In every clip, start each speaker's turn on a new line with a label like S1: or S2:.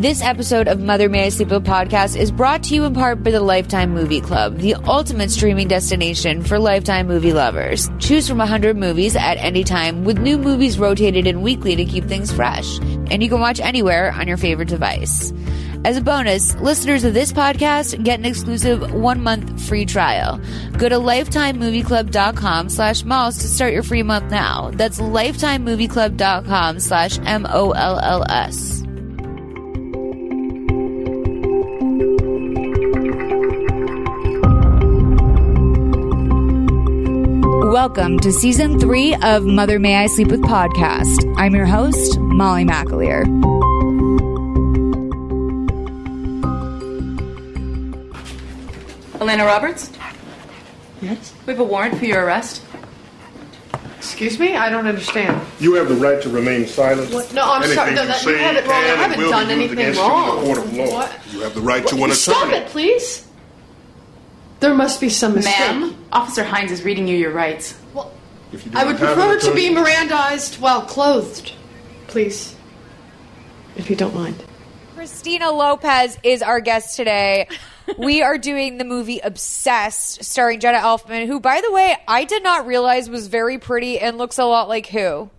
S1: This episode of Mother May I Sleep With podcast is brought to you in part by the Lifetime Movie Club, the ultimate streaming destination for lifetime movie lovers. Choose from 100 movies at any time, with new movies rotated in weekly to keep things fresh. And you can watch anywhere on your favorite device. As a bonus, listeners of this podcast get an exclusive one-month free trial. Go to lifetimemovieclub.com slash malls to start your free month now. That's lifetimemovieclub.com slash M-O-L-L-S. Welcome to season three of Mother May I Sleep With podcast. I'm your host, Molly McAleer.
S2: Elena Roberts,
S3: Yes?
S2: we have a warrant for your arrest.
S3: Excuse me? I don't understand.
S4: You have the right to remain silent.
S3: What? No, I'm sorry.
S4: Anything
S3: No,
S4: you
S3: that-
S4: say
S3: you had it wrong.
S4: can
S3: I
S4: and
S3: haven't
S4: will be
S3: done
S4: used
S3: anything
S4: against you
S3: wrong.
S4: In a court of law.
S3: What?
S4: You have the right to an attorney.
S3: Stop it, please. There must be some mistake.
S2: Ma'am, Officer Hines is reading you your rights.
S3: Well,
S4: If you do
S3: I
S4: not
S3: would
S4: have an
S3: prefer to be
S4: attorney-
S3: Mirandized while clothed. Please. If you don't mind.
S1: Christina Lopez is our guest today. we are doing the movie Obsessed, starring Jenna Elfman, who, by the way, I did not realize was very pretty and looks a lot like who?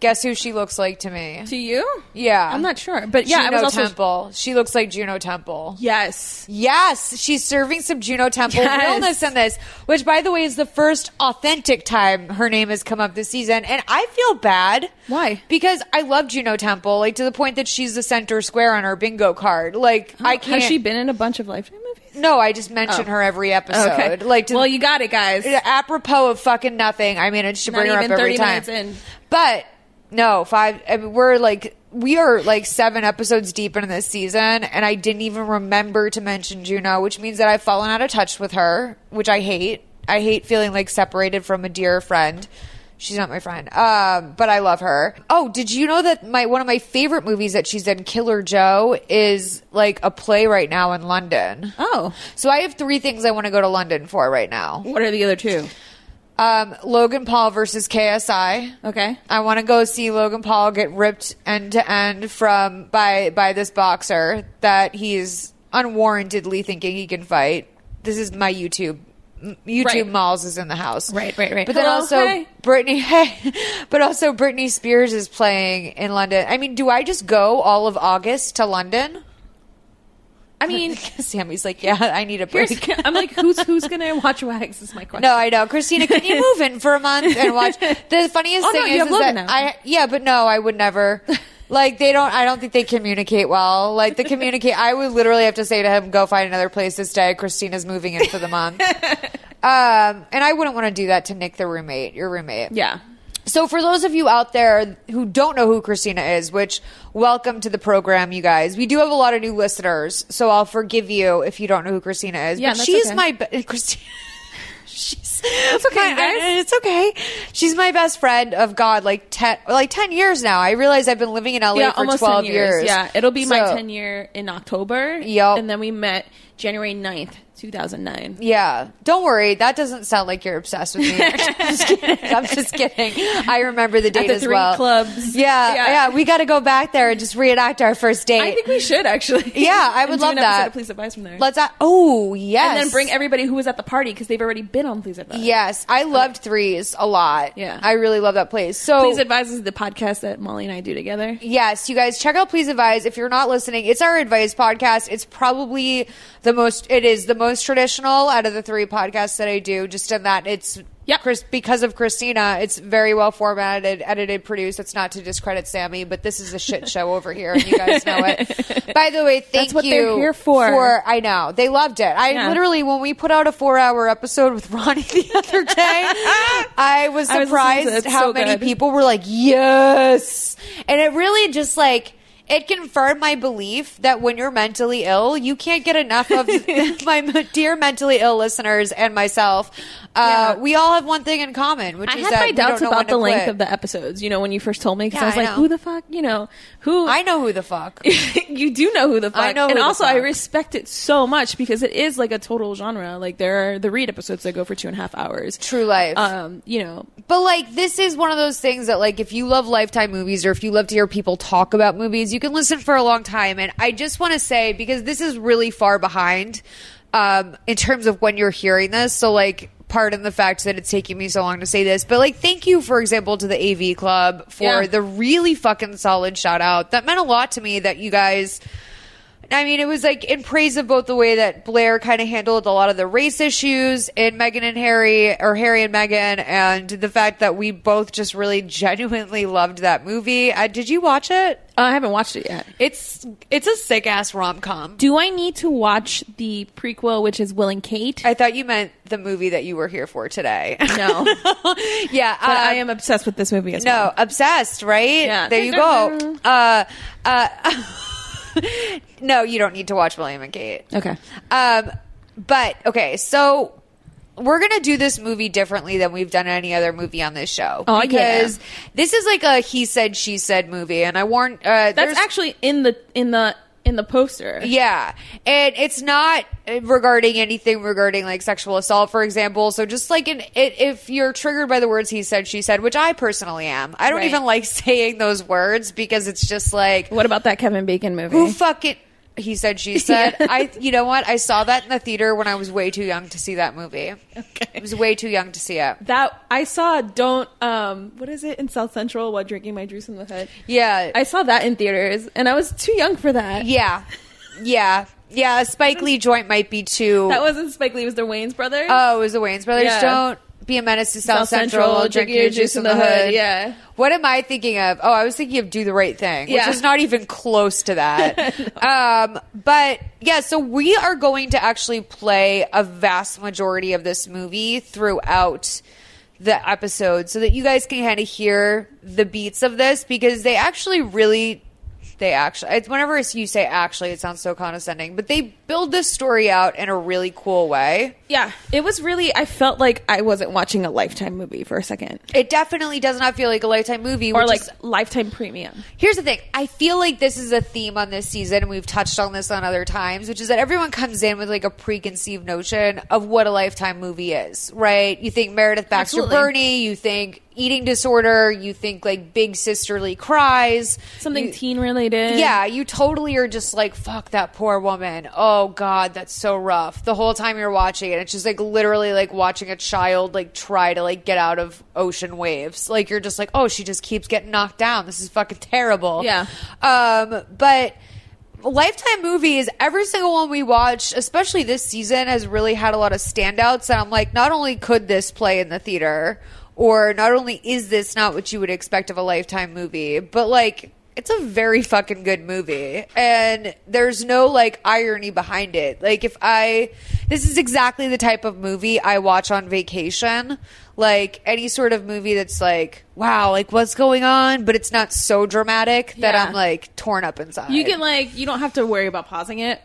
S1: Guess who she looks like to me?
S5: To you?
S1: Yeah.
S5: I'm not sure. But yeah,
S1: Juno
S5: I was also.
S1: Temple. She looks like Juno Temple.
S5: Yes.
S1: Yes, she's serving some Juno Temple
S5: Yes.
S1: realness in this, which, by the way, is the first authentic time her name has come up this season. And I feel bad.
S5: Why?
S1: Because I love Juno Temple, like to the point that she's the center square on her bingo card. Like I can't.
S5: Oh, Has she been in a bunch of Lifetime movies?
S1: No, I just mention
S5: Oh.
S1: her every episode. Like, to,
S5: well, you got it, guys.
S1: apropos of fucking nothing. I managed to
S5: Not
S1: bring her up
S5: even
S1: every
S5: 30
S1: time.
S5: minutes in.
S1: But no, five. I mean, we're like we are like seven episodes deep into this season, and I didn't even remember to mention Juno, which means that I've fallen out of touch with her, which I hate. I hate feeling like separated from a dear friend. She's not my friend, um, but I love her. Oh, did you know that my one of my favorite movies that she's in, Killer Joe, is like a play right now in London.
S5: Oh.
S1: So I have three things I want to go to London for right now.
S5: What are the other two?
S1: Um, Logan Paul versus KSI.
S5: Okay.
S1: I want to go see Logan Paul get ripped end to end from by by this boxer that he's unwarrantedly thinking he can fight. This is my YouTube. M- YouTube
S5: Right.
S1: Malls is in the house.
S5: Right, right, right.
S1: But then
S5: Hello,
S1: also
S5: hi.
S1: Britney hey. But also Britney Spears is playing in London. I mean, do I just go all of August to London?
S5: I mean,
S1: Sammy's like, "Yeah, I need a break."
S5: here's, I'm like, who's who's gonna watch Wags? Is my question.
S1: No, I know, Christina. Can you move in for a month and watch? The funniest
S5: Oh,
S1: thing
S5: no, you
S1: is,
S5: have
S1: is that
S5: Logan now.
S1: I yeah, but no, I would never. Like they don't. I don't think they communicate well. Like the communicate, I would literally have to say to him, "Go find another place to stay." Christina's moving in for the month, um, and I wouldn't want to do that to Nick, the roommate, your roommate.
S5: Yeah.
S1: So, for those of you out there who don't know who Christina is, which welcome to the program, you guys. We do have a lot of new listeners, so I'll forgive you if you don't know who Christina is.
S5: Yeah,
S1: but
S5: that's
S1: she's
S5: okay.
S1: my be- Christina. She's
S5: It's okay,
S1: my- I-
S5: guys.
S1: It's okay. She's my best friend of God, like ten, like ten years now. I realize I've been living in LA
S5: yeah,
S1: for
S5: almost
S1: twelve
S5: 10 years.
S1: years.
S5: Yeah, it'll be my
S1: So-
S5: 10 year in October.
S1: Yup.
S5: And then we met January 9th, 2009.
S1: Yeah, don't worry. That doesn't sound like you're obsessed with me. I'm just kidding. I'm just kidding. I remember the date
S5: the
S1: as
S5: three
S1: well.
S5: clubs.
S1: Yeah, yeah.
S5: Yeah.
S1: we got to go back there and just reenact our first date.
S5: I think we should actually.
S1: Yeah, I
S5: And
S1: would
S5: do
S1: love
S5: an episode
S1: that.
S5: Of Please advice from there.
S1: Let's. a oh yes,
S5: and then bring everybody who was at the party because they've already been on Please Advise.
S1: Yes, I loved threes a lot.
S5: Yeah.
S1: I really love that place. So
S5: Please Advise is the podcast that Molly and I do together.
S1: Yes, you guys check out Please Advise. If you're not listening, it's our advice podcast. It's probably the most. It is the most traditional out of the three podcasts that I do. Just in that it's
S5: Yep.
S1: Chris because of Christina, it's very well formatted, edited, produced. It's not to discredit Sammy, but this is a shit show over here, and you guys know it. By the way, thank
S5: That's what
S1: you
S5: they're here for.
S1: I know they loved it. I
S5: Yeah.
S1: literally when we put out a four-hour episode with Ronnie the other day, I was
S5: I was listening to it.
S1: surprised
S5: It's
S1: how
S5: so
S1: many
S5: good.
S1: people were like, "Yes," and it really just like It confirmed my belief that when you're mentally ill, you can't get enough of my m- dear mentally ill listeners and myself. Uh,
S5: Yeah.
S1: We all have one thing in common, which
S5: I
S1: is
S5: had
S1: that
S5: my
S1: we don't
S5: doubts
S1: know when
S5: about
S1: to
S5: the length
S1: quit.
S5: of the episodes. You know, when you first told me, because
S1: Yeah,
S5: I was
S1: I
S5: like,
S1: know.
S5: "Who the fuck?" You know, who
S1: I know who the fuck.
S5: you do know who the fuck.
S1: I know
S5: and
S1: who the
S5: also, I
S1: fuck.
S5: respect it so much because it is like a total genre. Like there are the read episodes that go for two and a half hours.
S1: True life.
S5: Um, you know,
S1: But like this is one of those things that like if you love lifetime movies or if you love to hear people talk about movies, you can listen for a long time. And I just want to say because this is really far behind um in terms of when you're hearing this. So like pardon the fact that it's taking me so long to say this, but like thank you for example to the AV Club for
S5: Yeah.
S1: the really fucking solid shout out. That meant a lot to me that you guys I mean, it was like in praise of both the way that Blair kind of handled a lot of the race issues in Meghan and Harry, or Harry and Meghan, and the fact that we both just really genuinely loved that movie. Uh, did you watch it?
S5: uh, I haven't watched it yet.
S1: It's it's a sick ass rom com.
S5: Do I need to watch the prequel, which is Will and Kate?
S1: I thought you meant the movie that you were here for today.
S5: no, but
S1: yeah, um,
S5: I am obsessed with this movie as
S1: No,
S5: well.
S1: obsessed, right?
S5: Yeah.
S1: There you go. Uh, uh, no, you don't need to watch William and Kate.
S5: Okay.
S1: Um, but okay, so we're gonna do this movie differently than we've done any other movie on this show.
S5: Oh, yeah.
S1: because this is like a he said she said movie, and I warned. Uh,
S5: That's actually in the in the in the poster.
S1: yeah, and it's not uh, regarding anything regarding like sexual assault, for example. So just like an, it, if you're triggered by the words he said, she said, which I personally am, I don't
S5: Right.
S1: even like saying those words because it's just like
S5: What about that Kevin Bacon movie?
S1: who fucking. He said, she said. I, you know what? I saw that in the theater when I was way too young to see that movie. Okay. I was way too young to see it.
S5: that I saw don't um what is it in South Central while drinking my juice in the hood.
S1: Yeah.
S5: I saw that in theaters and I was too young for that.
S1: yeah. Yeah. Yeah. a Spike Lee joint might be too.
S5: That wasn't Spike Lee, it was the Wayne's brother.
S1: Oh, it was the Wayne's Brothers.
S5: Yeah.
S1: Don't be a menace to South,
S5: South
S1: Central.
S5: Central,
S1: Drink your juice in the hood.
S5: yeah.
S1: What am I thinking of? Oh, I was thinking of Do the Right Thing,
S5: Yeah.
S1: which is not even close to that. um, but yeah, so we are going to actually play a vast majority of this movie throughout the episode so that you guys can kind of hear the beats of this because they actually really they actually it's whenever you say actually it sounds so condescending but they build this story out in a really cool way
S5: yeah. It was really I felt like I wasn't watching a lifetime movie for a second.
S1: It definitely does not feel like a lifetime movie.
S5: Or
S1: which
S5: like
S1: is-
S5: lifetime premium.
S1: here's the thing: I feel like this is a theme on this season, and we've touched on this on other times, which is that everyone comes in with like a preconceived notion of what a lifetime movie is, right? You think Meredith Baxter
S5: Absolutely.
S1: Bernie, you think eating disorder, you think like big sisterly cries,
S5: Something
S1: you-
S5: teen related.
S1: yeah, you totally are just like, fuck that poor woman. Oh God, that's so rough. The whole time you're watching it, it's just like literally like watching a child like try to like get out of ocean waves. Like you're just like, oh, she just keeps getting knocked down. This is fucking terrible.
S5: Yeah.
S1: Um, but Lifetime movies, every single one we watch, especially this season, has really had a lot of standouts. And I'm like, not only could this play in the theater, or not only is this not what you would expect of a Lifetime movie, but like, it's a very fucking good movie. And there's no like irony behind it. Like, if I, this is exactly the type of movie I watch on vacation. Like, any sort of movie that's like, wow, like what's going on? But it's not so dramatic that
S5: Yeah.
S1: I'm like torn up inside.
S5: You can like you don't have to worry about pausing it.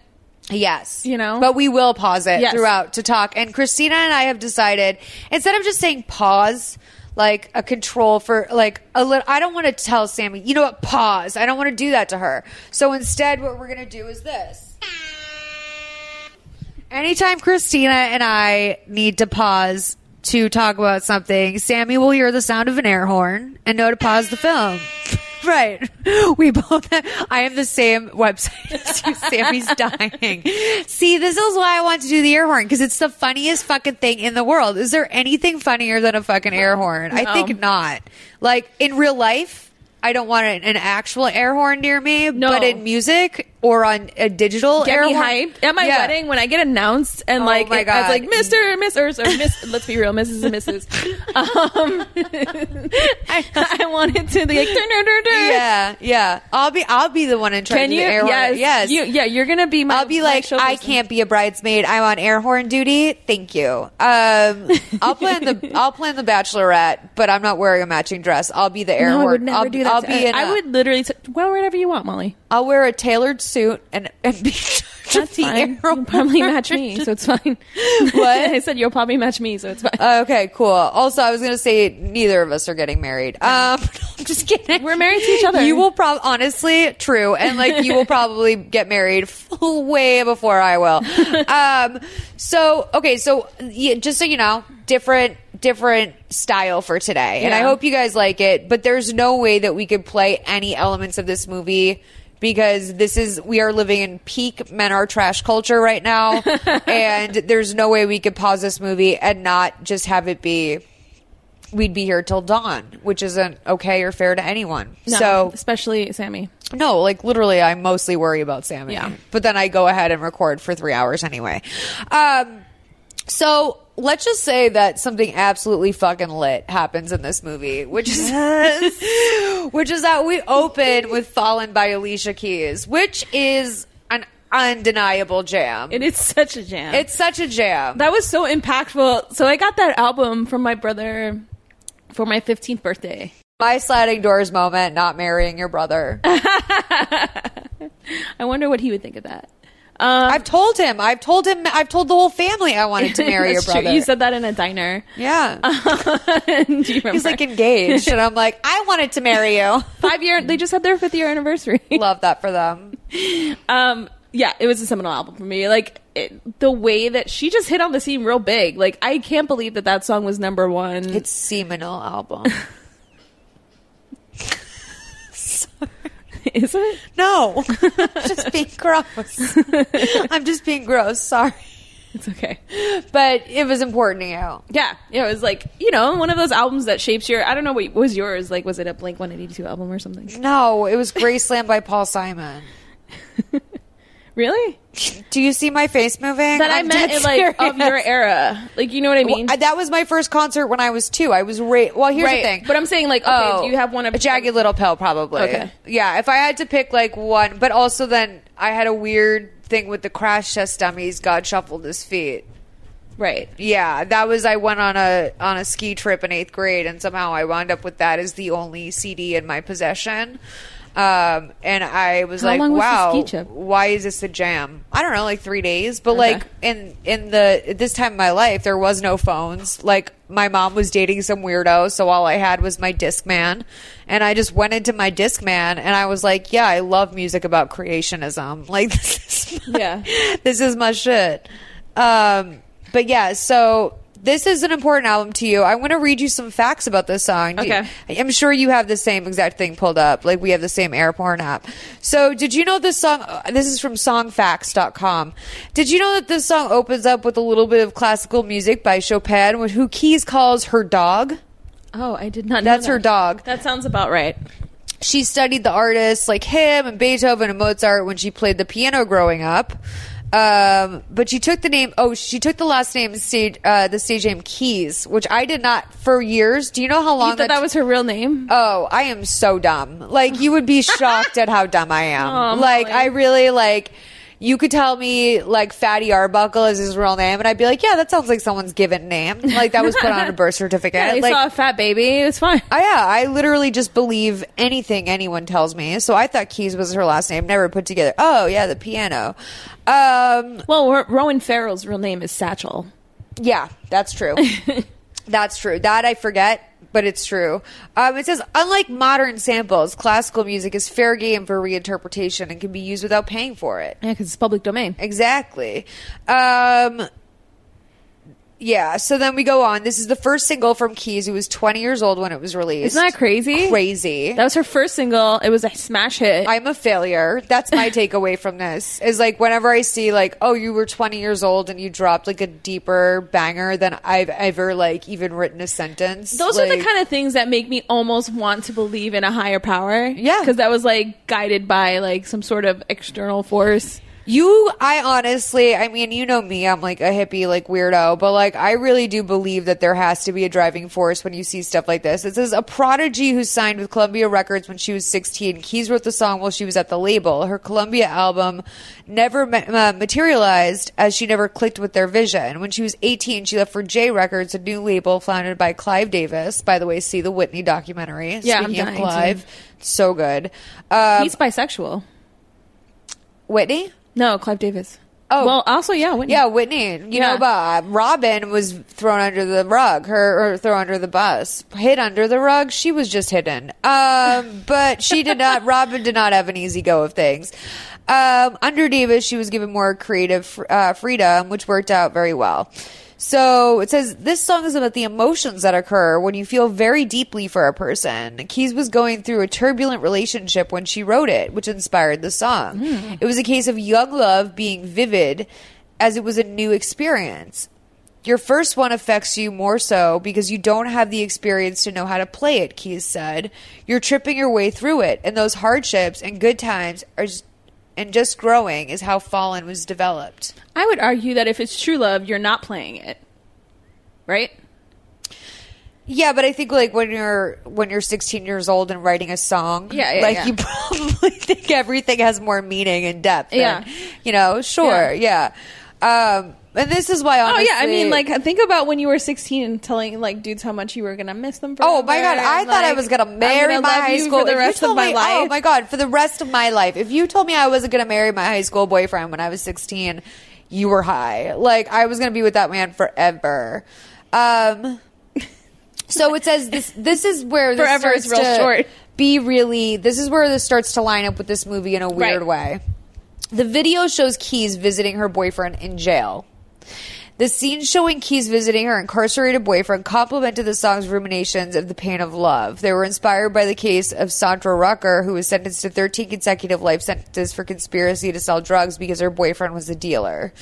S1: Yes.
S5: You know?
S1: But we will pause it
S5: Yes.
S1: throughout to talk. And Christina and I have decided instead of just saying pause, like a control for like a little I don't want to tell Sammy, you know what, pause. I don't want to do that to her. So instead what we're gonna do is this. Anytime Christina and I need to pause to talk about something, Sammy will hear the sound of an air horn and know to pause the film. Right. We both, I have the same website as you. Sammy's dying. See, this is why I want to do the air horn because it's the funniest fucking thing in the world. Is there anything funnier than a fucking air horn? I think not. Like in real life, I don't want an an actual air horn near me,
S5: No.
S1: but in music or on a digital
S5: Get
S1: air
S5: me
S1: horn.
S5: hyped at my
S1: Yeah.
S5: wedding when I get announced and
S1: Oh
S5: like
S1: my
S5: it- I
S1: God.
S5: was like Mister, Miss, or, or Miss. let's be real, Mrs. and Mrs. Um, I, I wanted to be like, "Dun, dun, dun, dun."
S1: Yeah, yeah. I'll be I'll be the one in charge
S5: Can
S1: of the
S5: you?
S1: air horn.
S5: yes.
S1: yes.
S5: You, yeah, you're gonna be my.
S1: I'll be
S5: my
S1: like,
S5: show
S1: I
S5: person.
S1: can't be a bridesmaid. I'm on air horn duty. Thank you. Um, I'll plan the I'll plan the bachelorette, but I'm not wearing a matching dress. I'll be the air
S5: No,
S1: horn.
S5: I would never
S1: I'll,
S5: do that.
S1: I'll
S5: to-
S1: be in.
S5: I
S1: a-
S5: would literally t- wear whatever you want, Molly.
S1: I'll wear a tailored suit and, and be
S5: That's fine. You'll probably match me, so it's fine.
S1: What?
S5: I said you'll probably match me, so it's fine.
S1: Okay, cool. Also, I was gonna say neither of us are getting married. Um, I'm just kidding.
S5: We're married to each other.
S1: You will probably, honestly, true, and like you will probably get married f- way before I will. Um, so okay, so yeah, just so you know, different different style for today, and I
S5: Yeah.
S1: hope you guys like it. But there's no way that we could play any elements of this movie. Because this is, we are living in peak men are trash culture right now. and there's no way we could pause this movie and not just have it be we'd be here till dawn, which isn't okay or fair to anyone.
S5: No,
S1: So
S5: especially Sammy.
S1: no, like literally, I mostly worry about Sammy.
S5: Yeah.
S1: But then I go ahead and record for three hours anyway. Um, so let's just say that something absolutely fucking lit happens in this movie, which is which is that we open with "Fallen" by Alicia Keys, which is an undeniable jam.
S5: It is such a jam.
S1: It's such a jam.
S5: that was so impactful. So I got that album from my brother for my 15th birthday.
S1: My sliding doors moment, not marrying your brother.
S5: I wonder what he would think of that. Um,
S1: I've told him. I've told him. I've told the whole family I wanted to marry your
S5: that's true.
S1: brother.
S5: You said that in a diner.
S1: yeah.
S5: Do you remember?
S1: He's like engaged, and I'm like, I wanted to marry you.
S5: five year. They just had their fifth year anniversary.
S1: Love that for them.
S5: um yeah it was a seminal album for me like it, the way that she just hit on the scene real big like i can't believe that that song was number one
S1: It's seminal album.
S5: is it
S1: No, I'm just being gross. I'm just being gross. Sorry,
S5: it's okay
S1: but it was important to you.
S5: yeah it was like you know one of those albums that shapes your i don't know what was yours like was it a blink 182 album or something
S1: No, it was Graceland by Paul Simon.
S5: really
S1: Do you see my face moving?
S5: that i
S1: I'm
S5: meant
S1: dead
S5: it, like
S1: serious.
S5: of your era like you know what i mean
S1: Well, I- that was my first concert when I was two. I was ra- well. Oh, Here's
S5: Right,
S1: the thing,
S5: but I'm saying, like, okay,
S1: Oh,
S5: do you have one of-
S1: a jagged little pill? Probably.
S5: Okay.
S1: Yeah, if I had to pick like one, but also then I had a weird thing with the crash test dummies. God shuffled his feet.
S5: right
S1: Yeah, that was I went on a on a ski trip in eighth grade, and somehow I wound up with that as the only CD in my possession. Um, and I was
S5: How
S1: like,
S5: long was the
S1: "Wow,
S5: ski trip?
S1: why is this a jam?" I don't know, like three days. But
S5: Okay.
S1: like in in the at this time of my life, there was no phones. Like my mom was dating some weirdo, so all I had was my Discman, and I just went into my Discman, and I was like, "Yeah, I love music about creationism. Like this is my-
S5: Yeah.
S1: this is my shit. Um, but yeah, so this is an important album to you. I want to read you some facts about this song. Do you-
S5: Okay.
S1: I'm sure you have the same exact thing pulled up. Like we have the same air porn app. So did you know this song? uh, This is from songfacts.com. Did you know that this song opens up with a little bit of classical music by Chopin, wh- who Keys calls her dog?
S5: oh i did not know
S1: That's
S5: that.
S1: her dog.
S5: that sounds about right
S1: She studied the artists like him and Beethoven and Mozart when she played the piano growing up. Um, but she took the name. Oh, she took the last name stage, uh, the stage name Keys, which I did not for years. Do you know how long
S5: you thought that was her real name
S1: Oh, I am so dumb. Like you would be shocked at how dumb I am.
S5: Aw,
S1: like
S5: Molly.
S1: I really like you could tell me like Fatty Arbuckle is his real name and I'd be like, "Yeah, that sounds like someone's given name." Like that was put on a birth certificate.
S5: yeah, they
S1: like
S5: saw a fat baby it's fine
S1: I, yeah, I literally just believe anything anyone tells me. So I thought Keys was her last name. Never put together. Oh yeah, the piano. Um,
S5: well Ro- rowan farrell's real name is satchel
S1: yeah, that's true. that's true. That I forget, but it's true. Um, it says unlike modern samples, classical music is fair game for reinterpretation and can be used without paying for it.
S5: yeah because it's public domain
S1: Exactly. Um, yeah. So then we go on. This is the first single from Keys, who was 20 years old when it was released.
S5: Isn't that crazy?
S1: Crazy.
S5: That was her first single. It was a smash hit.
S1: I'm a failure. That's my takeaway from this. Is like whenever I see like, oh, you were 20 years old and you dropped like a deeper banger than I've ever like even written a sentence.
S5: Those are the
S1: Like,
S5: kind of things that make me almost want to believe in a higher power.
S1: Yeah.
S5: Because that was like guided by like some sort of external force.
S1: you. I honestly, I mean, you know me. I'm like a hippie, like weirdo, but like I really do believe that there has to be a driving force when you see stuff like this. It says a prodigy who signed with Columbia Records when she was 16. Keys wrote the song while she was at the label. Her Columbia album never ma- uh, materialized as she never clicked with their vision. When she was 18, she left for J Records, a new label founded by Clive Davis. By the way, see the Whitney documentary.
S5: Yeah, I'm
S1: Speaking of
S5: dying to.
S1: Clive, so good. Um,
S5: He's bisexual.
S1: Whitney?
S5: No, Clive Davis.
S1: Oh.
S5: well, also yeah, Whitney.
S1: Yeah, Whitney. You
S5: Yeah.
S1: know, Bob. Robin was thrown under the rug, her or thrown under the bus, hid under the rug. She was just hidden. Um, but she did not. Robin did not have an easy go of things. Um, under Davis, she was given more creative fr- uh, freedom, which worked out very well. So it says this song is about the emotions that occur when you feel very deeply for a person. Keys was going through a turbulent relationship when she wrote it, which inspired the
S5: Mm.
S1: song. It was a case of young love being vivid as it was a new experience. Your first one affects you more so because you don't have the experience to know how to play it, Keys said. You're tripping your way through it, and those hardships and good times are just, and just growing is how Fallen was developed.
S5: I would argue that if it's true love, you're not playing it, right?
S1: Yeah, but I think like when you're when you're 16 years old and writing a song,
S5: Yeah, yeah,
S1: like
S5: yeah.
S1: you probably think everything has more meaning and depth. than-
S5: Yeah.
S1: you know, sure, yeah. Um, and this is why, honestly,
S5: oh yeah, I mean, like think about when you were 16 and telling like dudes how much you were gonna miss them. Forever.
S1: Oh my god! I thought I
S5: Like,
S1: was gonna
S5: I'm
S1: marry
S5: gonna
S1: my
S5: love
S1: high
S5: you
S1: school
S5: for the
S1: if you
S5: rest of
S1: told
S5: my
S1: me-
S5: life.
S1: Oh my god! For the rest of my life, if you told me I wasn't gonna marry my high school boyfriend when I was sixteen, you were high. Like I was gonna be with that man forever. Um, so it says this. This is where this
S5: Forever is
S1: starts
S5: real
S1: to
S5: short.
S1: Be really. This is where this starts to line up with this movie in a weird way. The video shows Keys visiting her boyfriend in jail. The scene showing Keys visiting her incarcerated boyfriend complemented the song's ruminations of the pain of love. They were inspired by the case of Sandra Rucker, who was sentenced to 13 consecutive life sentences for conspiracy to sell drugs because her boyfriend was a dealer.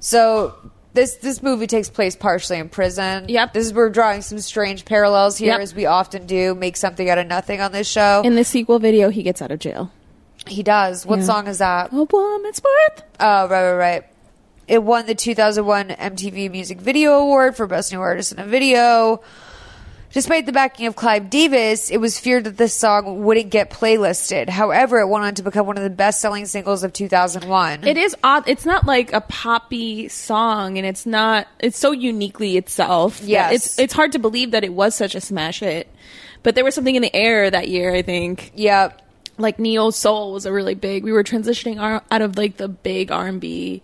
S1: So this this movie takes place partially in prison.
S5: Yep.
S1: This is we're drawing some strange parallels here,
S5: Yep.
S1: as we often do, make something out of nothing on this show.
S5: In the sequel video, he gets out of jail.
S1: he does. What song is that?
S5: A woman's worth.
S1: Oh, right, right, right. It won the 2001 MTV Music Video Award for Best New Artist in a Video. Despite the backing of Clive Davis, it was feared that this song wouldn't get playlisted. However, it went on to become one of the best selling singles of 2001.
S5: It is odd. It's not like a poppy song, and it's not. It's so uniquely itself. that
S1: Yes.
S5: it's it's hard to believe that it was such a smash hit. But there was something in the air that year. I think
S1: Yep.
S5: like neo soul was a really big. We were transitioning our, out of like the big R and B,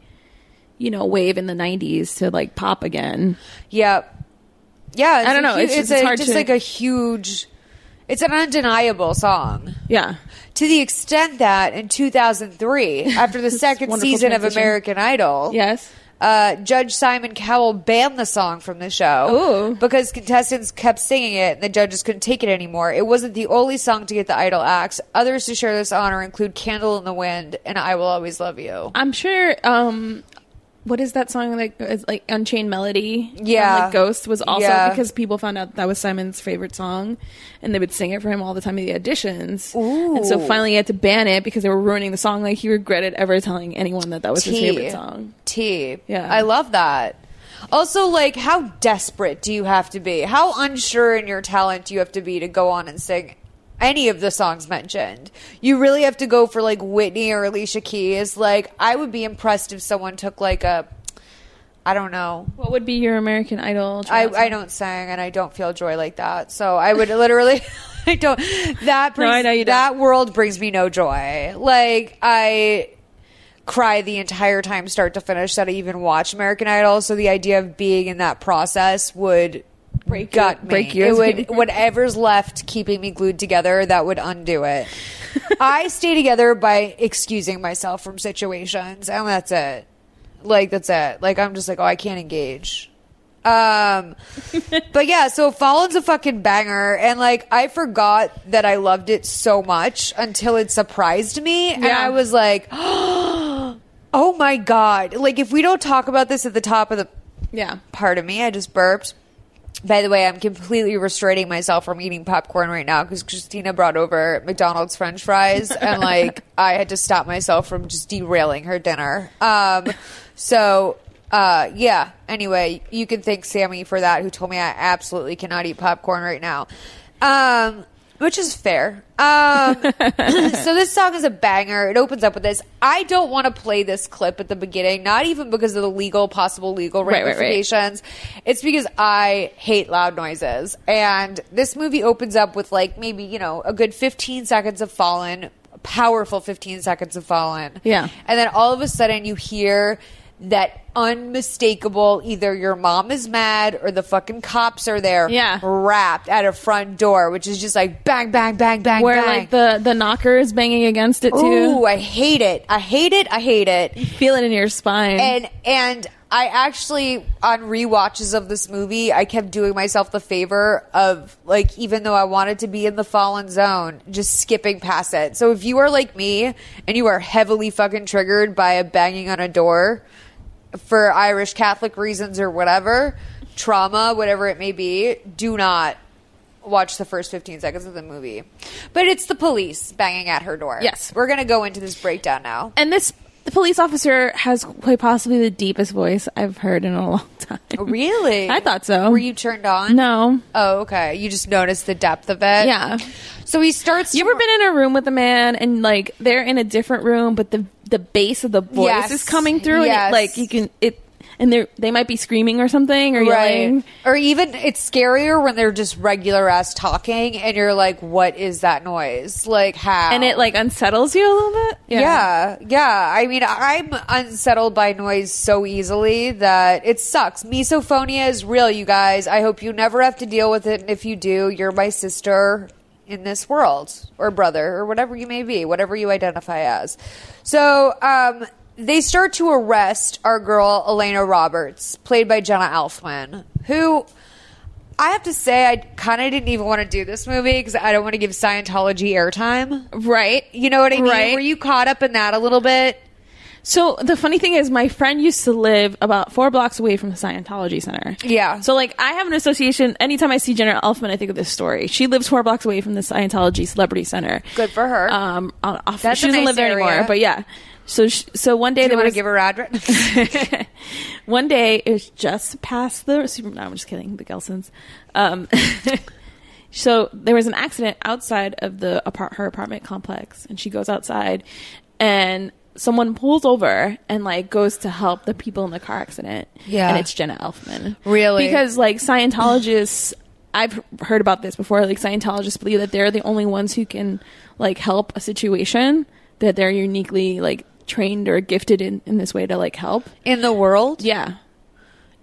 S5: you know, wave in the '90s to like pop again.
S1: Yep. Yeah. It's
S5: I don't
S1: a
S5: know.
S1: hu-
S5: It's just-
S1: a-
S5: it's hard to-
S1: like a huge. It's an undeniable song.
S5: Yeah,
S1: To the extent that in 2003, after the second
S5: wonderful
S1: season of
S5: transition.
S1: American Idol,
S5: yes.
S1: uh, Judge Simon Cowell banned the song from the show
S5: Ooh.
S1: because contestants kept singing it and the judges couldn't take it anymore. It wasn't the only song to get the Idol axe. Others to share this honor include Candle in the Wind and I Will Always Love You.
S5: I'm sure. um what is that song like? Is like Unchained Melody? from,
S1: Yeah.
S5: like Ghost was also
S1: Yeah.
S5: because people found out that was Simon's favorite song, and they would sing it for him all the time in the auditions. And so
S1: Ooh.
S5: finally, he had to ban it because they were ruining the song. Like he regretted ever telling anyone that that was his
S1: T.
S5: favorite song.
S1: T.
S5: Yeah.
S1: I love that. Also, like, how desperate do you have to be? How unsure in your talent do you have to be to go on and sing any of the songs mentioned? You really have to go for like Whitney or Alicia Keys. Like, I would be impressed if someone took like a, I don't know,
S5: What would be your American Idol?
S1: I,
S5: tryout
S1: I
S5: song?
S1: don't sing and I don't feel joy like that. So I would literally, I don't. That brings,
S5: I know you don't.
S1: that world brings me no joy. Like I cry the entire time, start to finish, that I even watch American Idol. So the idea of being in that process would break gut me.
S5: break your-
S1: It would whatever's left keeping me glued together that would undo it. I stay together by excusing myself from situations, and that's it. Like that's it. Like I'm just like, oh, I can't engage. Um, but yeah, so Fallen's a fucking banger, and like I forgot that I loved it so much until it surprised me, and
S5: Yeah.
S1: I was like, oh my god! Like if we don't talk about this at the top of the
S5: Yeah.
S1: part of me, I just burped. By the way, I'm completely restraining myself from eating popcorn right now because Christina brought over McDonald's French fries, and like I had to stop myself from just derailing her dinner. Um, so uh, yeah. Anyway, you can thank Sammy for that, who told me I absolutely cannot eat popcorn right now, um, which is fair. Um, so this song is a banger. It opens up with this. I don't want to play this clip at the beginning, not even because of the legal possible legal
S5: Right, right, right.
S1: ramifications notifications. It's because I hate loud noises. And this movie opens up with like maybe, you know, a good 15 seconds of Fallen powerful 15 seconds of Fallen.
S5: Yeah.
S1: And then all of a sudden you hear that unmistakable either your mom is mad or the fucking cops are there
S5: Yeah.
S1: wrapped at a front door, which is just like bang, bang, bang, bang,
S5: where
S1: bang.
S5: like the the knocker is banging against it too.
S1: Ooh, I hate it. I hate it. I hate it.
S5: Feel it in your spine.
S1: And and I actually on rewatches of this movie, I kept doing myself the favor of like even though I wanted to be in the fallen zone, just skipping past it. So if you are like me and you are heavily fucking triggered by a banging on a door for Irish Catholic reasons or whatever, trauma, whatever it may be, do not watch the first 15 seconds of the movie. But it's the police banging at her door.
S5: Yes.
S1: We're going to go into this breakdown now.
S5: and this the police officer has quite possibly the deepest voice I've heard in a long time.
S1: Really?
S5: I thought so.
S1: Were you turned on?
S5: No.
S1: Oh, okay. You just noticed the depth of it.
S5: Yeah.
S1: So he starts.
S5: You ever been in a room with a man and like they're in a different room, but the the bass of the voice
S1: Yes.
S5: is coming through, and
S1: Yes.
S5: it, like you can it, and they they might be screaming or something or yelling.
S1: right? Or even it's scarier when they're just regular ass talking, and you're like, "What is that noise? Like how?"
S5: and it like unsettles you a little bit.
S1: Yeah. yeah, I mean, I'm unsettled by noise so easily that it sucks. Misophonia is real, you guys. I hope you never have to deal with it. And if you do, you're my sister in this world or brother or whatever you may be, whatever you identify as. So, um, they start to arrest our girl, Elena Roberts, played by Jenna Elfman, who I have to say, I kind of didn't even want to do this movie because I don't want to give Scientology airtime.
S5: Right.
S1: You know what I mean?
S5: Right.
S1: Were you caught up in that a little bit?
S5: So the funny thing is, my friend used to live about four blocks away from the Scientology Center.
S1: Yeah.
S5: So like, I have an association. Anytime I see Jenna Elfman, I think of this story. She lives four blocks away from the Scientology Celebrity Center.
S1: Good for her.
S5: Um, on- off,
S1: That's
S5: she
S1: a
S5: doesn't
S1: nice
S5: live there
S1: area.
S5: anymore, but yeah. So sh so one day
S1: Do you
S5: there
S1: want to
S5: was
S1: give her address?
S5: one day it was just past the super. No, I'm just kidding. The Gelsons. Um, so there was an accident outside of the apart her apartment complex, and she goes outside, and someone pulls over and like goes to help the people in the car accident.
S1: Yeah.
S5: and it's Jenna Elfman.
S1: Really?
S5: because like Scientologists. I've heard about this before. Like Scientologists believe that they're the only ones who can like help a situation that they're uniquely like trained or gifted in, in this way to like help.
S1: in the world?
S5: Yeah.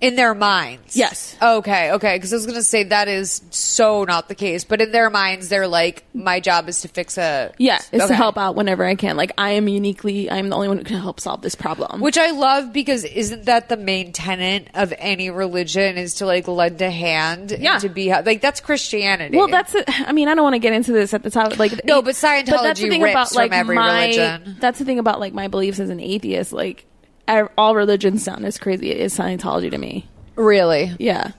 S1: In their minds?
S5: Yes.
S1: Okay, okay. Because I was going to say that is so not the case. But in their minds, they're like, my job is to fix a.
S5: Yeah, it's
S1: Okay.
S5: to help out whenever I can. Like I am uniquely, I'm the only one who can help solve this problem.
S1: Which I love because isn't that the main tenet of any religion is to like lend a hand
S5: Yeah.
S1: and to be like that's Christianity.
S5: well, that's. it. I mean, I don't want to get into this at the top. Like
S1: No, but Scientology rips from every
S5: my,
S1: religion.
S5: That's the thing about like my beliefs as an atheist. Like I- all religions sound as crazy as Scientology to me.
S1: really.
S5: Yeah,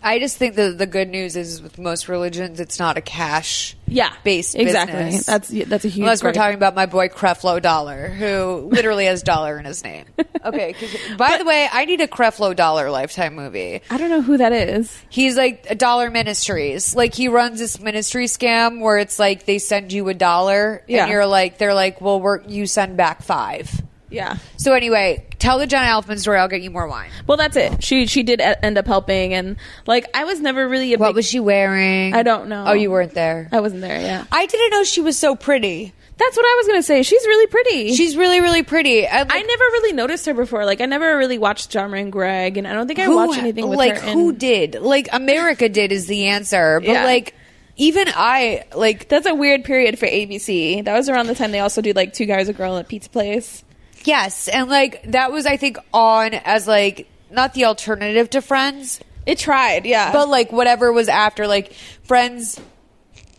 S1: I just think that the good news is with most religions, it's not a cash
S5: yeah,
S1: based
S5: exactly.
S1: business.
S5: That's yeah, that's a huge.
S1: Unless we're
S5: break.
S1: talking about my boy Creflo Dollar, who literally has dollar in his name. Okay. 'cause- By the way, I need a Creflo Dollar lifetime movie.
S5: I don't know who that is.
S1: He's like a Dollar Ministries. Like he runs this ministry scam where it's like they send you a dollar
S5: Yeah.
S1: and you're like they're like, well, we're, you send back five.
S5: Yeah.
S1: So anyway, tell the John Alfman story. I'll get you more wine.
S5: Well, that's it. She she did e- end up helping, and like I was never really a
S1: What
S5: big.
S1: was she wearing?
S5: I don't know.
S1: Oh, you weren't there.
S5: I wasn't there. Yeah,
S1: I didn't know she was so pretty.
S5: that's what I was gonna say. She's really pretty.
S1: She's really, really pretty. And,
S5: I
S1: like,
S5: never really noticed her before. Like I never really watched Dahmer and Greg, and I don't think I watched anything with
S1: like
S5: her.
S1: who
S5: and-
S1: did like America did is the answer, but
S5: Yeah.
S1: like even I like
S5: That's a weird period for ABC. That was around the time they also did like Two Guys, a Girl, and a Pizza Place.
S1: yes, and like that was I think on as like not the alternative to Friends,
S5: It tried, yeah.
S1: but like whatever was after like Friends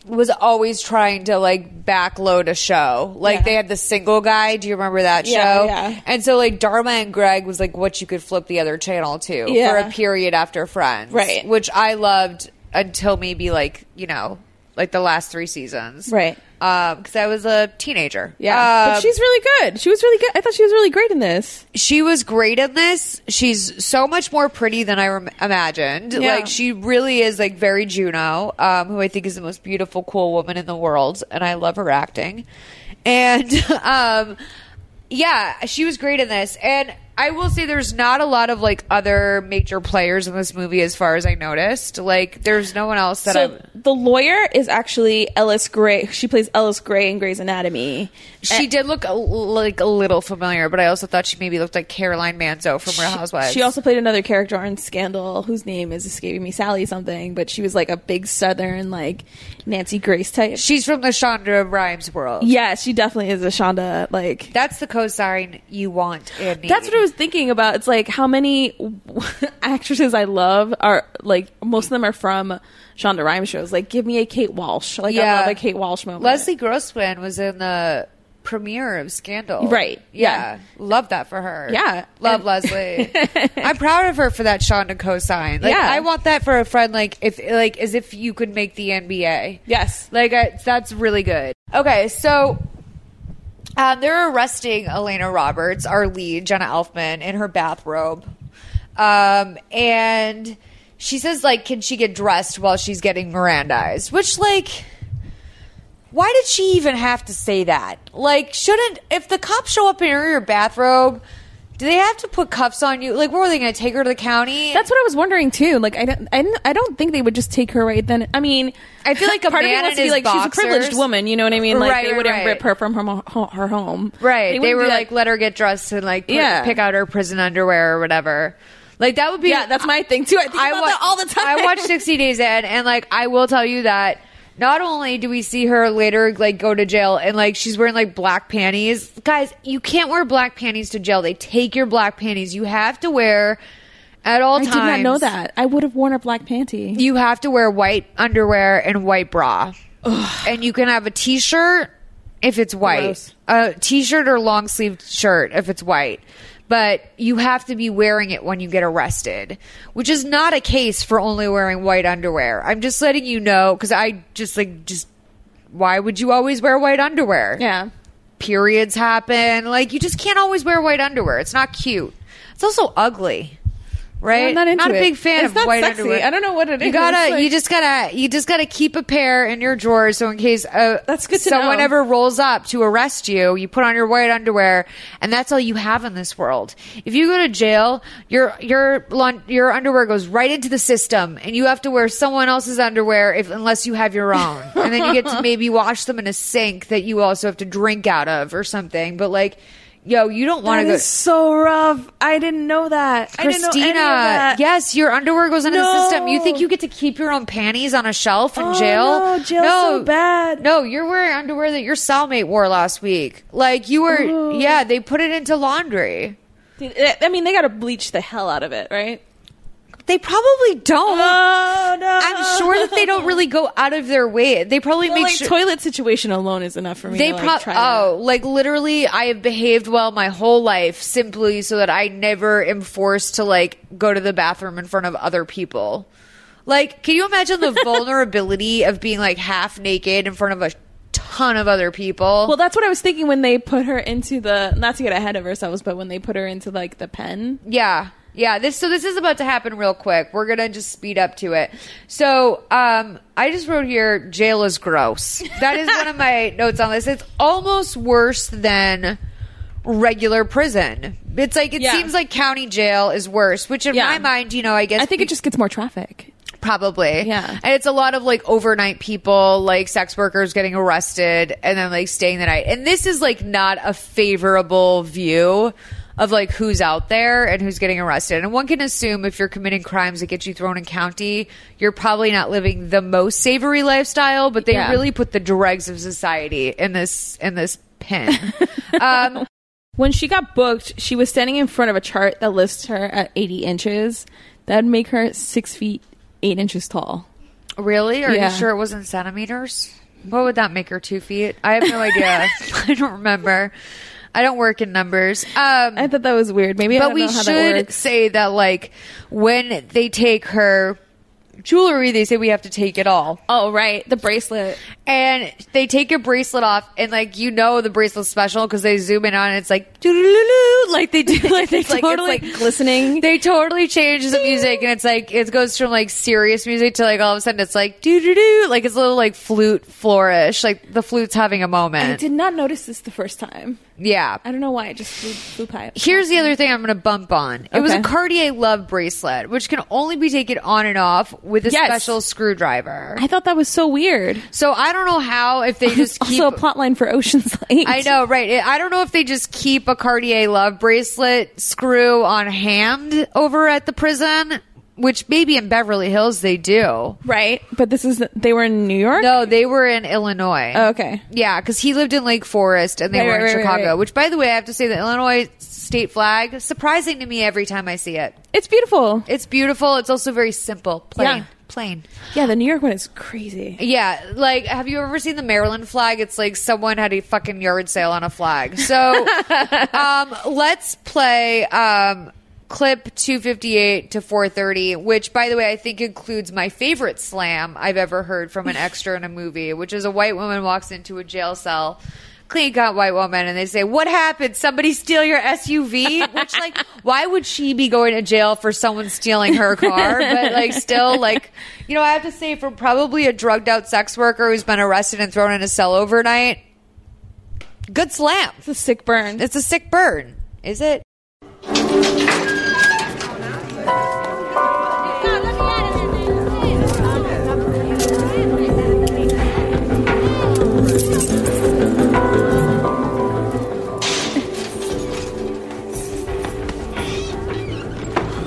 S1: was always trying to like backload a show. Like
S5: Yeah.
S1: they had the single guy. Do you remember that show?
S5: Yeah, yeah.
S1: And so like Dharma and Greg was like what you could flip the other channel to
S5: Yeah.
S1: for a period after Friends.
S5: Right.
S1: Which I loved until maybe like, you know, like the last three seasons.
S5: Right.
S1: Because I was a teenager.
S5: yeah,
S1: Um,
S5: but she's really good. She was really good. I thought she was really great in this.
S1: she was great in this. She's so much more pretty than I rem- imagined.
S5: Yeah.
S1: Like she really is like very Juno, um, who I think is the most beautiful, cool woman in the world, and I love her acting. And um, yeah, she was great in this. And I will say there's not a lot of like other major players in this movie as far as I noticed. Like there's no one else that
S5: So
S1: I
S5: the lawyer is actually Ellis Gray. She plays Ellis Gray in Grey's Anatomy.
S1: she did look a, like a little familiar, but I also thought she maybe looked like Caroline Manzo from Real Housewives.
S5: She also played another character on Scandal, whose name is escaping me, Sally something, but she was like a big Southern, like Nancy Grace type.
S1: she's from the Chandra Rhimes world.
S5: yeah, she definitely is a Shonda. Like
S1: That's the cosign you want and need.
S5: that's what I was thinking about. It's like how many actresses I love are like most of them are from Shonda Rhimes shows. Like, give me a Kate Walsh. Like, I love a Kate Walsh moment.
S1: Leslie Grossman was in the premiere of Scandal.
S5: Right.
S1: Yeah.
S5: Yeah.
S1: Love that for her.
S5: Yeah.
S1: Love
S5: And-
S1: Leslie. I'm proud of her for that Shonda cosign. Like,
S5: Yeah.
S1: I want that for a friend, like, if, like, as if you could make the NBA.
S5: Yes.
S1: Like, I, that's really good. Okay. So. Um, they're arresting Elena Roberts, our lead, Jenna Elfman, in her bathrobe. Um, and she says, like, can she get dressed while she's getting Mirandized? Which, like, why did she even have to say that? Like, shouldn't if the cops show up in your bathrobe, do they have to put cuffs on you? Like, what are they going to take her to the county?
S5: That's what I was wondering too. Like I don't, I don't, I don't think they would just take her right then. I mean,
S1: I feel like a
S5: part of
S1: man
S5: me wants to
S1: in
S5: be
S1: his
S5: like she's a
S1: boxers-
S5: privileged woman. You know what I mean? Like
S1: Right,
S5: they
S1: right,
S5: wouldn't
S1: right.
S5: rip her from her, ho- her home.
S1: right. They,
S5: wouldn't
S1: were
S5: be
S1: like, let her get dressed and like put-
S5: Yeah.
S1: pick out her prison underwear or whatever. Like that would be
S5: yeah, that's my thing too. I think about
S1: wa-
S5: that all the time.
S1: I watched 60 Days In, and like I will tell you that not only do we see her later like go to jail and like she's wearing like black panties. Guys, you can't wear black panties to jail. They take your black panties. You have to wear at all
S5: I did
S1: times.
S5: not know that. I would have worn a black panty.
S1: You have to wear white underwear and white bra. And you can have a t-shirt if it's white.
S5: Gross.
S1: A t-shirt or long sleeved shirt if it's white. But you have to be wearing it when you get arrested, which is not a case for only wearing white underwear. I'm just letting you know cuz I just like just why would you always wear white underwear?
S5: Yeah.
S1: Periods happen. Like you just can't always wear white underwear. It's not cute. It's also ugly. Right?
S5: I'm not into
S1: a
S5: it.
S1: big fan
S5: It's
S1: of
S5: not
S1: white
S5: sexy.
S1: underwear.
S5: I don't know what it
S1: You
S5: is.
S1: gotta,
S5: It's like-
S1: you just gotta, you just gotta keep a pair in your drawer so in case uh,
S5: That's good to
S1: someone
S5: know.
S1: ever rolls up to arrest you, you put on your white underwear, and that's all you have in this world. If you go to jail, your your lun- your underwear goes right into the system, and you have to wear someone else's underwear if unless you have your own, and then you get to maybe wash them in a sink that you also have to drink out of or something. But like, yo, you don't want to
S5: That
S1: go.
S5: is so rough. I didn't know that. I didn't know any of
S1: Christina,
S5: that.
S1: yes, your underwear goes into the
S5: No.
S1: system. You think you get to keep your own panties on a shelf in
S5: Oh,
S1: jail?
S5: no, jail's so bad.
S1: No, you're wearing underwear that your cellmate wore last week. Like you were, yeah, they put it into laundry.
S5: I mean, they got to bleach the hell out of it, right?
S1: They probably don't.
S5: Oh no!
S1: I'm sure that they don't really go out of their way. They probably
S5: Well,
S1: make
S5: like
S1: sure.
S5: toilet situation alone is enough for me.
S1: they
S5: to,
S1: probably
S5: like, try that.
S1: oh like literally i have behaved well my whole life simply so that i never am forced to like go to the bathroom in front of other people like can you imagine the vulnerability of being like half naked in front of a ton of other people
S5: Well, that's what I was thinking when they put her into the not to get ahead of ourselves, but when they put her into like the pen.
S1: Yeah. Yeah, this so this is about to happen real quick. We're gonna just speed up to it. So, um, I just wrote here jail is gross. That is one of my notes on this. It's almost worse than regular prison. It's like it
S5: Yeah.
S1: seems like county jail is worse, which in
S5: Yeah.
S1: my mind, you know, I guess
S5: I think it just gets more traffic.
S1: Probably.
S5: Yeah.
S1: And it's a lot of like overnight people, like sex workers getting arrested and then like staying the night. And this is like not a favorable view of like who's out there and who's getting arrested. And one can assume if you're committing crimes that get you thrown in county, you're probably not living the most savory lifestyle, but they
S5: Yeah.
S1: really put the dregs of society in this in this pen. um
S5: When she got booked, she was standing in front of a chart that lists her at 80 inches. That'd make her six feet eight inches tall.
S1: Really? Are
S5: Yeah.
S1: you sure it wasn't centimeters? What would that make her two feet? I have no idea. I don't remember. I don't work in numbers. Um,
S5: I thought that was weird. Maybe I
S1: but
S5: don't
S1: we
S5: know how that
S1: should
S5: works.
S1: say that, like, when they take her jewelry, they say we have to take it all.
S5: Oh right, the bracelet.
S1: and they take your bracelet off, and like you know the bracelet's special because they zoom in on it. It's like doo-doo-doo-doo, like they do, like they
S6: It's like- it's
S1: totally
S6: like glistening.
S1: They totally change the music, and it's like it goes from like serious music to like all of a sudden it's like doo doo doo, like it's a little like flute flourish, like the flute's having a
S5: I
S1: moment.
S5: did not notice this the first time.
S1: yeah.
S5: I don't know why. It just flew, flew pie.
S1: Here's the other thing I'm going to bump on. It was a
S5: Okay.
S1: Cartier Love bracelet, which can only be taken on and off with a
S5: Yes.
S1: special screwdriver.
S5: I thought that was so weird.
S1: So I don't know how if they
S5: It's
S1: just keep.
S5: also a plot line for Ocean's Eight.
S1: I know, right? I don't know if they just keep a Cartier Love bracelet screw on hand over at the prison, which maybe in Beverly Hills they do.
S5: right? But this is they were in New York.
S1: No, they were in Illinois.
S5: Oh, okay.
S1: Yeah, because he lived in Lake Forest and they
S5: Right,
S1: were in
S5: right, right,
S1: Chicago.
S5: right.
S1: Which, by the way, I have to say the Illinois state flag surprising to me every time I see it.
S5: It's beautiful.
S1: It's beautiful. It's also very simple, plain,
S5: Yeah.
S1: plain.
S5: Yeah, the New York one is crazy.
S1: Yeah, like have you ever seen the Maryland flag? It's like someone had a fucking yard sale on a flag. So, um, let's play um, clip two fifty eight to four thirty, which, by the way, I think includes my favorite slam I've ever heard from an extra in a movie, which is a white woman walks into a jail cell. Clean cut white woman, and they say, "What happened? Somebody steal your SUV?" Which, like, why would she be going to jail for someone stealing her car? But like, still, like, you know, I have to say, from probably a drugged out sex worker who's been arrested and thrown in a cell overnight, good slam.
S5: It's a sick burn.
S1: It's a sick burn, is it?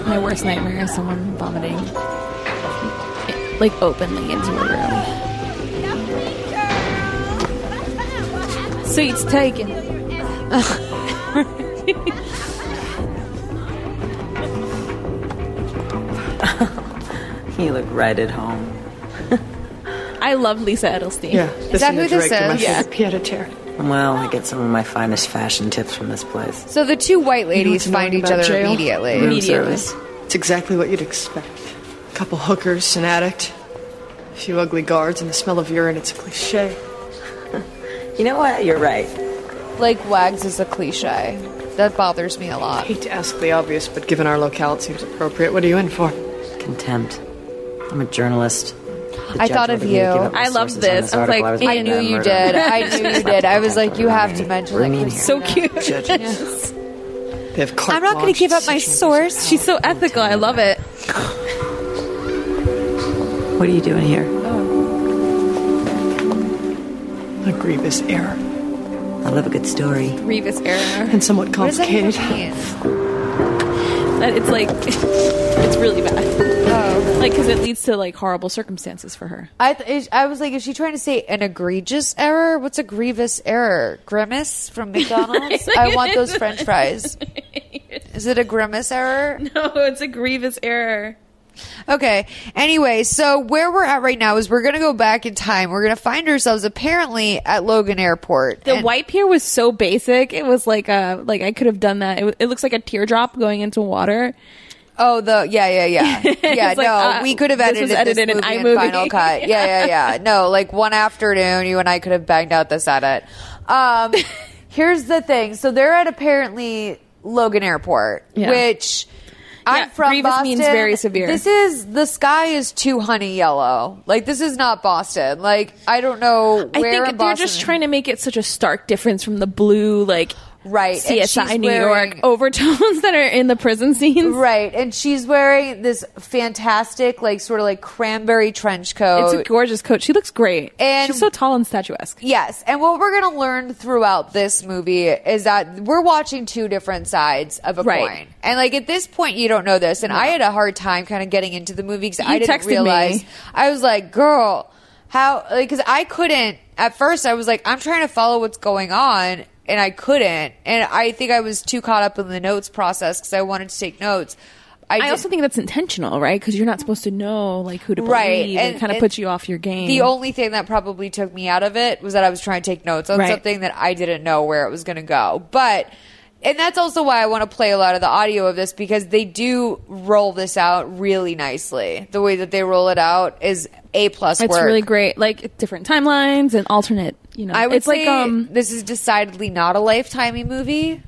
S5: My worst nightmare is someone vomiting, like openly into a room. Seats taken.
S7: He looked right at home.
S5: I love Lisa Edelstein.
S3: Yeah. Is
S1: that who this is?
S3: Yeah. Pied a terre.
S7: Well, I get some of my finest fashion tips from this place.
S1: So the two white ladies
S3: You know what's
S1: find
S3: annoying
S1: each other
S3: about jail?
S1: immediately.
S7: Room
S5: Immediately.
S7: service.
S3: It's exactly what you'd expect. A couple hookers, an addict, a few ugly guards, and the smell of urine. It's a cliche.
S7: You know what? You're right.
S1: Like wags is a cliche. That bothers me a lot.
S3: Hate to ask the obvious, but given our locale, it seems appropriate. What are you in for?
S7: Contempt. I'm a journalist. The
S1: I
S7: judge
S1: thought of
S7: ordered me to
S1: you.
S7: give up my
S5: I loved
S7: sources on
S5: this. I was
S7: article.
S5: like,
S7: I,
S5: I
S7: writing
S1: knew
S7: about
S1: you
S7: murder.
S1: did. I knew you did. I was like, you have to mention
S7: Bring
S1: that
S7: me in
S1: Christina-
S7: here.
S5: So cute.
S7: Judges.
S3: They have carte
S1: I'm not going
S3: blanche.
S1: to give up
S3: It's
S1: my
S3: such an
S1: source.
S5: She's so ethical. I love it.
S7: What are you doing here?
S3: abuse- Oh. A grievous error.
S7: I love a good story.
S5: Revis error.
S3: And somewhat
S1: What does that
S3: complicated.
S1: even mean?
S5: That it's like, it's really bad. Oh. Like, because it leads to like horrible circumstances for her.
S1: I th- is- I was like, is she trying to say an egregious error? What's a grievous error? Grimace from McDonald's. I want those French fries. Is it a grimace error?
S5: No, it's a grievous error.
S1: Okay. Anyway, so where we're at right now is we're gonna go back in time. We're gonna find ourselves apparently at Logan Airport.
S5: The
S1: And-
S5: wipe here was so basic. It was like a like I could have done that. It, w- it looks like a teardrop going into water.
S1: Oh, the yeah, yeah, yeah, yeah.
S5: It's
S1: no,
S5: like, uh,
S1: we could have
S5: this
S1: edited
S5: was
S1: this,
S5: edited in
S1: movie in
S5: iMovie.
S1: Final Cut. Yeah, yeah, yeah. No, like one afternoon, you and I could have banged out this edit. Um, here's the thing. So they're at apparently Logan Airport,
S5: Yeah.
S1: which I'm
S5: Yeah,
S1: from
S5: grievous
S1: Boston.
S5: means very severe.
S1: This is the sky is too honey yellow. Like this is not Boston. Like I don't know
S5: I
S1: where
S5: think
S1: in
S5: they're
S1: Boston.
S5: just trying to make it such a stark difference from the blue like
S1: Right, and she's
S5: CSI New
S1: wearing-
S5: York overtones that are in the prison scenes.
S1: Right, and she's wearing this fantastic, like sort of like cranberry trench coat.
S5: It's a gorgeous coat. She looks great.
S1: And-
S5: she's so tall and statuesque.
S1: Yes, and what we're going to learn throughout this movie is that we're watching two different sides of a
S5: Right.
S1: coin. And like at this point, you don't know this, and I had a hard time kind of getting into the movie because I didn't
S5: texted
S1: realize.
S5: me.
S1: I was like, "Girl, how?" Because I couldn't at first. I was like, "I'm trying to follow what's going on." And I couldn't, and I think I was too caught up in the notes process because I wanted to take notes.
S5: I
S1: did-
S5: also think that's intentional, right? Because you're not supposed to know like who to believe,
S1: Right,
S5: and,
S1: and-
S5: it kind of
S1: and
S5: puts you off your game.
S1: The only thing that probably took me out of it was that I was trying to take notes on
S5: Right.
S1: something that I didn't know where it was going to go. But and that's also why I want to play a lot of the audio of this because they do roll this out really nicely. The way that they roll it out is a plus
S5: It's
S1: work.
S5: really great. Like different timelines and alternate. You know,
S1: I would
S5: it's
S1: say
S5: like um
S1: this is decidedly not a lifetimey movie.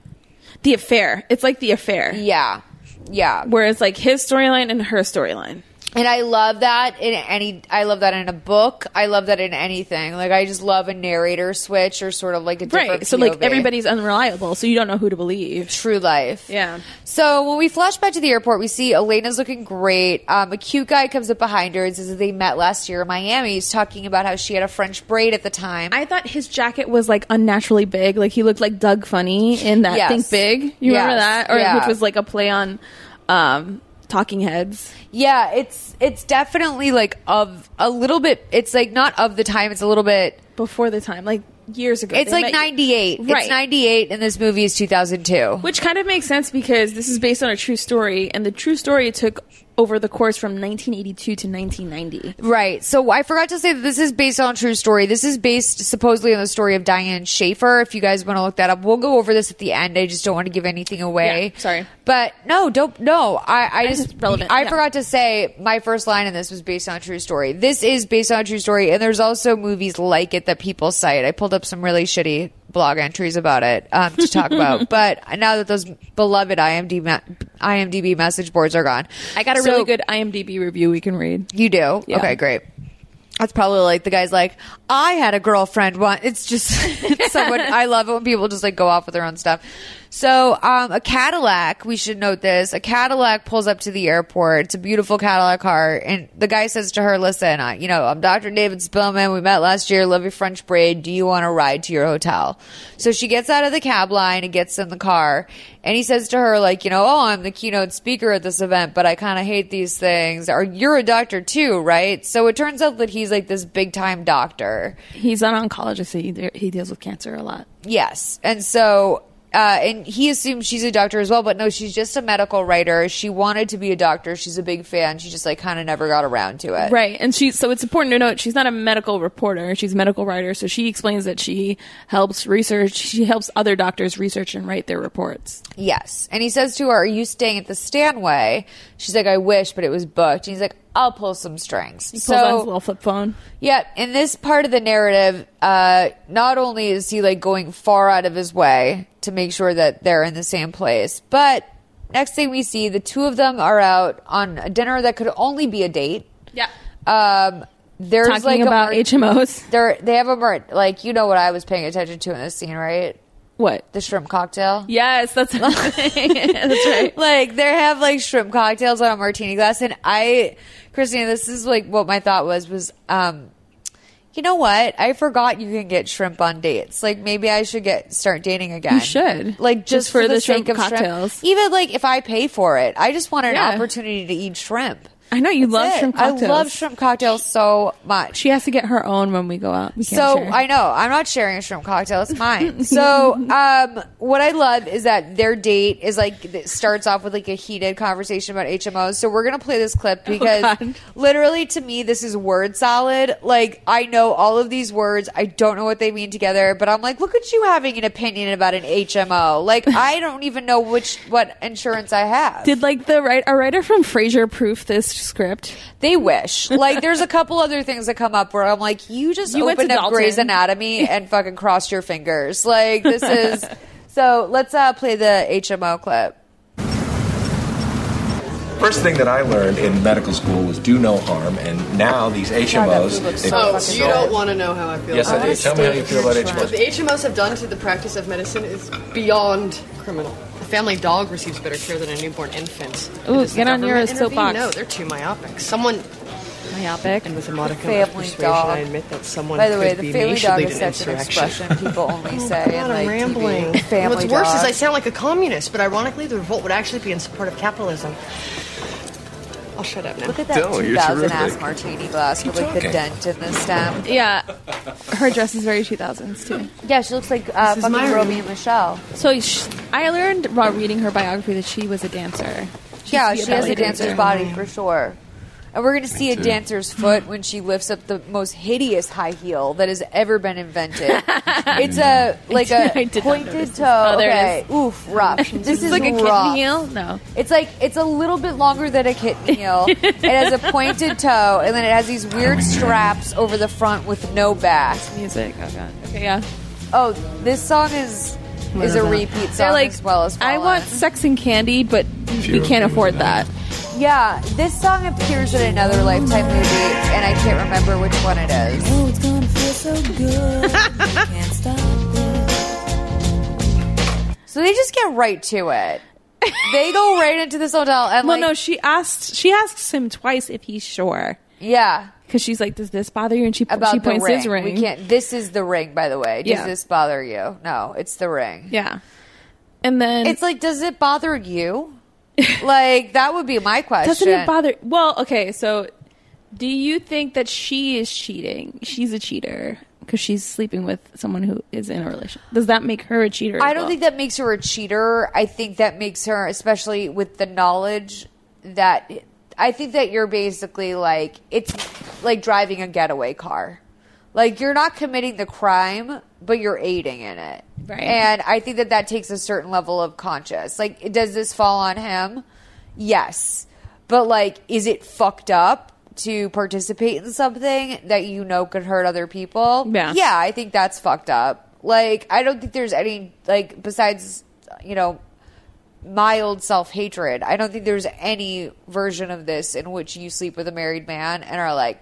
S5: the affair. It's like the affair,
S1: Yeah, yeah.
S5: where it's like his storyline and her storyline.
S1: And I love that in any. I love that in a book. I love that in anything. Like I just love a narrator switch or sort of like a different
S5: Right. So like
S1: POV.
S5: everybody's unreliable, so you don't know who to believe.
S1: true life.
S5: Yeah.
S1: So when we flash back to the airport, we see Elena's looking great. Um, a cute guy comes up behind her and says that they met last year in Miami. He's talking about how she had a French braid at the time.
S5: I thought his jacket was like unnaturally big. Like he looked like Doug Funny in that
S1: Yes.
S5: Think Big. You remember
S1: Yes.
S5: that? Or
S1: Yeah.
S5: which was like a play on um Talking Heads.
S1: yeah, it's it's definitely like of a little bit. It's like not of the time. It's a little bit.
S5: before the time, like years ago.
S1: It's
S5: They
S1: like
S5: met-
S1: ninety eight.
S5: Right.
S1: It's ninety eight, and this movie is two thousand two.
S5: Which kind of makes sense because this is based on a true story, and the true story took over the course from 1982 to 1990.
S1: Right. So I forgot to say that this is based on a true story. This is based supposedly on the story of Diane Schaefer. If you guys want to look that up, we'll go over this at the end. I just don't want to give anything away.
S5: Yeah, sorry.
S1: But no, don't. No, I, I
S5: think
S1: just
S5: it's relevant,
S1: I
S5: yeah.
S1: forgot to say my first line in this was based on a true story. This is based on a true story, and there's also movies like it that people cite. I pulled up some really shitty blog entries about it um, to talk about. But now that those beloved IMDb IMDb message boards are gone,
S5: I got a
S1: So-
S5: really good IMDb review we can read.
S1: you do?
S5: Yeah.
S1: Okay, great. That's probably like the guy's like, I had a girlfriend once. It's just it's someone, I love it when people just like go off with their own stuff. So, um, a Cadillac, we should note this, a Cadillac pulls up to the airport. It's a beautiful Cadillac car. And the guy says to her, listen, I, you know, I'm Dr. David Spillman. We met last year. Love your French braid. Do you want to ride to your hotel? So she gets out of the cab line and gets in the car. And he says to her, like, you know, oh, I'm the keynote speaker at this event, but I kind of hate these things. Or you're a doctor too, right? So it turns out that he's like this big time doctor.
S5: He's an oncologist. So he, he deals with cancer a lot.
S1: Yes. And so, uh, and he assumes she's a doctor as well, but no, she's just a medical writer. She wanted to be a doctor. She's a big fan. She just like kind of never got around to it.
S5: Right, and she so it's important to note she's not a medical reporter; she's a medical writer. So she explains that she helps research, she helps other doctors research and write their reports.
S1: Yes. And he says to her, Are you staying at the Stanway? She's like, I wish, but it was booked. And he's like, I'll pull some strings.
S5: He pulls out his little flip phone.
S1: Yeah, in this part of the narrative, uh, not only is he like going far out of his way to make sure that they're in the same place, but next thing we see, the two of them are out on a dinner that could only be a date.
S5: Yeah,
S1: Um, there's
S5: talking
S1: like
S5: about
S1: a
S5: HMOs.
S1: They're, they have a mar- like you know what I was paying attention to in this scene, right?
S5: What?
S1: The shrimp cocktail.
S5: Yes, that's that's right.
S1: Like they have like shrimp cocktails on a martini glass, and I, Christina, this is like what my thought was was, um, you know what? I forgot you can get shrimp on dates. Like maybe I should get start dating again.
S5: You should.
S1: like just, for, the,
S5: shrimp
S1: sake of
S5: cocktails.
S1: Shrimp. Even like if I pay for it, I just want an
S5: Yeah.
S1: opportunity to eat shrimp.
S5: I know you love
S1: That's it.
S5: shrimp cocktails.
S1: I love shrimp cocktails so much.
S5: She has to get her own when we go out. We can't
S1: So
S5: share.
S1: I know I'm not sharing a shrimp cocktail. It's mine. so um, what I love is that their date is like it starts off with like a heated conversation about HMOs. So we're gonna play this clip because
S5: Oh, God.
S1: literally to me this is word solid. Like I know all of these words. I don't know what they mean together, but I'm like, look at you having an opinion about an HMO. Like I don't even know which what insurance I have.
S5: did like the right a writer from Frasier proof this script?
S1: They wish. Like, there's a couple other things that come up where I'm like, you just
S5: You went
S1: opened
S5: to
S1: up Grey's
S5: Dalton.
S1: Anatomy and fucking crossed your fingers. Like, this is. So let's uh, play the HMO clip.
S6: First thing that I learned in medical school was do no harm, and now these HMOs. they-
S3: Oh, you don't want to know how I feel
S6: Yes,
S3: about
S6: I do.
S3: it.
S6: Tell me how you feel about
S3: What the
S6: HMOs.
S3: HMOs have done to the practice of medicine is beyond criminal. A family dog receives better care than a newborn infant.
S5: Ooh,
S3: Does the
S5: get on your
S3: government intervene?
S5: soapbox.
S3: No, they're too myopic. Someone,
S5: Myopic.
S3: and with a modicum
S1: Family
S3: of persuasion,
S1: dog.
S3: I admit that someone
S1: By the way,
S3: could
S1: the
S3: be
S1: family
S3: may should
S1: dog
S3: lead
S1: is
S3: an
S1: such an
S3: insurrection.
S1: expression people only say. in,
S3: God,
S1: like, TV.
S3: I'm rambling. And
S1: Family
S3: What's worse is
S1: dog.
S3: I sound like a communist, but ironically, the revolt would actually be in support of capitalism. I'll shut up now.
S1: Look at that
S6: Don't, you're
S1: 2000 ass
S6: terrific.
S1: martini glass with like the
S6: talking.
S1: dent in the stem.
S5: Yeah, her dress is very 2000s too.
S1: Yeah, she looks like uh,
S3: is
S1: fucking
S3: my room.
S1: Romy and Michelle.
S5: So sh I learned while reading her biography that she was a dancer.
S1: yeah, she
S5: used to be a
S1: has
S5: ballet
S1: a dancer's
S5: dancer.
S1: body for sure. And we're going to see a
S6: too.
S1: dancer's foot when she lifts up the most hideous high heel that has ever been invented. it's a like
S5: I
S1: a
S5: did not notice
S1: pointed
S5: this.
S1: toe.
S5: Oh, there
S1: okay.
S5: it
S1: Oof, rough. This is
S5: like a
S1: rough.
S5: kitten heel? No.
S1: It's like it's a little bit longer than a kitten heel. it has a pointed toe, and then it has these weird straps over the front with no back.
S5: Music. Oh, God. Okay, yeah.
S1: Oh, this song is is
S7: is
S1: a
S7: that?
S1: repeat
S5: They're
S1: song
S5: like,
S1: as well as
S5: I want
S1: Fallen.
S5: sex and candy, but we
S6: you're
S5: can't
S6: okay
S5: afford
S6: with
S5: that.
S6: that.
S1: Yeah, this song appears in another Lifetime movie, and I can't remember which one it is.
S8: Oh, it's gonna feel so good. I can't stop it.
S1: So they just get right to it. They go right into this hotel, and
S5: Well,
S1: like,
S5: no, she asked. She asks him twice if he's sure,
S1: yeah,
S5: because she's like, "Does this bother you?" And she
S1: about
S5: she
S1: the
S5: points
S1: ring.
S5: his ring.
S1: We can't. This is the ring, by the way. Does
S5: Yeah.
S1: this bother you? No, it's the ring.
S5: Yeah, and then
S1: It's like, does it bother you? like that would be my question.
S5: doesn't it bother? Well, okay, so do you think that she is cheating? She's a cheater because she's sleeping with someone who is in a relationship. Does that make her a cheater?
S1: I don't think that makes her a cheater. I think that makes her, especially with the knowledge that I think that you're basically like it's like driving a getaway car. Like you're not committing the crime, but you're aiding in it.
S5: Right.
S1: And I think that that takes a certain level of conscience. Like, does this fall on him? Yes. But like, is it fucked up? To participate in something that you know could hurt other people,
S5: Yeah.
S1: yeah, I think that's fucked up. Like, I don't think there's any, like, besides, you know, mild self hatred, I don't think there's any version of this in which you sleep with a married man and are like,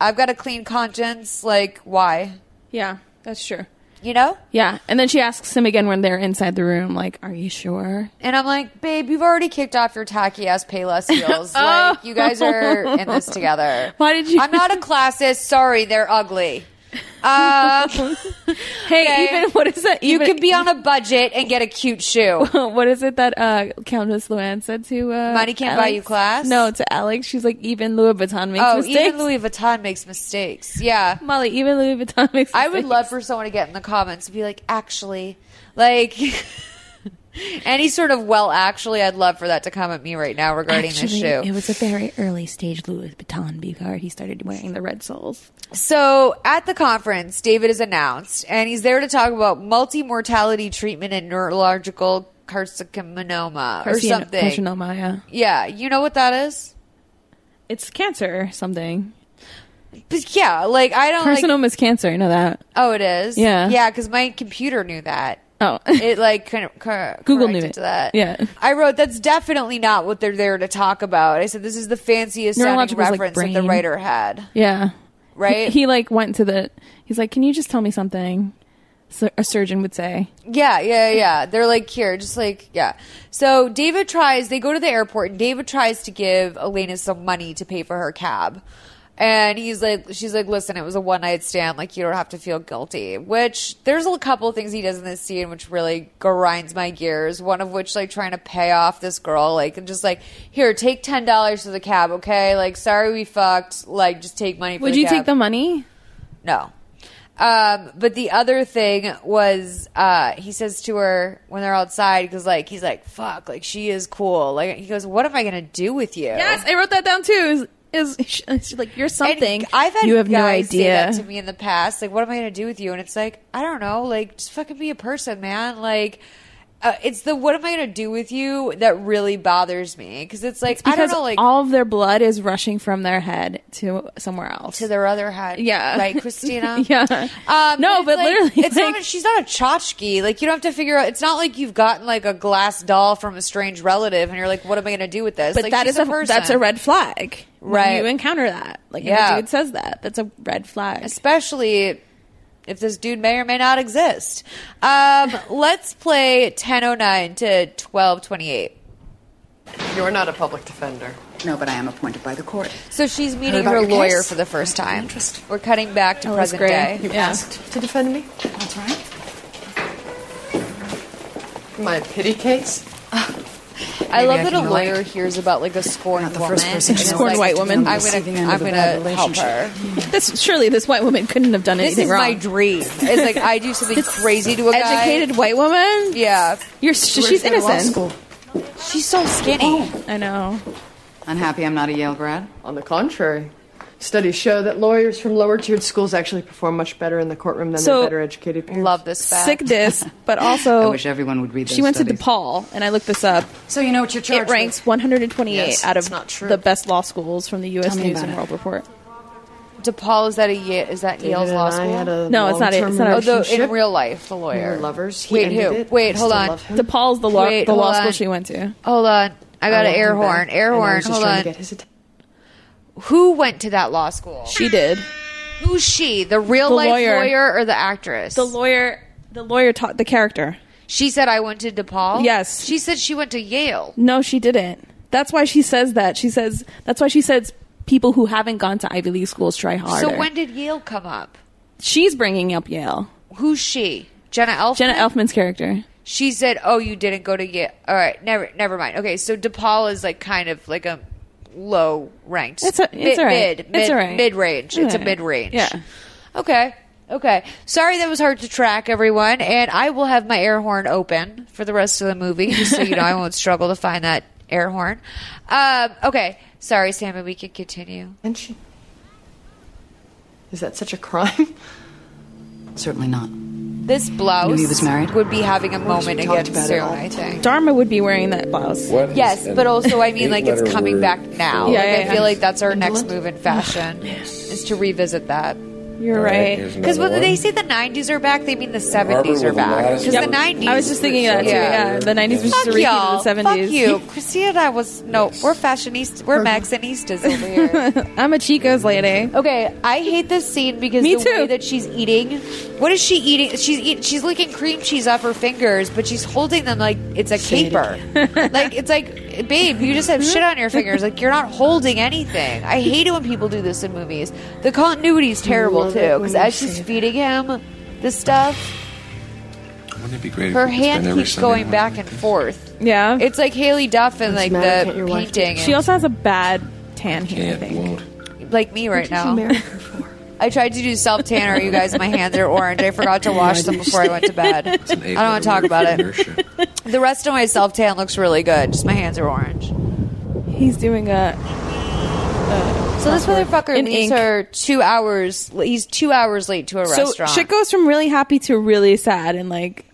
S1: I've got a clean conscience. Like, why?
S5: Yeah, that's true.
S1: You know?
S5: Yeah, and then she asks him again when they're inside the room, like, "Are you sure?"
S1: And I'm like, babe, you've already kicked off your tacky ass Payless heels. Like, you guys are in this together.
S5: Why did you-
S1: I'm not a classist. Sorry, they're ugly. Um,
S5: Hey,
S1: Okay.
S5: even what is that?
S1: you
S5: even-
S1: can be on a budget and get a cute shoe.
S5: what is it that uh, Countess Luann said to uh,
S1: Money can't buy
S5: Alex?
S1: you class?
S5: No, to Alex, she's like, even Louis Vuitton makes
S1: Oh,
S5: mistakes.
S1: even Louis Vuitton makes mistakes. Yeah.
S5: Molly, even Louis Vuitton makes.
S1: I would
S5: mistakes.
S1: love for someone to get in the comments and be like, actually, like any sort of well, actually, I'd love for that to come at me right now regarding
S5: Actually,
S1: this
S5: It
S1: shoe.
S5: was a very early stage Louis Vuitton because he started wearing the red soles.
S1: So at the conference, David is announced, and he's there to talk about multi mortality treatment and neurological carcinoma Uh, or
S5: Carcino-
S1: something.
S5: carcinoma, yeah.
S1: Yeah, you know what that is?
S5: It's cancer, or something.
S1: But yeah, like I don't like.
S5: Carcinoma is cancer. You know that?
S1: Oh, it is.
S5: Yeah.
S1: yeah, because my computer knew that.
S5: Oh,
S1: It like kind of cor-
S5: Google
S1: corrected
S5: knew it.
S1: to that.
S5: Yeah.
S1: I wrote that's definitely not what they're there to talk about. I said this is the fanciest sounding
S5: Neurological is like
S1: reference that the
S5: brain.
S1: writer had.
S5: yeah.
S1: Right?
S5: He, he, like went to the. He's like, can you just tell me something? So a surgeon would say.
S1: Yeah, yeah, yeah. They're like here, just like yeah. So David tries. They go to the airport, and David tries to give Elena some money to pay for her cab. And he's like, she's like, listen, it was a one night stand. Like, you don't have to feel guilty. Which there's a couple of things he does in this scene which really grinds my gears. One of which, like, trying to pay off this girl, like, and just like, here, take ten dollars to the cab, okay? Like, sorry we fucked. Like, just take money. For
S5: Would
S1: the
S5: you
S1: cab.
S5: take the money?
S1: No. Um, but the other thing was, uh, he says to her when they're outside, because like he's like, "Fuck, like she is cool." Like he goes, "What am I gonna do with you?"
S5: Yes, I wrote that down too. Is, is she's like you're
S1: And
S5: something.
S1: I've had
S5: you have no
S1: guys say that
S5: idea.
S1: to me in the past. Like, what am I gonna do with you? And it's like, I don't know. Like, just fucking be a person, man. Like. Uh, it's the what am I gonna do with you that really bothers me because it's like I
S5: because
S1: don't know like
S5: all of their blood is rushing from their head to somewhere else.
S1: to their other head
S5: Yeah.
S1: right Christina
S5: yeah.
S1: Um,
S5: no,
S1: it's
S5: but
S1: like-
S5: literally,
S1: it's
S5: like,
S1: not. She's not a tchotchke. Like you don't have to figure out. It's not like you've gotten like a glass doll from a strange relative, and you're like, "What am I going to do with this?"
S5: but
S1: like,
S5: that
S1: she's
S5: is a,
S1: person.
S5: that's a red flag. When
S1: Right.
S5: you encounter that. Like
S1: Yeah.
S5: if a dude says that, that's a red flag.
S1: especially if this dude may or may not exist. Um, let's play ten oh nine to twelve twenty eight.
S3: You're not a public defender.
S8: No, but I am appointed by the court.
S1: So she's meeting
S8: about
S1: her
S8: your
S1: lawyer
S8: case?
S1: for the first time.
S8: Interesting.
S1: We're cutting back to
S5: Oh, that's
S1: present
S5: great.
S1: day.
S3: You
S5: Yeah.
S3: asked to defend me?
S8: That's right.
S3: My pity case?
S1: I
S8: Maybe
S1: love
S8: I
S1: that a
S8: can relate.
S1: lawyer hears about like a scorned
S8: Not the
S1: woman.
S8: first person
S1: and
S8: to
S1: is like,
S5: Scorned white woman.
S1: I'm
S8: Receiving
S1: gonna,
S8: end
S1: I'm
S8: of a bad
S1: gonna help
S8: relationship."
S1: her.
S5: this surely this white woman couldn't have done
S1: This
S5: anything
S1: is
S5: wrong.
S1: my dream. It's like I do something crazy to a guy.
S5: Educated white woman.
S1: Yeah.
S5: You're she's
S3: Where's my law
S5: innocent.
S3: school?
S1: She's so skinny.
S5: I know.
S2: Unhappy I'm not a Yale grad?
S3: On the contrary, studies show that lawyers from lower tiered schools actually perform much better in the courtroom than
S5: So-
S3: their better educated peers.
S1: Love this fact.
S5: Sick this, but
S2: I
S5: also
S2: wish everyone would read those
S5: she went
S2: studies.
S5: to DePaul, and I looked this up.
S8: So you know what you're charged
S5: It ranks 128
S8: Yes,
S5: out of
S8: it's not true.
S5: the best law schools from the U.S.
S2: Tell me
S5: News
S2: about
S5: and
S2: it.
S5: World Report.
S1: DePaul is that a Yale, is that
S3: David
S1: Yale's
S3: and
S1: law
S3: I
S1: school?
S3: had a
S5: No, it's not it. It's
S3: long-term
S5: not a-
S1: oh, the, in
S3: relationship.
S1: real life, the
S3: We
S1: lawyer.
S3: were lovers. He
S1: Wait,
S3: ended
S1: who?
S3: it. I
S1: Wait,
S3: still
S1: hold on.
S3: love him.
S5: DePaul's the law
S1: Wait,
S5: the law
S1: hold
S5: school
S1: on.
S5: she went to.
S1: Hold on, I got an
S3: want
S1: air
S3: him back.
S1: horn. Air
S3: I know, I
S1: horn.
S3: was just
S1: Hold
S3: trying to
S1: on.
S3: get his atten-
S1: Who went to that law school?
S5: She did.
S1: Who's she? The real
S5: The
S1: life lawyer.
S5: lawyer.
S1: or the actress?
S5: The lawyer. The lawyer taught the character.
S1: she said I went to DePaul.
S5: Yes.
S1: She said she went to Yale.
S5: No, she didn't. That's why she says that. She says that's why she says people who haven't gone to Ivy League schools try harder.
S1: So when did Yale come up?
S5: she's bringing up Yale,
S1: Who's she? Jenna Elfman.
S5: Jenna Elfman's character.
S1: She said, "Oh, you didn't go to Yale." All right, never, never mind. Okay, so DePaul is like kind of like a low ranked.
S5: It's a- it's all right.
S1: Mid,
S5: It's
S1: mid,
S5: all right.
S1: mid range. It's a
S5: Yeah.
S1: mid range.
S5: Yeah.
S1: Okay. Okay. Sorry that was hard to track, everyone. And I will have my air horn open for the rest of the movie, just so you know I won't struggle to find that air horn. Um, okay. Sorry, Sam, and we can continue.
S3: And she- Is that such a crime?
S8: Certainly not.
S1: This blouse
S8: Knew he was married.
S1: would be having a moment
S3: we talked
S1: again
S3: about it
S1: soon,
S3: all the
S1: I think.
S5: Dharma would be wearing that blouse.
S6: What is
S1: Yes,
S6: an
S1: but also I mean like it's
S6: eight-letter
S1: coming
S6: word
S1: back now.
S6: for-
S5: Yeah,
S1: like,
S5: yeah,
S1: I
S5: yeah.
S1: feel like that's our next move in fashion is to revisit that.
S5: You're right.
S6: here's
S1: Because
S6: another
S1: when they
S6: one.
S1: say the '90s are back, they mean the '70s
S6: Barbara
S1: are
S6: with a
S1: back.
S6: lattice
S1: Because
S6: Yep.
S1: the '90s.
S5: I was just thinking that too.
S1: Yeah.
S5: Yeah, the 90s was just a
S1: Fuck
S5: repeat
S1: y'all.
S5: of the 70s.
S1: Fuck you. Christina was no. We're fashionistas. We're Maxinistas over here.
S5: I'm a Chico's lady.
S1: okay, I hate this scene because
S5: Me
S1: the
S5: too.
S1: way that she's eating. What is she eating? She's eat, she's licking cream cheese off her fingers, but she's holding them like it's a caper. like it's like, babe, you just have shit on your fingers. Like you're not holding anything. I hate it when people do this in movies. The continuity is terrible
S3: love
S1: too
S3: it when
S1: because
S3: you
S1: as
S3: say
S1: she's
S3: that.
S1: feeding him this stuff,
S6: Wouldn't it be great if
S1: her
S6: we could spend
S1: hand
S6: every
S1: keeps
S6: Sunday
S1: going
S6: morning
S1: back
S6: like
S1: and
S6: this?
S1: forth.
S5: Yeah.
S1: It's like Haley Duff and like
S3: matter,
S1: the
S3: can't your wife
S1: painting,
S5: she
S1: and,
S5: also has a bad tan here, I
S6: Can't,
S5: think.
S6: won't.
S1: like me right
S3: She's
S1: now.
S3: married before.
S1: I tried to do self tanner. You guys, my hands are orange. I forgot to wash them before I went to bed. I
S6: It's an
S1: don't want to talk about it. The rest of my self tan looks really good. Just my hands are orange.
S5: He's doing a.
S1: So this motherfucker
S5: In
S1: leaves
S5: ink.
S1: her two hours. He's two hours late to a
S5: So
S1: restaurant.
S5: shit goes from really happy to really sad in like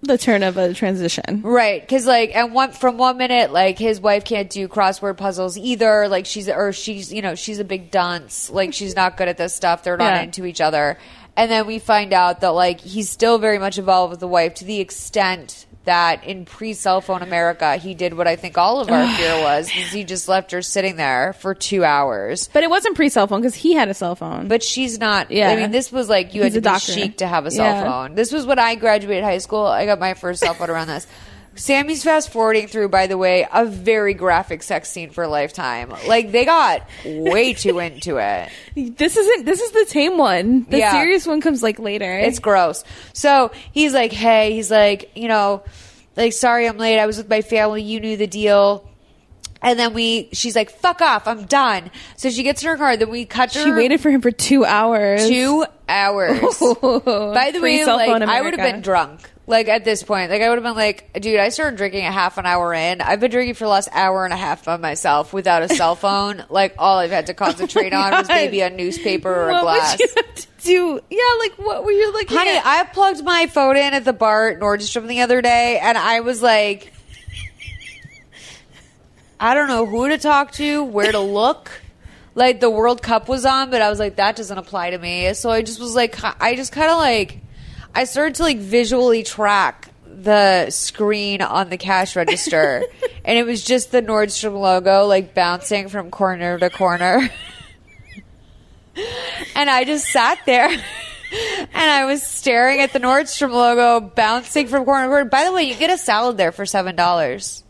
S5: the turn of a transition.
S1: Right, because like, and one from one minute, like his wife can't do crossword puzzles either. Like she's or she's you know she's a big dunce. Like she's not good at this stuff. They're not
S5: Yeah.
S1: into each other. And then we find out that like he's still very much involved with the wife to the extent that in pre cell phone America he did what I think all of our fear was is he just left her sitting there for two hours.
S5: But it wasn't pre cell phone because he had a cell phone.
S1: But she's not. Yeah.
S5: Yeah.
S1: I mean, this was like you had
S5: He's
S1: to
S5: a
S1: be
S5: doctor.
S1: chic to have a cell
S5: Yeah.
S1: phone. This was when I graduated high school. I got my first cell phone around this. Sammy's fast forwarding through, by the way, a very graphic sex scene for Lifetime. Like they got way too into it.
S5: this isn't. This is the tame one. The
S1: Yeah.
S5: serious one comes like later.
S1: It's gross. So he's like, hey, he's like, you know, like, sorry I'm late. I was with my family. You knew the deal. And then we, she's like, fuck off. I'm done. So she gets in her car. Then we cut her.
S5: she waited for him for two hours.
S1: two hours. By the
S5: Free
S1: way,
S5: cell phone
S1: like, I would have
S5: America.
S1: been drunk. Like at this point, like I would have been like, dude, I started drinking a half an hour in. I've been drinking for the last hour and a half by myself without a cell phone. like all I've had to concentrate
S5: Oh my
S1: on was
S5: God.
S1: maybe a newspaper or a
S5: What would
S1: glass.
S5: you have to do? Yeah, like what were you like?
S1: Honey, I plugged my phone in at the bar at Nordstrom the other day, and I was like, I don't know who to talk to, where to look. Like the World Cup was on, but I was like, that doesn't apply to me. So I just was like, ki- I just kind of like, I started to like visually track the screen on the cash register, and it was just the Nordstrom logo like bouncing from corner to corner. And I just sat there and I was staring at the Nordstrom logo bouncing from corner to corner. By the way, you get a salad there for $7.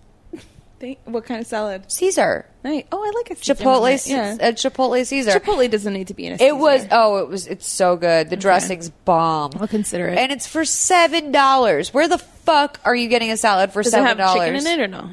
S5: Think- what kind of salad?
S1: Caesar.
S5: Nice. Oh, I like a Caesar
S1: Chipotle,
S5: omelet. Yeah.
S1: a Chipotle Caesar.
S5: Chipotle doesn't need to be in a. Caesar.
S1: It was oh, it was it's so good. The dressing's bomb.
S5: I'll consider it.
S1: And it's for seven dollars. Where the fuck are you getting a salad for
S5: Does it
S1: seven
S5: have chicken
S1: dollars?
S5: in it or no?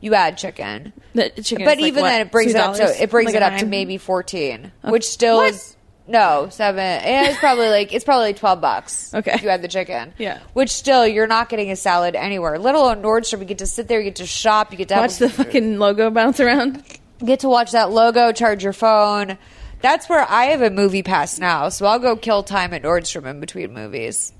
S1: You add chicken,
S5: The chicken.
S1: but
S5: is, like,
S1: even
S5: what,
S1: then, it brings it up.
S5: $2?
S1: To, it brings
S5: Like
S1: it
S5: a
S1: up to
S5: nine?
S1: maybe fourteen, which still
S5: What?
S1: is no seven. Yeah, it's probably like it's probably like twelve bucks.
S5: Okay.
S1: if you add the chicken.
S5: Yeah.
S1: which still you're not getting a salad anywhere. Let alone Nordstrom, you get to sit there, you get to shop, you get to have
S5: Watch the fucking logo bounce around.
S1: Get to watch that logo, charge your phone. That's where I have a movie pass now, so I'll go kill time at Nordstrom in between movies.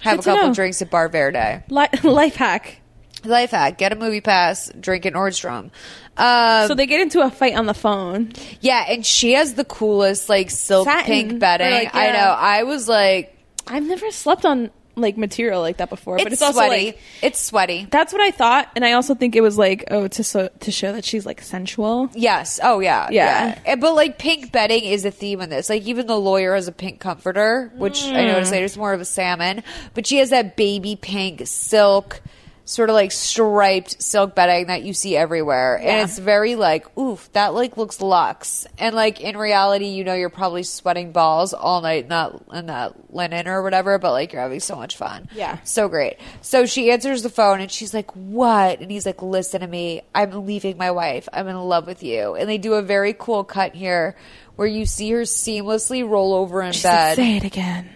S1: Have
S5: Good
S1: a
S5: to
S1: couple
S5: know.
S1: drinks at Bar Verde.
S5: Li- life hack.
S1: Life hack: get a movie pass, drink at Nordstrom. Um,
S5: So they get into a fight on the phone.
S1: yeah, and she has the coolest like silk
S5: Satin.
S1: pink bedding.
S5: Or, like,
S1: I
S5: yeah.
S1: know. I was like,
S5: I've never slept on like material like that before,
S1: it's,
S5: but it's also
S1: sweaty.
S5: like
S1: it's sweaty.
S5: that's what I thought, and I also think it was like oh to so, to show that she's like sensual.
S1: Yes. Oh yeah.
S5: Yeah.
S1: And- But like pink bedding is a theme in this. Like even the lawyer has a pink comforter, which
S5: Mm.
S1: I noticed later is more of a salmon. But she has that baby pink silk, sort of like striped silk bedding that you see everywhere, and it's very like oof, that like looks luxe. And like in reality, you know, you're probably sweating balls all night in that in that linen or whatever, but like you're having so much fun.
S5: Yeah.
S1: So great. So she answers the phone and she's like, What? And he's like, Listen to me. I'm leaving my wife. I'm in love with you. And they do a very cool cut here where you see her seamlessly roll over in
S5: She
S1: bed.
S5: said, Say it again.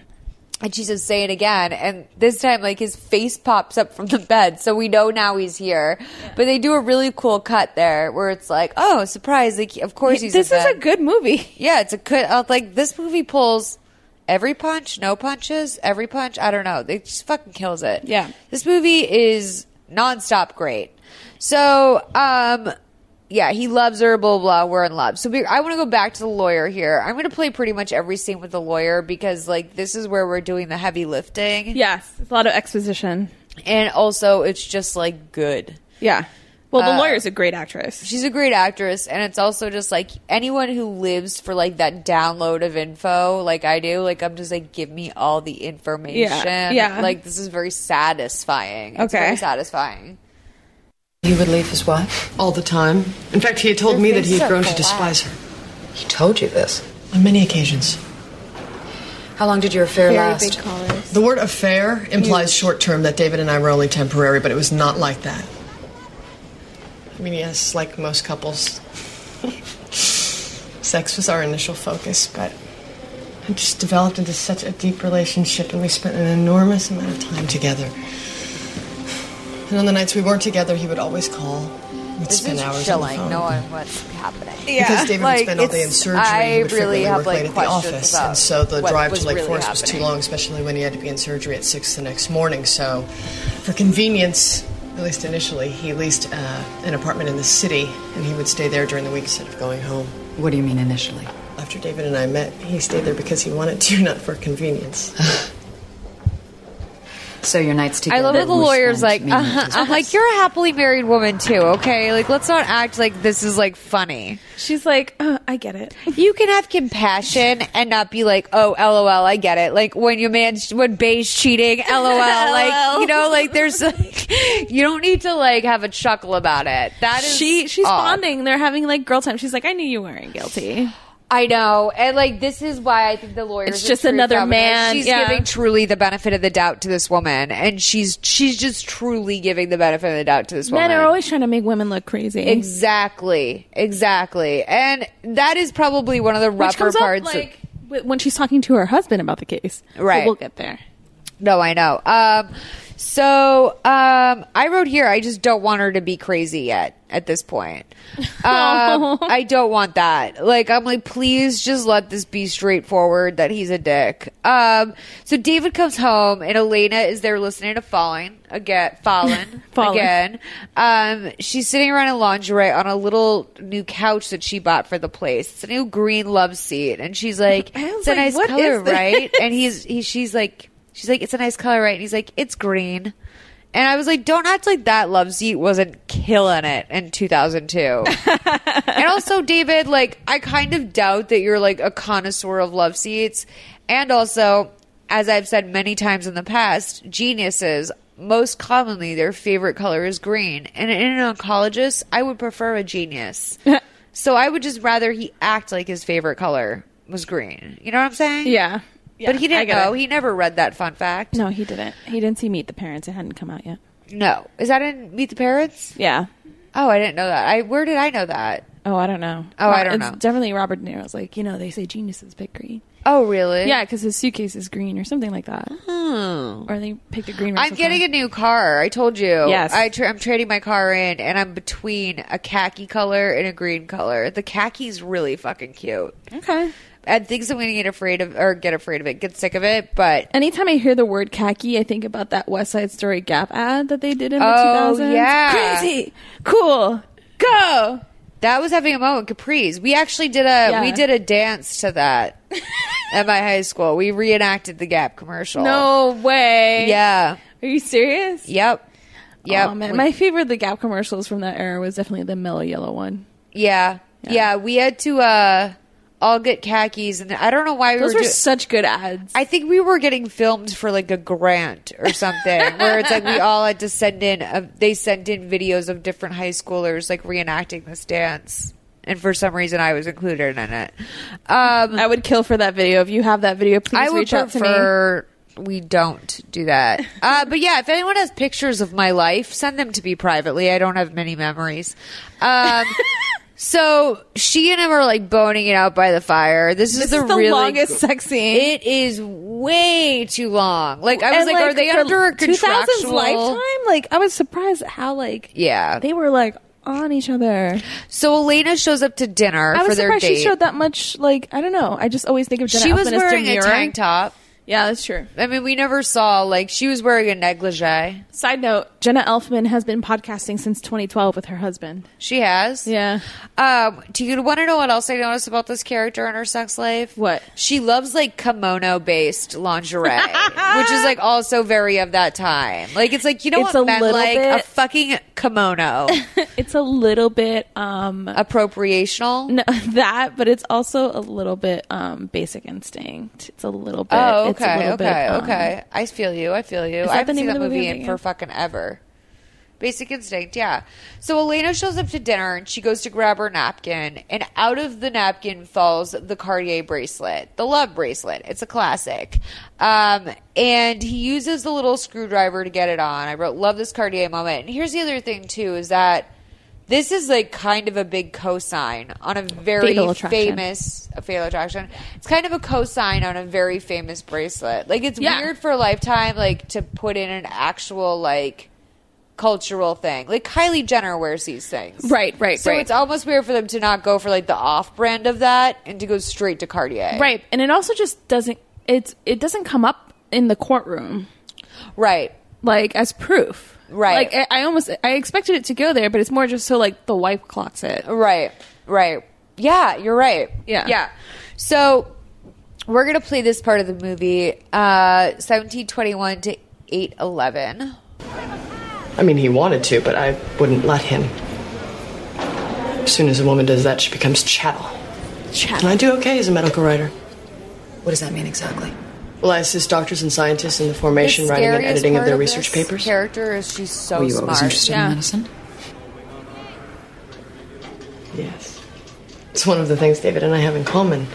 S1: and she says, Say it again. And this time, like, his face pops up from the bed. So we know now he's here. But they do a really cool cut there where it's like, Oh, surprise. Like, of course he's in
S5: this is
S1: bed."
S5: a good movie.
S1: Yeah, it's a good. I was like, this movie pulls every punch, no punches, every punch. I don't know. It just fucking kills it.
S5: Yeah.
S1: This movie is nonstop great. So, um, yeah, he loves her, blah, blah, blah. We're in love. So we, I want to go back to the lawyer here. I'm going to play pretty much every scene with the lawyer because, like, this is where we're doing the heavy lifting.
S5: Yes, it's a lot of exposition.
S1: And also, it's just, like, good.
S5: Yeah. Well, the
S1: Uh,
S5: lawyer's a great actress.
S1: She's a great actress, and it's also just like anyone who lives for like that download of info, like I do. Like I'm just like, give me all the information.
S5: yeah.
S1: Like this is very satisfying. It's
S5: Okay.
S1: very satisfying.
S7: He would leave his wife?
S3: All the time. In fact, he had told
S1: Your
S3: me that
S1: face
S3: he
S1: are
S3: had grown to
S1: black.
S3: despise her
S7: He told you this.
S3: on many occasions.
S7: How long did your affair last?
S3: The word affair implies short term that David and I were only temporary, but it was not like that. I mean, yes, like most couples, sex was our initial focus, but it just developed into such a deep relationship, and we spent an enormous amount of time together. And on the nights we weren't together, he would always call. We'd
S1: This
S3: spend hours
S1: is
S3: on the
S1: chilling,
S3: phone.
S1: knowing what's happening.
S3: Because David
S1: Like,
S3: would spend all day in
S1: it's-
S3: surgery.
S1: I
S3: he would frequently
S1: really have,
S3: work
S1: like,
S3: late at the
S1: questions
S3: office,
S1: about
S3: and so the
S1: what
S3: drive
S1: was
S3: to Lake
S1: really
S3: Forest was too
S1: happening.
S3: long, especially when he had to be in surgery at six the next morning. So, for convenience, at least initially, he leased uh, an apartment in the city, and he would stay there during the week instead of going home.
S2: What do you mean initially?
S3: After David and I met, he stayed there because he wanted to, not for convenience.
S2: So your nights together.
S1: I love that the
S2: were
S1: lawyer's
S2: spent
S1: like,
S2: meaning
S1: uh-huh,
S2: to-
S1: I'm like, you're a happily married woman too, okay? Like, let's not act like this is like funny.
S5: She's like, uh, I get it.
S1: You can have compassion and not be like, oh, lol, I get it. Like when your man, when Bay's cheating, lol. Like, you know, like there's, like, you don't need to like have a chuckle about it. That is,
S5: She she's
S1: odd.
S5: bonding. They're having like girl time. She's like, I knew you weren't guilty.
S1: I know. And like, this is why I think the lawyers.
S5: It's
S1: are
S5: just
S1: true
S5: another
S1: feminists.
S5: man,
S1: She's
S5: yeah.
S1: giving truly the benefit of the doubt to this woman. And she's, she's just truly giving the benefit of the doubt to this woman.
S5: Men are always trying to make women look crazy.
S1: Exactly. Exactly. And that is probably one of the
S5: Which
S1: rougher
S5: comes
S1: parts.
S5: up like w- when she's talking to her husband about the case. But
S1: Right.
S5: we'll get there.
S1: No, I know. Um, so um, I wrote here. I just don't want her to be crazy yet. At this point, um, I don't want that. Like I'm like, please just let this be straightforward that he's a dick. Um, so David comes home and Elena is there listening to Falling again. Fallen,
S5: Fallen.
S1: again. Um, she's sitting around in lingerie on a little new couch that she bought for the place. It's a new green love seat, and she's like,
S5: I
S1: "It's
S5: was
S1: a
S5: like,
S1: nice
S5: what
S1: color,
S5: is this?
S1: right?" And he's he, she's like, she's like, it's a nice color, right? And he's like, it's green. And I was like, don't act like that love seat wasn't killing it in 2002. and also, David, like, I kind of doubt that you're like a connoisseur of love seats. And also, as I've said many times in the past, geniuses, most commonly their favorite color is green. And in an oncologist, I would prefer a genius. so I would just rather he act like his favorite color was green. You know what I'm saying?
S5: Yeah. Yeah,
S1: but he
S5: I
S1: didn't
S5: get
S1: know.
S5: it.
S1: He never read that fun fact.
S5: No, he didn't. He didn't see Meet the Parents. It hadn't come out yet.
S1: No. Is that in Meet the Parents?
S5: Yeah.
S1: Oh, I didn't know that. I where did I know that?
S5: Oh, I don't know.
S1: Oh, I don't
S5: it's
S1: know.
S5: Definitely Robert De Niro's like, you know, they say geniuses pick green.
S1: Oh, really?
S5: Yeah, because his suitcase is green or something like that. Or they picked a green.
S1: Hmm. I'm getting a new car. I told you.
S5: Yes.
S1: I tra- I'm trading my car in, and I'm between a khaki color and a green color. The khaki's really fucking cute.
S5: okay.
S1: And things I'm going to get afraid of, or get afraid of it, get sick of it. But
S5: Anytime I hear the word khaki, I think about that West Side Story Gap ad that they did in the
S1: Oh,
S5: 2000s.
S1: yeah.
S5: Crazy. Cool. Go.
S1: that was having a moment. Capri's. We actually did a we
S5: Yeah.
S1: did a dance to that at my high school. We reenacted the Gap commercial.
S5: No way.
S1: Yeah.
S5: Are you serious?
S1: Yep. Yep.
S5: Oh, man.
S1: We-
S5: My favorite of the Gap commercials from that era was definitely the mellow yellow one.
S1: yeah. yeah. We had to uh all get khakis, and I don't know why we
S5: Those
S1: were.
S5: were
S1: do-
S5: such good ads.
S1: I think we were getting filmed for like a grant or something, where it's like we all had to send in. A, they sent in videos of different high schoolers like reenacting this dance, and for some reason I was included in it. Um,
S5: I would kill for that video. If you have that video, please
S1: I would
S5: reach out to me.
S1: prefer we don't do that. Uh, but yeah, if anyone has pictures of my life, send them to me privately. I don't have many memories. Um, so she and him are like boning it out by the fire. This is
S5: This
S1: the,
S5: is the
S1: really
S5: longest sex scene.
S1: It is way too long. Like I was
S5: And,
S1: like, are they
S5: for
S1: under a
S5: 2000's
S1: contractual?
S5: lifetime? Like, I was surprised at how like
S1: Yeah.
S5: they were like on each other.
S1: So Elena shows up to dinner
S5: I
S1: for
S5: was
S1: their
S5: surprised
S1: date.
S5: she showed that much. Like, I don't know. I just always think of Jenna
S1: She was
S5: Elfman as
S1: wearing a
S5: demure.
S1: tank top.
S5: Yeah, that's true.
S1: I mean, we never saw like she was wearing a negligee.
S5: Side note: Jenna Elfman has been podcasting since 2012 with her husband.
S1: She has.
S5: Yeah.
S1: Um, do you want to know what else I noticed about this character and her sex life?
S5: What?
S1: She loves like kimono based lingerie, which is like also very of that time. Like it's like you know
S5: It's
S1: what
S5: a
S1: men
S5: little
S1: like a
S5: bit-
S1: fucking kimono,
S5: It's a little bit um
S1: appropriational.
S5: no, that, but it's also a little bit um basic instinct. It's a little bit.
S1: Oh,
S5: it's a
S1: okay,
S5: little bit,
S1: okay,
S5: um,
S1: okay. I feel you. I feel you.
S5: that
S1: I haven't
S5: the
S1: seen
S5: name
S1: that
S5: of the movie
S1: movie in
S5: I'm thinking
S1: for
S5: of?
S1: fucking ever. Basic Instinct, yeah. So Elena shows up to dinner and she goes to grab her napkin, and out of the napkin falls the Cartier bracelet, the love bracelet. It's a classic. Um, and he uses the little screwdriver to get it on. I wrote, Love this Cartier moment. And here's the other thing, too, is that this is like kind of a big cosign on a very
S5: Fatal Attraction.
S1: famous a fatal attraction. It's kind of a cosign on a very famous bracelet. Like it's
S5: Yeah.
S1: weird for Lifetime like to put in an actual like cultural thing. Like Kylie Jenner wears these things.
S5: Right, right,
S1: So
S5: right.
S1: it's almost weird for them to not go for like the off brand of that and to go straight to Cartier.
S5: Right, and it also just doesn't. It's it doesn't come up in the courtroom.
S1: Right.
S5: like as proof.
S1: Right.
S5: Like I, I almost I expected it to go there, but it's more just so like the wife clocks it.
S1: Right. Right. Yeah, you're right.
S5: Yeah.
S1: Yeah. So we're gonna play this part of the movie, uh seventeen twenty one to eight eleven.
S3: I mean, he wanted to, but I wouldn't let him. As soon as a woman does that, she becomes chattel. Chattel? And I do okay as a medical writer.
S2: What does that mean exactly?
S3: Well, I assist doctors and scientists in the formation,
S1: The
S3: writing, and
S1: scariest
S3: editing of
S1: part
S3: their research
S1: this
S3: papers. Oh,
S1: Character is she's so
S2: Were you always
S1: smart.
S2: interested
S5: Yeah.
S2: in medicine?
S3: Yes. It's one of the things David and I have in common.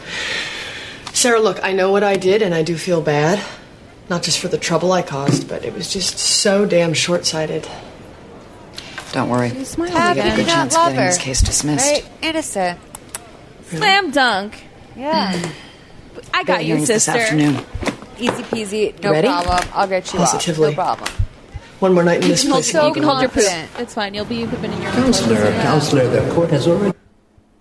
S3: Sarah, look, I know what I did and I do feel bad. Not just for the trouble I caused, but it was just so damn short sighted.
S2: Don't worry.
S1: How
S2: You got a
S1: could you
S2: good
S1: not
S2: chance of
S1: love
S2: getting
S1: her?
S2: this case dismissed.
S1: Right? Innocent.
S5: Slam dunk.
S1: Yeah.
S5: I got you,
S2: Hearings
S5: sister.
S2: this afternoon.
S1: Easy peasy. No
S2: Ready?
S1: problem. I'll get you
S3: Positively.
S1: off. No problem.
S3: One more night in this place.
S1: So
S3: and you can-
S5: Hold your poop.
S1: confident.
S5: It's fine. You'll be pooping in your
S9: Counselor,
S5: clothes. Yeah.
S9: counselor, the court has already.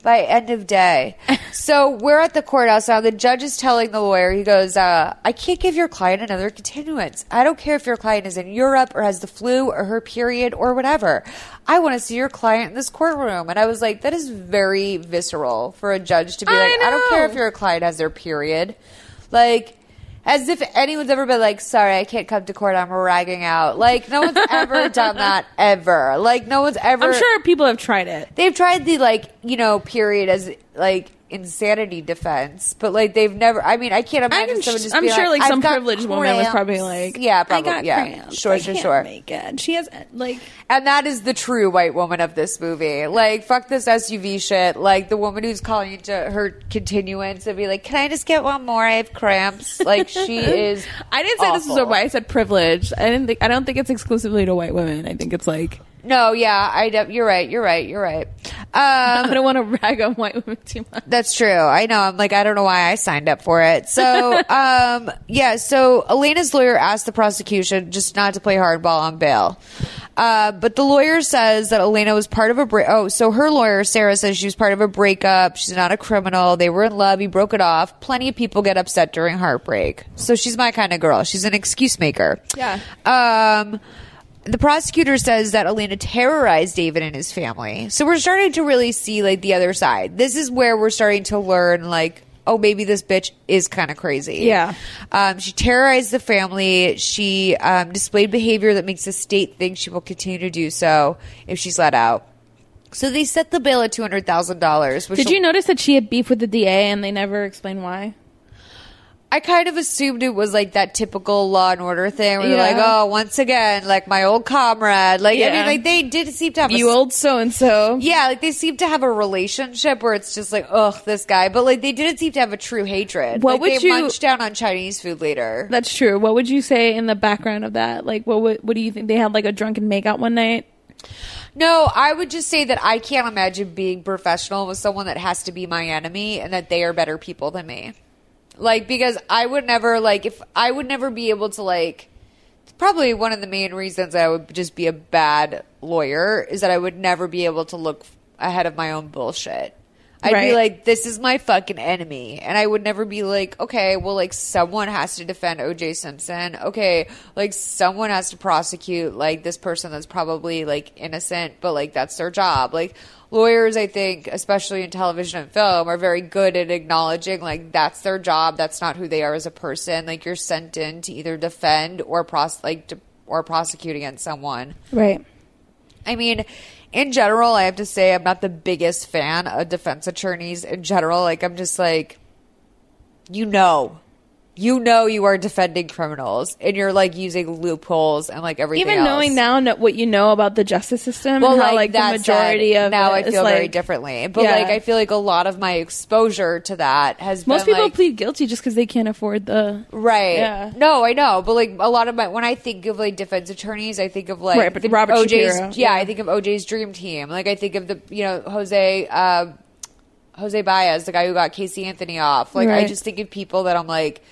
S1: by end of day. so we're at the courthouse now. The judge is telling the lawyer, he goes, uh, I can't give your client another continuance. I don't care if your client is in Europe or has the flu or her period or whatever. I want to see your client in this courtroom. And I was like, that is very visceral for a judge to be
S5: I
S1: like, I don't
S5: know.
S1: care if your client has their period. Like, as if anyone's ever been like, sorry, I can't come to court. I'm ragging out. Like, no one's ever done that, ever. Like, no one's ever
S5: I'm sure people have tried it.
S1: they've tried the like you know period as like insanity defense, but like they've never. I mean, I can't imagine
S5: I'm,
S1: someone
S5: sh-
S1: just.
S5: I'm
S1: being
S5: sure
S1: like,
S5: like some
S1: "I've got
S5: privileged woman was
S1: cramps."
S5: probably like,
S1: yeah, probably,
S5: I got
S1: yeah,
S5: cramps.
S1: sure,
S5: I
S1: sure,
S5: can't
S1: sure.
S5: Make it. She has uh, like
S1: And that is the true white woman of this movie. Like, fuck this SUV shit. Like, the woman who's calling into her continuance and be like, can I just get one more? I have cramps. Like, she is.
S5: I didn't say this is a
S1: awful.
S5: white. I said privilege. I didn't think. I don't think it's exclusively to white women. I think it's like
S1: No, yeah, I. de- You're right. You're right. You're right. Um,
S5: I don't want to rag on white women too much.
S1: That's true. I know. I'm like, I don't know why I signed up for it. So, um, yeah. So Elena's lawyer asked the prosecution just not to play hardball on bail. Uh, but the lawyer says that Elena was part of a break. Oh, so her lawyer, Sarah, says she was part of a breakup. She's not a criminal. They were in love. He broke it off. Plenty of people get upset during heartbreak. So she's my kind of girl. She's an excuse maker.
S5: Yeah.
S1: Um, the prosecutor says that Elena terrorized David and his family. So we're starting to really see like the other side. This is where we're starting to learn like, oh, maybe this bitch is kind of crazy.
S5: Yeah.
S1: Um, she terrorized the family. She um, displayed behavior that makes the state think she will continue to do so if she's let out. So they set the bail at two hundred thousand dollars.
S5: Did you notice that she had beef with the DA and they never explained why?
S1: I kind of assumed it was like that typical Law and Order thing. Where you're
S5: Yeah.
S1: like, oh, once again, like my old comrade. Like, I mean,
S5: Yeah.
S1: like they did seem to have a
S5: You old so and so.
S1: Yeah, like they seem to have a relationship where it's just like, ugh, this guy. But like they didn't seem to have a true hatred.
S5: What
S1: like,
S5: would
S1: they
S5: you-
S1: munch down on Chinese food later?
S5: That's true. What would you say in the background of that? Like, what would, what do you think? They had like a drunken makeout one night.
S1: No, I would just say that I can't imagine being professional with someone that has to be my enemy and that they are better people than me. Like because I would never like if I would never be able to like it's probably one of the main reasons I would just be a bad lawyer is that I would never be able to look ahead of my own bullshit. I'd be
S5: Right.
S1: like, this is my fucking enemy. And I would never be like, okay, well, like, someone has to defend OJ Simpson. Okay, like, someone has to prosecute, like, this person that's probably, like, innocent, but, like, that's their job. Like, lawyers, I think, especially in television and film, are very good at acknowledging, like, that's their job. That's not who they are as a person. Like, you're sent in to either defend or, pros- like, to- or prosecute against someone.
S5: Right.
S1: I mean, in general, I have to say I'm not the biggest fan of defense attorneys in general. Like, I'm just like, you know, you know, you are defending criminals and you're like using loopholes and like everything.
S5: Even
S1: else.
S5: knowing now no- what you know about the justice system and how like,
S1: that
S5: the majority
S1: said,
S5: of
S1: now
S5: it
S1: I
S5: is,
S1: feel very
S5: like-
S1: differently. But
S5: Yeah.
S1: like, I feel like a lot of my exposure to that has
S5: Most
S1: been
S5: people
S1: like,
S5: plead guilty just because they can't afford the
S1: Right.
S5: Yeah.
S1: No, I know, but like a lot of my when I think of like defense attorneys, I think of like
S5: Right, but Robert
S1: OJ's.
S5: Shapiro.
S1: Yeah, I think of OJ's dream team. Like I think of the you know Jose uh, Jose Baez, the guy who got Casey Anthony off. Like I
S5: Right.
S1: just think of people that I'm like,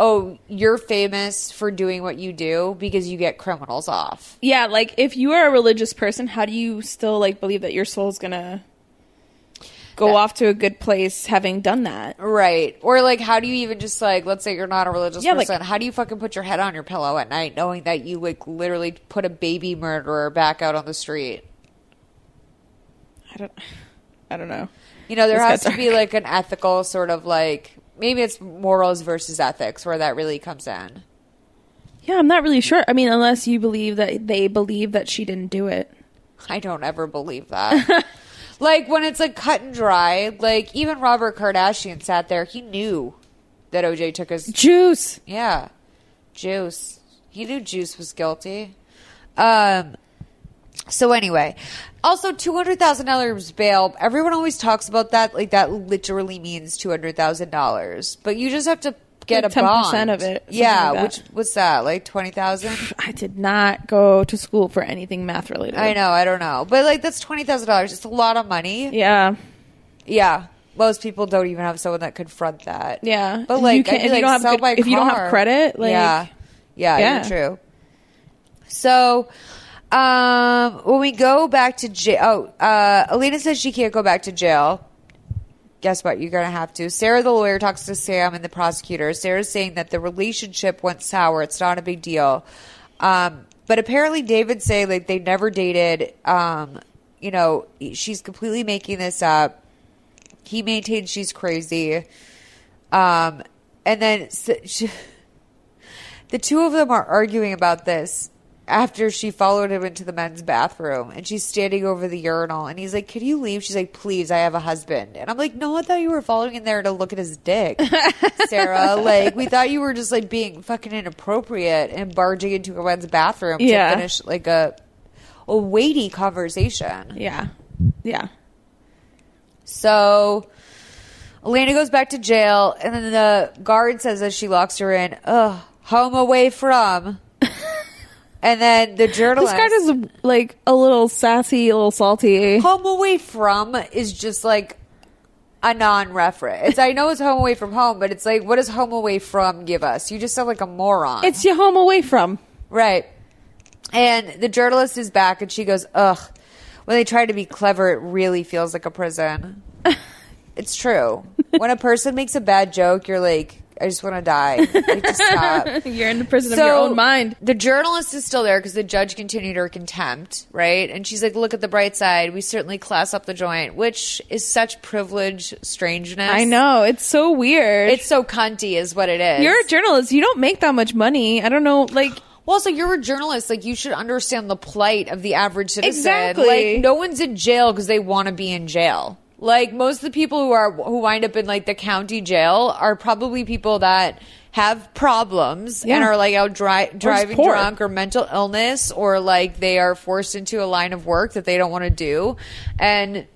S1: oh, you're famous for doing what you do because you get criminals off.
S5: yeah. Like, if you are a religious person, how do you still like believe that your soul's gonna go
S1: That-
S5: off to a good place having done that?
S1: Right. Or like how do you even just like let's say you're not a religious
S5: Yeah, like-
S1: person, how do you fucking put your head on your pillow at night knowing that you like literally put a baby murderer back out on the street?
S5: I don't. I don't know.
S1: You know, there
S5: This
S1: has to
S5: got
S1: be
S5: dark.
S1: like an ethical sort of like maybe it's morals versus ethics where that really comes in.
S5: Yeah, I'm not really sure. I mean, unless you believe that they believe that she didn't do it.
S1: I don't ever believe that. like when it's like cut and dry, like even Robert Kardashian sat there, he knew that OJ took his
S5: Juice.
S1: yeah, juice. He knew Juice was guilty. Um so anyway, also two hundred thousand dollars bail. Everyone always talks about that, like that literally means two hundred thousand dollars. But you just have to get
S5: Like
S1: a bond
S5: 10% of it, something
S1: Yeah,
S5: like
S1: which
S5: that.
S1: what's that? Like twenty thousand?
S5: I did not go to school for anything math related.
S1: I know, I don't know, but like that's twenty thousand dollars. It's a lot of money.
S5: Yeah.
S1: Yeah, most people don't even have someone that could front that.
S5: Yeah.
S1: but
S5: If
S1: like
S5: you can't-
S1: I'd be
S5: if you
S1: like,
S5: don't have
S1: sell
S5: good-
S1: my
S5: if you don't have
S1: car.
S5: credit, like-
S1: yeah, yeah, yeah.
S5: Yeah.
S1: true. So, um, when we go back to jail, oh, uh, Elena says she can't go back to jail. Guess what? You're gonna have to. Sarah, the lawyer, talks to Sam and the prosecutor. Sarah's saying that the relationship went sour. It's not a big deal. Um, but apparently, David say like they never dated. Um, you know, she's completely making this up he maintains she's crazy. Um, and then s she, the two of them are arguing about this after she followed him into the men's bathroom and she's standing over the urinal and he's like, Can you leave? She's like, Please, I have a husband. And I'm like, No, I thought you were following in there to look at his dick, Sarah. like, we thought you were just like being fucking inappropriate and barging into a men's bathroom
S5: Yeah.
S1: to finish like a, a weighty conversation.
S5: Yeah. Yeah.
S1: So Elena goes back to jail, and then the guard says as she locks her in, "Ugh, home away from." And then the
S5: This
S1: journalist
S5: card is like a little sassy, a little salty.
S1: home away from is just like a non-reference. It's, I know it's home away from home, but it's like, what does home away from give us? You just sound like a moron.
S5: It's your home away from.
S1: Right. And the journalist is back and she goes, ugh. When they try to be clever, it really feels like a prison. it's true. When a person makes a bad joke, you're like, I just want to die. Like, just stop.
S5: You're in the prison of your own mind.
S1: The journalist is still there because the judge continued her contempt, right? And she's like, look at the bright side. We certainly class up the joint, which is such privilege strangeness.
S5: I know. It's so weird.
S1: It's so cunty, is what it is.
S5: you're a journalist. You don't make that much money. I don't know. Like
S1: Well, also, you're a journalist. Like, you should understand the plight of the average citizen.
S5: Exactly.
S1: Like, no one's in jail because they want to be in jail. Like, most of the people who are who wind up in like the county jail are probably people that have problems and
S5: Yeah.
S1: are like out dri- driving
S5: poor.
S1: drunk or mental illness or like they are forced into a line of work that they don't want to do, and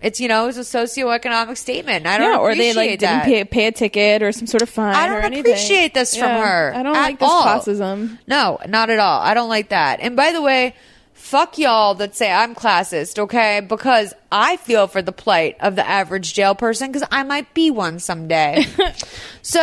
S1: it's you know it's a socioeconomic statement. I don't
S5: yeah, or they like
S1: appreciate that.
S5: didn't pay, pay a ticket or some sort of fine.
S1: I don't
S5: or anything.
S1: appreciate this from
S5: Yeah.
S1: her.
S5: I don't
S1: at
S5: like this
S1: all.
S5: classism.
S1: No, not at all. I don't like that. And by the way, fuck y'all that say I'm classist, okay? Because I feel for the plight of the average jail person because I might be one someday. so,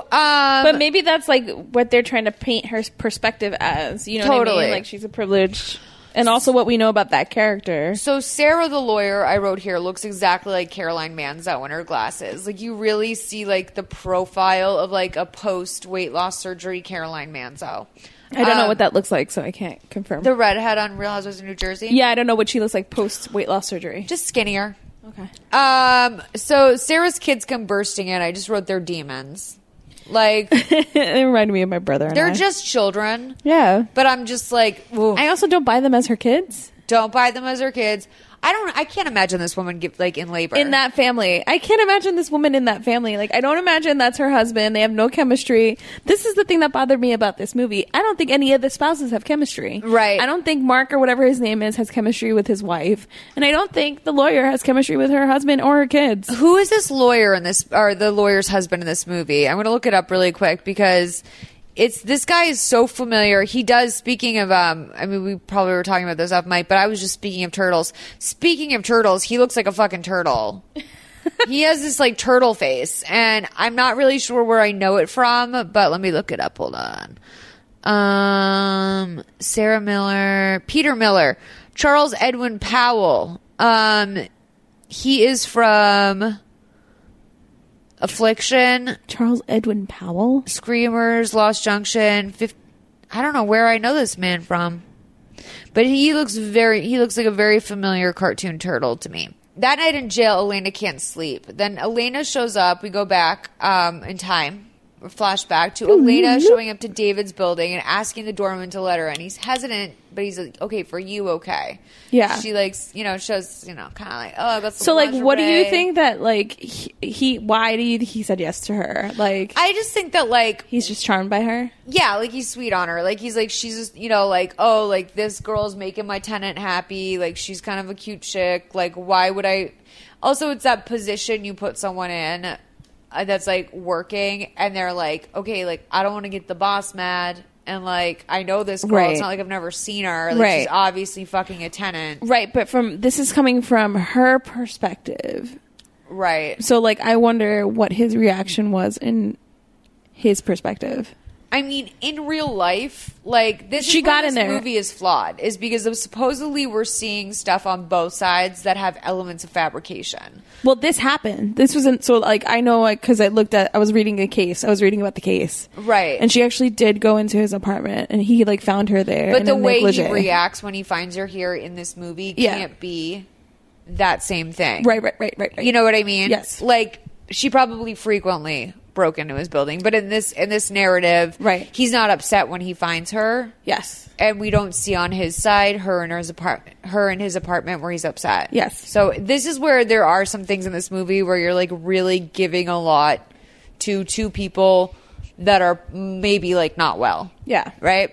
S1: um,
S5: But maybe that's like what they're trying to paint her perspective as. You know, What I
S1: Totally.
S5: mean? Like she's a privileged, and also what we know about that character.
S1: So Sarah, the lawyer I wrote here, looks exactly like Caroline Manzo in her glasses. Like you really see like the profile of like a post weight loss surgery Caroline Manzo.
S5: I don't know
S1: Um,
S5: what that looks like, so I can't confirm.
S1: The redhead on Real Housewives of New Jersey.
S5: yeah, I don't know what she looks like post weight loss surgery.
S1: just skinnier.
S5: okay.
S1: Um, so Sarah's kids come bursting in. I just wrote they're demons. Like
S5: it reminded me of my brother. and
S1: they're
S5: I.
S1: just children.
S5: yeah.
S1: But I'm just like, ooh,
S5: I also don't buy them as her kids
S1: don't buy them as her kids. I don't. I can't imagine this woman give, like in labor
S5: in that family. I can't imagine this woman in that family. Like, I don't imagine that's her husband. They have no chemistry. This is the thing that bothered me about this movie. I don't think any of the spouses have chemistry.
S1: Right.
S5: I don't think Mark or whatever his name is has chemistry with his wife, and I don't think the lawyer has chemistry with her husband or her kids.
S1: Who is this lawyer in this, or the lawyer's husband in this movie? I'm going to look it up really quick because it's this guy is so familiar. He does. Speaking of, um, I mean, we probably were talking about this off mic, but I was just speaking of turtles. Speaking of turtles, he looks like a fucking turtle. he has this like turtle face, and I'm not really sure where I know it from, but let me look it up. Hold on. Um, Sarah Miller, Peter Miller, Charles Edwin Powell. Um, he is from Affliction,
S5: Charles Edwin Powell.
S1: Screamers, Lost Junction. Fif- I don't know where I know this man from, but he looks very he looks like a very familiar cartoon turtle to me. That night in jail, Elena can't sleep. Then Elena shows up. We go back um, in time. or Flashback to Elena showing up to David's building and asking the doorman to let her in. He's hesitant, but he's like, "Okay, for you, okay."
S5: Yeah.
S1: she likes you know shows you know kind of like, "Oh, I got some
S5: So, like, what do you
S1: lingerie."
S5: think that like he? he why do you think he said yes to her? Like,
S1: I just think that like
S5: he's just charmed by her.
S1: yeah, like he's sweet on her. Like he's like she's just you know like oh like this girl's making my tenant happy. Like she's kind of a cute chick. Like why would I? Also, it's that position you put someone in uh, that's like working, and they're like okay, like I don't want to get the boss mad, and like I know this girl.
S5: Right.
S1: It's not like I've never seen her. Like
S5: Right.
S1: she's obviously fucking a tenant,
S5: Right, but from this is coming from her perspective.
S1: right?
S5: So like I wonder what his reaction was in his perspective.
S1: I mean, in real life, like this,
S5: She
S1: is where
S5: got in
S1: this
S5: there.
S1: Movie is flawed, is because of supposedly we're seeing stuff on both sides that have elements of fabrication.
S5: Well, this happened. This wasn't so like I know because I looked at I was reading a case. I was reading about the case.
S1: Right.
S5: And she actually did go into his apartment and he like found her there.
S1: But
S5: in
S1: the
S5: a
S1: way
S5: negligee.
S1: he reacts when he finds her here in this movie
S5: Yeah.
S1: can't be that same thing.
S5: Right, right, right, right, right.
S1: You know what I mean?
S5: Yes.
S1: Like she probably frequently broke into his building, but in this in this narrative,
S5: Right.
S1: he's not upset when he finds her.
S5: Yes.
S1: And we don't see on his side her and his apartment, her in his apartment where he's upset.
S5: Yes.
S1: So this is where there are some things in this movie where you're like really giving a lot to two people that are maybe like not well
S5: Yeah.
S1: right?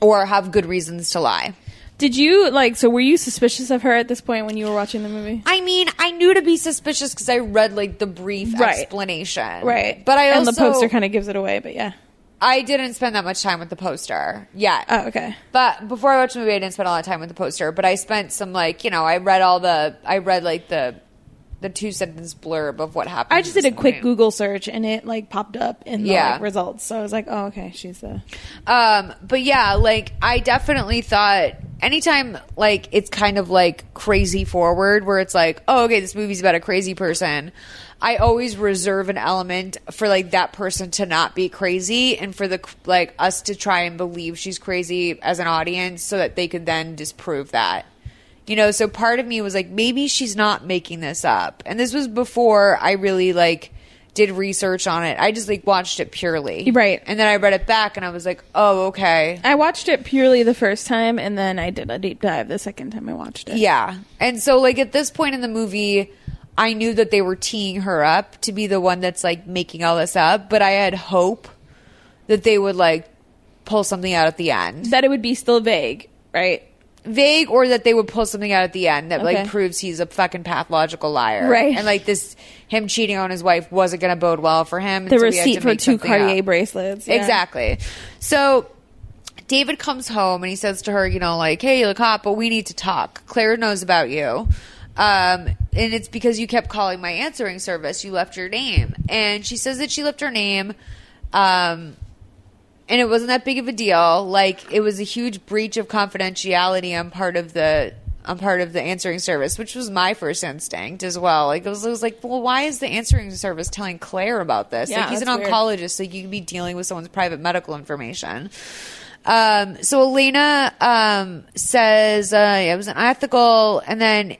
S1: Or have good reasons to lie.
S5: Did you like so were you suspicious of her at this point when you were watching the movie?
S1: I mean, I knew to be suspicious because I read like the brief
S5: Right.
S1: explanation,
S5: Right.
S1: But I
S5: and
S1: also
S5: the poster kind of gives it away, but yeah.
S1: I didn't spend that much time with the poster yet.
S5: Oh, okay.
S1: But before I watched the movie, I didn't spend a lot of time with the poster. But I spent some like you know I read all the I read like the the two sentence blurb of what happened.
S5: I just
S1: in
S5: did a
S1: this
S5: quick
S1: movie.
S5: Google search and it like popped up in the
S1: Yeah.
S5: like, results. So I was like, oh, okay, she's the.
S1: Um, but yeah, like I definitely thought anytime like it's kind of like crazy forward where it's like, oh, okay, this movie's about a crazy person. I always reserve an element for like that person to not be crazy and for the like us to try and believe she's crazy as an audience so that they could then disprove that. You know, so part of me was like, maybe she's not making this up. And this was before I really like did research on it. I just like watched it purely.
S5: Right.
S1: And then I read it back and I was like, oh, okay.
S5: I watched it purely the first time and then I did a deep dive the second time I watched it.
S1: Yeah. And so, like, at this point in the movie, I knew that they were teeing her up to be the one that's like making all this up, but I had hope that they would like pull something out at the end.
S5: That it would be still vague, right?
S1: Vague, or that they would pull something out at the end that like
S5: Okay.
S1: proves he's a fucking pathological liar.
S5: Right.
S1: And like this, him cheating on his wife wasn't going to bode well for him. and
S5: The
S1: so we had to
S5: receipt for
S1: make
S5: two
S1: something up.
S5: Cartier bracelets. yeah.
S1: Exactly. So David comes home and he says to her, you know, like, hey, you look hot, but we need to talk. Claire knows about you. Um, and it's because you kept calling my answering service. You left your name. And she says that she left her name. Um, and it wasn't that big of a deal. Like it was a huge breach of confidentiality on part of the on part of the answering service, which was my first instinct as well. Like it was, it was like, well, why is the answering service telling Claire about this?
S5: Yeah,
S1: like he's an
S5: that's weird.
S1: oncologist, so you could be dealing with someone's private medical information. Um, so Elena um, says uh, it was unethical, and then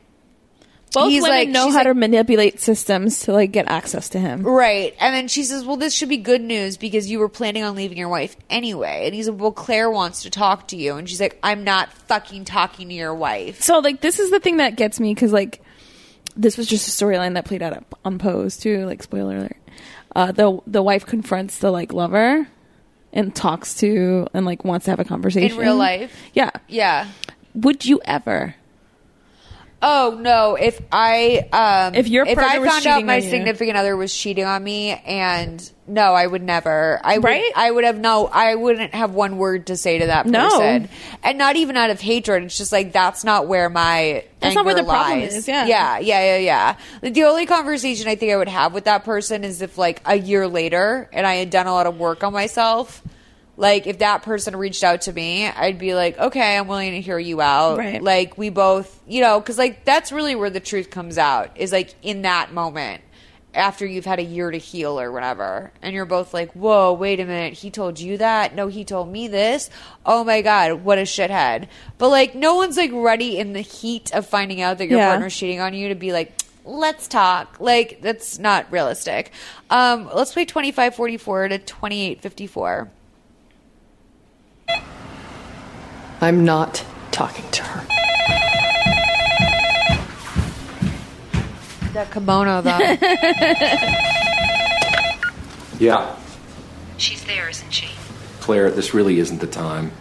S5: Both
S1: He's
S5: women
S1: like-
S5: know
S1: she's
S5: how
S1: like-
S5: to manipulate systems to like get access to him.
S1: Right. And then she says, Well, this should be good news because you were planning on leaving your wife anyway. And he's like, Well, Claire wants to talk to you. And she's like, I'm not fucking talking to your wife.
S5: So like this is the thing that gets me because like this was just a storyline that played out at- on Pose too. Like spoiler alert, uh, the the wife confronts the like lover and talks to and like wants to have a conversation
S1: In real life?
S5: Yeah.
S1: Yeah.
S5: Would you ever?
S1: Oh no! If I um,
S5: If your
S1: if I
S5: partner was
S1: found
S5: cheating
S1: out
S5: on
S1: my
S5: you.
S1: significant other was cheating on me, and no, I would never. I
S5: Right?
S1: would, I would have no. I wouldn't have one word to say to that
S5: No.
S1: person, and not even out of hatred. It's just like that's not where my
S5: That's not where
S1: anger
S5: the problem
S1: lies.
S5: is, yeah.
S1: yeah, yeah, yeah, yeah. Like, the only conversation I think I would have with that person is if like a year later, and I had done a lot of work on myself. Like if that person reached out to me, I'd be like, okay, I'm willing to hear you out.
S5: Right.
S1: Like like we both you know because like that's really where the truth comes out is like in that moment after you've had a year to heal or whatever and you're both like whoa wait a minute he told you that no he told me this oh my god what a shithead but like no one's like ready in the heat of finding out that your
S5: Yeah.
S1: partner's cheating on you to be like let's talk like that's not realistic um let's play 2544 to 2854
S3: I'm not talking to her.
S1: that kimono though
S6: Yeah,
S2: She's there, isn't she?
S6: Claire, this really isn't the time.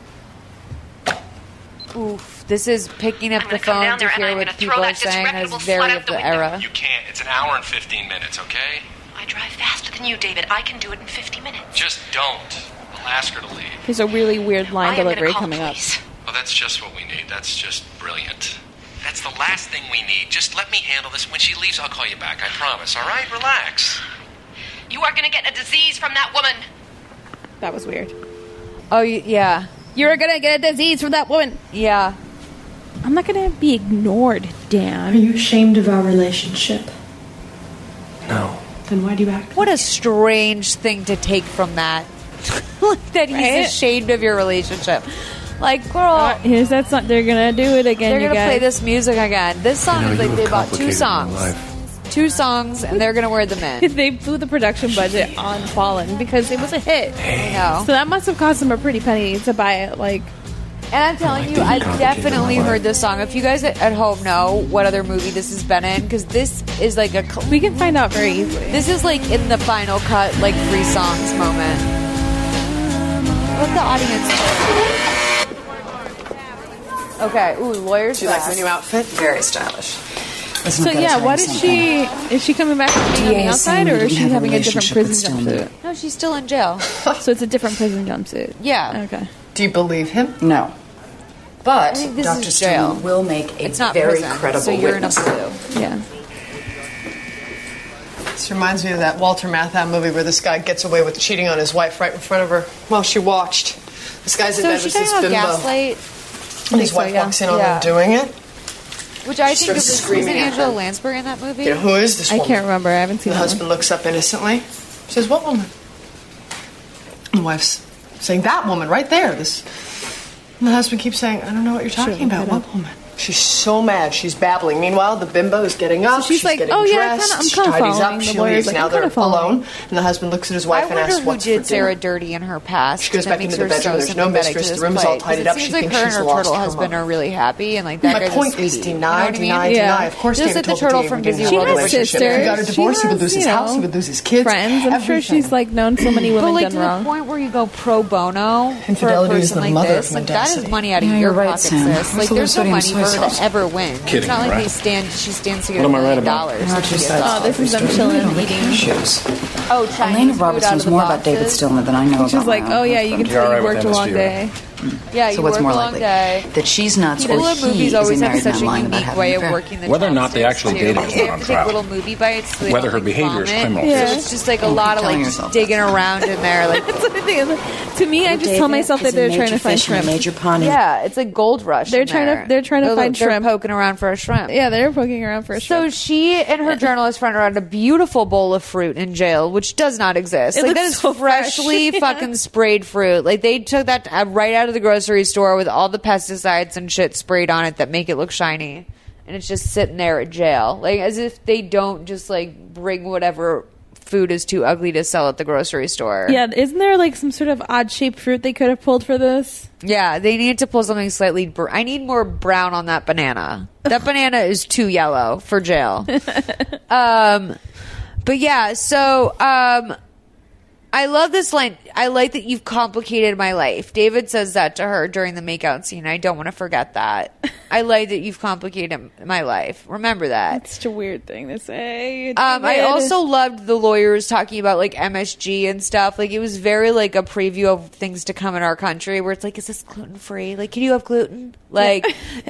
S1: Oof, this is picking up
S2: I'm
S1: the
S2: gonna come
S1: phone
S2: down
S1: to
S2: there and
S1: hear
S2: I'm
S1: what
S2: gonna
S1: people
S2: throw
S1: are
S2: that
S1: saying is
S2: disreputable
S1: very
S2: slut
S1: of
S2: out the
S1: the
S2: window.
S1: era.
S9: You can't. It's an hour and 15 minutes, okay?
S2: I drive faster than you, David. I can do it in 50 minutes.
S9: Just don't. I'll ask her to leave.
S5: There's a really weird line
S2: I am
S5: delivery
S2: gonna call
S5: coming
S2: the
S5: up.
S2: police.
S9: Well, that's just what we need. That's just brilliant. That's the last thing we need. Just let me handle this. When she leaves, I'll call you back. I promise. All right? Relax.
S2: You are gonna get a disease from that woman.
S5: That was weird.
S1: Oh y- yeah,
S5: You're gonna get a disease from that woman.
S1: yeah.
S5: I'm not gonna be ignored, damn.
S8: you ashamed of our relationship?
S6: No.
S8: Then why do you act?
S1: What a strange thing to take from that. like that he's
S5: Right? Uh,
S1: ashamed of your relationship. Like, girl,
S5: Here's that song. They're gonna do it again.
S1: they're
S5: you
S1: gonna
S5: guys.
S1: play this music again. This song is like they bought two songs, two songs, and they're gonna wear them in.
S5: They blew the production budget on Fallen because it was a hit.
S1: You know.
S5: So that must have cost them a pretty penny to buy it. Like,
S1: And I'm telling you, I definitely heard this song. If you guys at at home know what other movie this has been in, because this is like a cl-
S5: we can find out very easily.
S1: This is like in the final cut, like three songs moment. Let the audience. Okay. Ooh, lawyers.
S3: Do you like my
S1: class.
S3: new outfit?
S2: Very stylish.
S7: That's
S5: So
S7: not
S5: yeah, what is she? Is she coming back from being on the
S7: DA is
S5: outside,
S7: saying
S5: or
S7: you
S5: is she
S7: didn't have a
S5: having a different
S7: relationship
S5: prison
S7: with Stillman.
S5: jumpsuit?
S1: No, she's still in jail.
S5: So it's a different prison jumpsuit.
S1: Yeah.
S5: Okay.
S3: Do you believe him?
S7: No.
S1: I
S7: But
S1: think this
S7: Dr.
S1: is jail.
S7: Stone will make a
S1: It's not
S7: very
S1: prison,
S7: credible
S1: so you're
S7: witness.
S1: in a blue.
S5: Yeah.
S3: This reminds me of that Walter Matthau movie where this guy gets away with cheating on his wife right in front of her while she watched. This guy's in
S1: So
S3: bed
S1: is she
S3: with
S1: talking
S3: this
S1: about
S3: bimbo.
S1: Gaslight,
S3: And his
S5: think so,
S3: wife
S5: yeah.
S3: walks in on
S1: Yeah.
S3: him doing it.
S1: which I
S3: She
S1: think
S3: starts
S1: is
S3: screaming
S1: isn't
S3: at
S1: Angela
S3: her.
S1: Lansbury in that movie.
S3: You know, who is this
S5: I
S3: woman?
S5: can't remember. I haven't seen
S3: The
S5: that one.
S3: husband looks up innocently. Says, What woman? And the wife's saying, That woman right there. This and the husband keeps saying, I don't know what you're talking about. What woman? She's so mad. She's babbling. Meanwhile, the bimbo is getting up.
S5: So she's like,
S3: getting
S5: "Oh, yeah, I kinda-
S3: dressed.
S5: I'm
S3: she
S5: kinda
S3: tidies
S5: following."
S3: up.
S5: The
S3: She
S5: lawyer's
S3: leaves.
S5: like,
S3: now
S5: "I'm
S3: they're
S5: kinda following."
S3: alone. And the husband looks at his
S1: I
S3: wife and
S1: wonder
S3: asks,
S1: who
S3: What's
S1: did
S3: for dinner?"
S1: Sarah dirty in her past.
S3: She goes
S1: that
S3: back
S1: makes
S3: into
S1: her
S3: the bedroom.
S1: So
S3: There's no
S1: sympathetic to
S3: mistress. The
S1: this
S3: room is all
S1: plight, 'cause
S3: tidied
S1: it
S3: up.
S1: Seems
S3: She
S1: like
S3: thinks
S1: her and
S3: she's
S1: her
S3: lost
S1: turtle
S3: her
S1: husband
S3: mind.
S1: are really happy, and like that
S3: My
S1: guy's
S3: point
S1: a
S3: is
S1: sweetie.
S3: deny,
S1: you know what
S3: deny,
S1: I mean?
S3: deny.
S5: Yeah.
S3: Of course,
S1: Just
S3: David
S1: like the
S3: told
S1: turtle
S3: David
S1: from
S3: didn't
S1: Disney World
S3: have a
S5: She has
S3: relationship. If he got a
S5: sisters.
S3: divorce,
S5: She
S3: he would
S5: has,
S3: lose his
S5: you
S3: house,
S5: know,
S3: he would lose his kids.
S5: Friends. I'm sure she's
S3: everything.
S5: like known so many
S1: But
S5: women
S1: like
S5: done
S1: to
S5: wrong.
S1: the point where you go pro bono
S3: Infidelity
S1: for a
S3: is
S1: person
S3: the
S1: like
S3: mother
S1: this,
S3: of
S1: like that is
S3: mendacity.
S1: money out of
S7: Yeah,
S1: your
S7: you're right,
S1: pocket,
S7: Sam.
S1: sis. Like
S7: So
S1: there's no
S7: sodium
S1: money
S7: soy
S1: for her
S7: sauce.
S1: to ever win. it's
S6: Kidding,
S1: not like
S6: right?
S1: they stand. She stands to get
S4: What
S1: a
S4: am I right
S1: million
S4: about?
S1: dollars.
S7: Not
S1: to
S7: just
S1: be a
S7: that.
S5: Oh,
S1: dog.
S5: this is them chilling and eating.
S7: Shoes.
S1: Oh, Chinese
S7: Elena
S1: food out
S7: Roberts
S1: of
S7: knows
S1: the
S7: more about
S1: boxes.
S7: David Stillman than I know about.
S5: She's like,
S7: my own.
S5: oh yeah, you can
S6: You're
S5: tell
S6: all
S5: you
S6: right with
S5: worked a
S6: MSG,
S5: long
S6: right?
S5: day.
S1: Yeah,
S7: So
S1: you
S7: what's
S1: work
S7: more
S1: a long
S7: likely
S1: day.
S7: that she's nuts
S1: People
S7: or
S1: in movies
S7: he
S1: always
S7: is
S1: have
S7: married
S1: such
S7: and
S1: a
S7: lying about
S1: unique
S7: having
S1: way
S7: an
S1: of
S7: affair.
S1: working the
S6: Whether or not
S1: chopsticks,
S6: they actually
S1: too.
S6: dated is not
S1: They have
S6: on
S1: to take
S6: trial.
S1: little movie bites. So they
S6: Whether
S1: don't,
S6: her
S1: like,
S6: behavior is
S1: vomit.
S6: criminal.
S5: Yeah.
S1: So it's just like a lot of
S7: telling
S1: like
S7: yourself
S1: just digging around in there. Like
S5: That's the thing. is, like, To me, I just tell
S7: David
S5: myself
S7: is
S5: that
S7: a
S5: they're
S7: major
S5: trying to find
S7: fish and a
S5: shrimp.
S7: Major pond.
S1: yeah, it's like gold rush.
S5: They're
S1: in
S5: trying
S1: there.
S5: to- they're trying to
S1: They're,
S5: find
S1: they're
S5: shrimp.
S1: poking around for a shrimp.
S5: Yeah, they're poking around for a
S1: So
S5: shrimp.
S1: she and her journalist friend are on a beautiful bowl of fruit in jail, which does not exist.
S5: It
S1: like
S5: looks
S1: that is
S5: so fresh.
S1: freshly
S5: Yeah.
S1: fucking sprayed fruit. Like they took that uh, right out of the grocery store with all the pesticides and shit sprayed on it that make it look shiny, and it's just sitting there at jail, like as if they don't just like bring whatever food is too ugly to sell at the grocery store.
S5: yeah, isn't there like some sort of odd shaped fruit they could have pulled for this?
S1: yeah. They need to pull something slightly. Br- I need more brown on that banana. That banana is too yellow for jail. Um, But yeah, so um I love this line. I like that you've complicated my life. David says that to her during the makeout scene. I don't want to forget that. I like that you've complicated my life. Remember that.
S5: It's such a weird thing to say.
S1: Um, I
S5: David.
S1: also loved the lawyers talking about like MSG and stuff. Like it was very like a preview of things to come in our country, where it's like, is this gluten free? Like, can you have gluten? Like,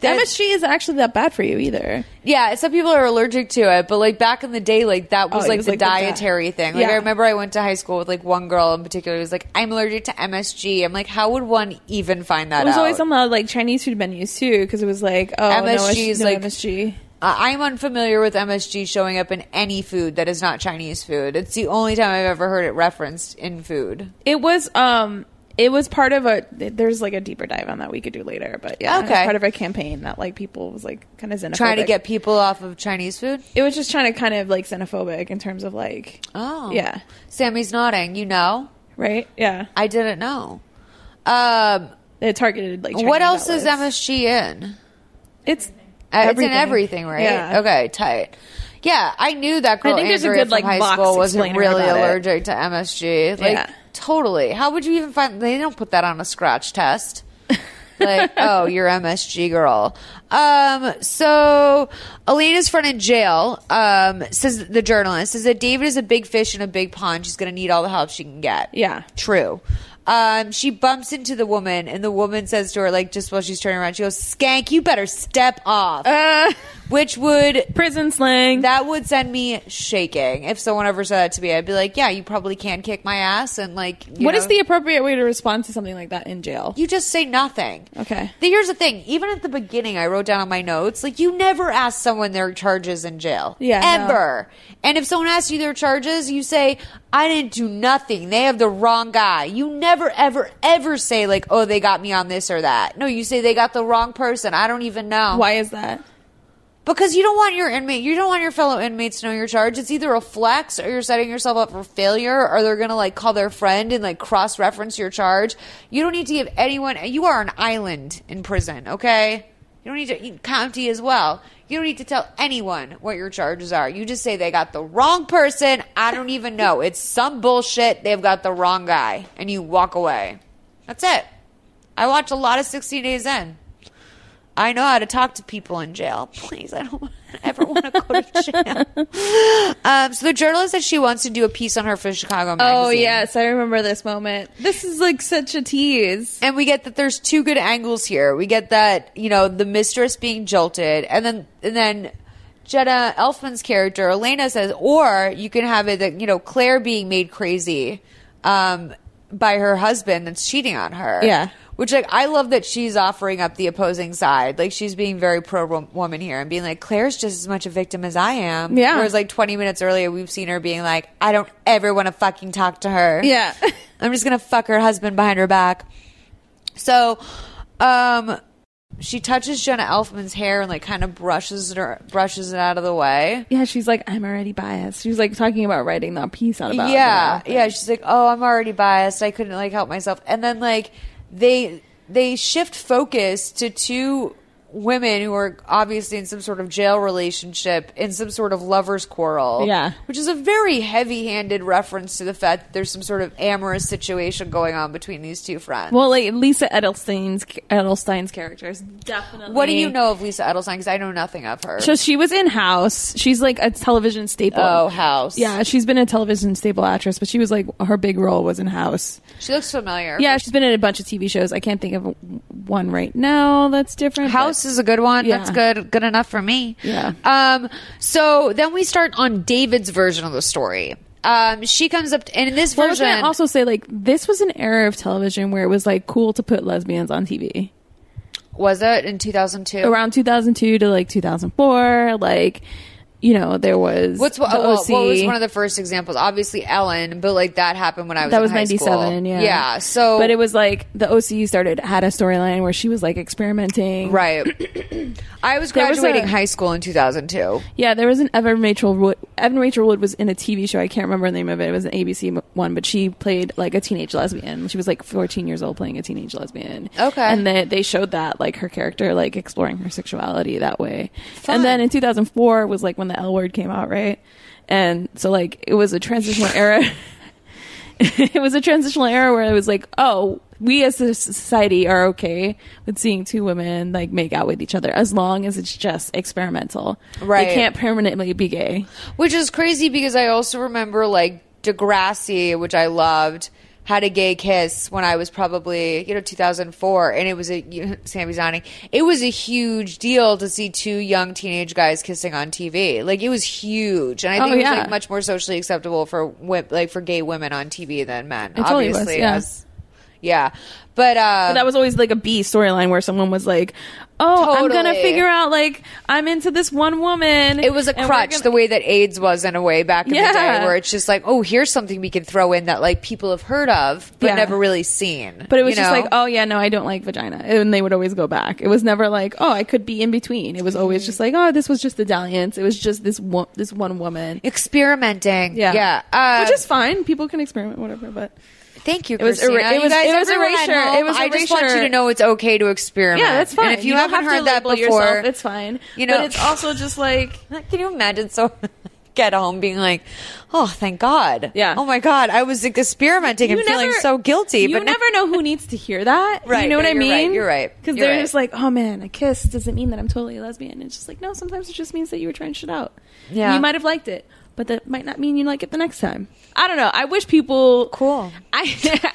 S1: that-
S5: MSG isn't actually that bad for you either.
S1: yeah, some people are allergic to it, but like back in the day, like that was
S5: Oh, it
S1: like
S5: was,
S1: the
S5: like, the di-
S1: dietary thing. Like
S5: Yeah.
S1: I remember I went to high school with like one girl in particular who was like, I'm allergic to MSG. I'm like, how would one even find that
S5: It was
S1: out?
S5: always on the like Chinese food menus too, because it was like, oh,
S1: MSG
S5: no,
S1: is
S5: no
S1: like-
S5: MSG.
S1: Uh, I'm unfamiliar with MSG showing up in any food that is not Chinese food. It's the only time I've ever heard it referenced in food.
S5: It was um it was part of a there's like a deeper dive on that we could do later, but yeah, it was
S1: Okay.
S5: part of a campaign that like people was like kind of xenophobic.
S1: Trying to get people off of Chinese food.
S5: it was just trying to kind of like xenophobic in terms of like
S1: Oh,
S5: yeah,
S1: Sammy's nodding. You know,
S5: right? Yeah.
S1: I didn't know. Um,
S5: It targeted like
S1: what else
S5: Chinese
S1: is
S5: outlets.
S1: MSG in?
S5: It's
S1: Uh,
S5: Everything.
S1: It's in everything, right?
S5: Yeah.
S1: Okay, tight. Yeah, I knew that girl
S5: I think there's a
S1: Andrea
S5: good,
S1: from
S5: like,
S1: high
S5: box
S1: school was
S5: explainer
S1: really
S5: about it.
S1: allergic to MSG. Like,
S5: Yeah.
S1: totally. How would you even find? They don't put that on a scratch test. like, oh, you're MSG girl. Um, so Elena's friend in jail, um, says the journalist says that David is a big fish in a big pond. She's gonna need all the help she can get.
S5: Yeah.
S1: True. Um, she bumps into the woman, and the woman says to her, like, just while she's turning around, she goes, Skank, you better step off. Which would,
S5: Uh. prison slang.
S1: that would send me shaking. If someone ever said that to me, I'd be like, yeah, you probably can kick my ass. And, like, you
S5: What is
S1: know,
S5: the appropriate way to respond to something like that in jail?
S1: You just say nothing.
S5: Okay.
S1: The- Here's the thing. Even at the beginning, I wrote down on my notes, like, you never ask someone their charges in jail.
S5: Yeah, no.
S1: Ever. And if someone asks you their charges, you say, I didn't do nothing. They have the wrong guy. You never, ever, ever say, like, oh, they got me on this or that. No, you say they got the wrong person. I don't even know.
S5: Why is that?
S1: Because you don't want your inmate, you don't want your fellow inmates to know your charge. It's either a flex or you're setting yourself up for failure or they're going to like call their friend and like cross reference your charge. You don't need to give anyone, you are an island in prison, okay? You don't need to, you- county as well. You don't need to tell anyone what your charges are. You just say they got the wrong person. I don't even know. It's some bullshit. They've got the wrong guy. And you walk away. That's it. I watch a lot of 60 Days In. I know how to talk to people in jail. Please, I don't ever want to go Um, so the journalist said she wants to do a piece on her for Chicago magazine.
S5: Oh yes, I remember this moment. This is like such a tease.
S1: And we get that there's two good angles here. We get that, you know, the mistress being jolted and then and then Jetta Elfman's character, Elena says, or you can have it that, you know, Claire being made crazy um, by her husband that's cheating on her.
S5: Yeah.
S1: Which like I love that she's offering up the opposing side. Like she's being very pro wo- woman here and being like Claire's just as much a victim as I am.
S5: Yeah.
S1: Whereas like 20 minutes earlier we've seen her being like I don't ever want to fucking talk to her.
S5: Yeah.
S1: I'm just gonna fuck her husband behind her back. So, um, she touches Jenna Elfman's hair and like kind of brushes it or brushes it out of the way.
S5: Yeah, she's like, I'm already biased. She's like talking about writing that piece out about.
S1: yeah,
S5: her.
S1: yeah. She's like, oh, I'm already biased. I couldn't like help myself. And then like they they shift focus to two women who are obviously in some sort of jail relationship in some sort of lovers quarrel
S5: Yeah.
S1: which is a very heavy-handed reference to the fact that there's some sort of amorous situation going on between these two friends
S5: Well, like Lisa Edelstein's Edelstein's character is definitely.
S1: What do you know of Lisa Edelstein? Because I know nothing of her.
S5: So she was in House. She's like a television staple.
S1: oh, House.
S5: Yeah, she's been a television staple actress, but she was like her big role was in House.
S1: she looks familiar.
S5: Yeah, she's been in a bunch of TV shows. I can't think of one right now that's different. but-
S1: House is a good one.
S5: Yeah.
S1: That's good. Good enough for me.
S5: Yeah.
S1: Um. So then we start on David's version of the story. Um. She comes up and in this
S5: Well, I was
S1: version,
S5: gonna also say like this was an era of television where it was like cool to put lesbians on TV
S1: was it in two thousand two?
S5: around 2002 to like 2004. Like, you know, there was
S1: What's oh,
S5: the
S1: what, well,
S5: OC.
S1: what was one of the first examples? Obviously Ellen, but like that happened when I was
S5: that
S1: in
S5: was
S1: high school.
S5: 97 yeah
S1: Yeah. So,
S5: but it was like the ocu started had a storyline where she was like experimenting
S1: right. I was
S5: There was a-
S1: graduating high school in two thousand two.
S5: yeah there was an evan rachel wood evan rachel wood was in a tv show i can't remember the name of it it was an abc one but she played like a teenage lesbian she was like 14 years old playing a teenage lesbian
S1: Okay.
S5: and then they showed that like her character like exploring her sexuality that way and then in 2004 was like when the l word came out right and so like it was a transitional era it was a transitional era where it was like, oh, we as a society are okay with seeing two women like make out with each other as long as it's just experimental.
S1: Right.
S5: They can't permanently be gay.
S1: Which is crazy because I also remember like Degrassi, which I loved, had a gay kiss when I was probably you know 2004, and it was a you know, Sammy Zani. It was a huge deal to see two young teenage guys kissing on TV. Like it was huge, and I think
S5: Oh,
S1: it was
S5: yeah.
S1: like much more socially acceptable for wo- like for gay women on TV than men.
S5: totally was,
S1: obviously,
S5: yeah.
S1: as- yeah. But, uh,
S5: But that was always like a B storyline where someone was like, oh, I'm going to
S1: Totally.
S5: figure out like I'm into this one woman.
S1: It was a
S5: and we're
S1: crutch,
S5: gonna-
S1: the way that AIDS was in a way back in the
S5: Yeah.
S1: day, where it's just like, oh, here's something we can throw in that like people have heard of but
S5: Yeah.
S1: never really seen.
S5: But it was
S1: you
S5: just
S1: know?
S5: like, oh yeah, no, I don't like vagina, and they would always go back. It was never like, oh, I could be in between. It was always just like, oh, this was just the dalliance. It was just this one, this one woman.
S1: experimenting.
S5: Yeah,
S1: yeah. Uh,
S5: which is fine. People can experiment, whatever. But
S1: thank you.
S5: it was
S1: Christina.
S5: era- it
S1: You
S5: was-
S1: guys,
S5: it was
S1: everyone at
S5: erasure.
S1: home,
S5: It was
S1: I just want you
S5: erasure.
S1: to know it's okay to experiment.
S5: yeah, that's fine.
S1: And if you,
S5: don't
S1: haven't
S5: have to
S1: heard that
S5: label
S1: before,
S5: yourself, it's fine.
S1: You know,
S5: but it's also just like
S1: Can you imagine so get home being like, oh, thank God.
S5: Yeah.
S1: Oh my God, I was like, experimenting
S5: you
S1: and feeling
S5: never-
S1: so guilty.
S5: You
S1: but now-
S5: never know who needs to hear that.
S1: Right.
S5: You know what
S1: No,
S5: I
S1: you're
S5: mean?
S1: right. You're right.
S5: Because
S1: You're
S5: they're
S1: right.
S5: just like, oh man, a kiss doesn't mean that I'm totally a lesbian. And it's just like, no. Sometimes it just means that you were trying shit out.
S1: Yeah.
S5: You might have liked it, but that might not mean you like it the next time. I don't know. I wish people.
S1: Cool.
S5: I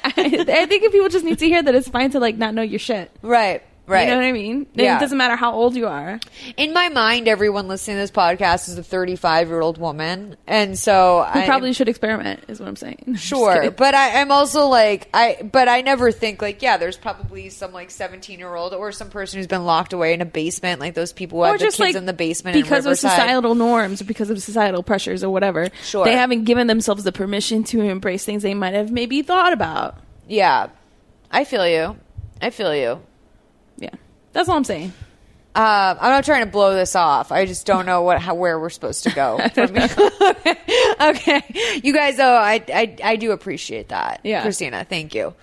S5: I think if people just need to hear that it's fine to like not know your shit.
S1: Right. Right.
S5: You know what I mean? Then
S1: Yeah.
S5: It doesn't matter how old you are.
S1: In my mind, everyone listening to this podcast is a 35 year old woman. And so
S5: You
S1: I
S5: probably should experiment, is what I'm saying. I'm just
S1: sure.
S5: kidding.
S1: But I, I'm also like, I, but I never think like, yeah, there's probably some like 17 year old or some person who's been locked away in a basement, like those people who
S5: or
S1: have the
S5: just
S1: kids
S5: like
S1: in the basement
S5: because
S1: in
S5: of
S1: Riverside.
S5: societal norms or because of societal pressures or whatever.
S1: Sure.
S5: They haven't given themselves the permission to embrace things they might have maybe thought about.
S1: Yeah. I feel you. I feel you.
S5: Yeah. That's all I'm saying.
S1: Um, I'm not trying to blow this off. I just don't know what how, where we're supposed to go. From here. okay, you guys. Oh, I, I I do appreciate that.
S5: Yeah.
S1: Christina, thank you.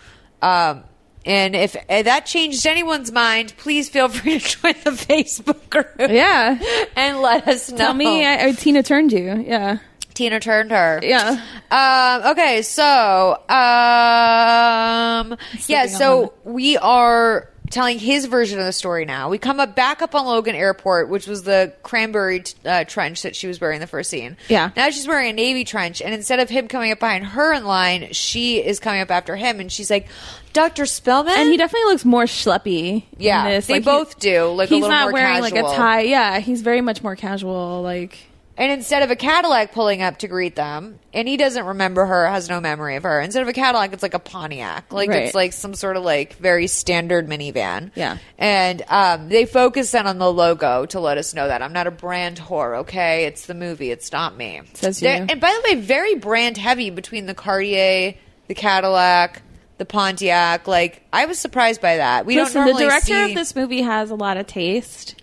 S1: Um, and if, if that changed anyone's mind, please feel free to join the Facebook group.
S5: Yeah.
S1: and let us know.
S5: Tell me I, I, Oh, Tina turned you. Yeah.
S1: Tina turned her.
S5: Yeah.
S1: Um, okay, so um, yeah,
S5: Slipping
S1: so we are telling his version of the story now. We come up back up on Logan Airport, which was the cranberry uh, trench that she was wearing in the first scene.
S5: Yeah.
S1: Now she's wearing a navy trench, and instead of him coming up behind her in line, she is coming up after him, and she's like, "Dr. Spellman."
S5: And he definitely looks more schleppy.
S1: Yeah,
S5: in this.
S1: they
S5: Like,
S1: both do. Like a
S5: he's
S1: little
S5: not
S1: more
S5: wearing
S1: casual.
S5: like a tie. Yeah, he's very much more casual. Like
S1: And instead of a Cadillac pulling up to greet them, and he doesn't remember her, has no memory of her. Instead of a Cadillac, it's like a Pontiac. Like
S5: Right.
S1: it's like some sort of like very standard minivan.
S5: Yeah.
S1: And um, they focus then on the logo to let us know that I'm not a brand whore, okay? It's the movie, it's not me.
S5: Says
S1: They're-
S5: you.
S1: And by the way, very brand heavy between the Cartier, the Cadillac, the Pontiac. Like I was surprised by that. We
S5: listen,
S1: don't
S5: the
S1: normally
S5: director
S1: see-
S5: of this movie has a lot of taste.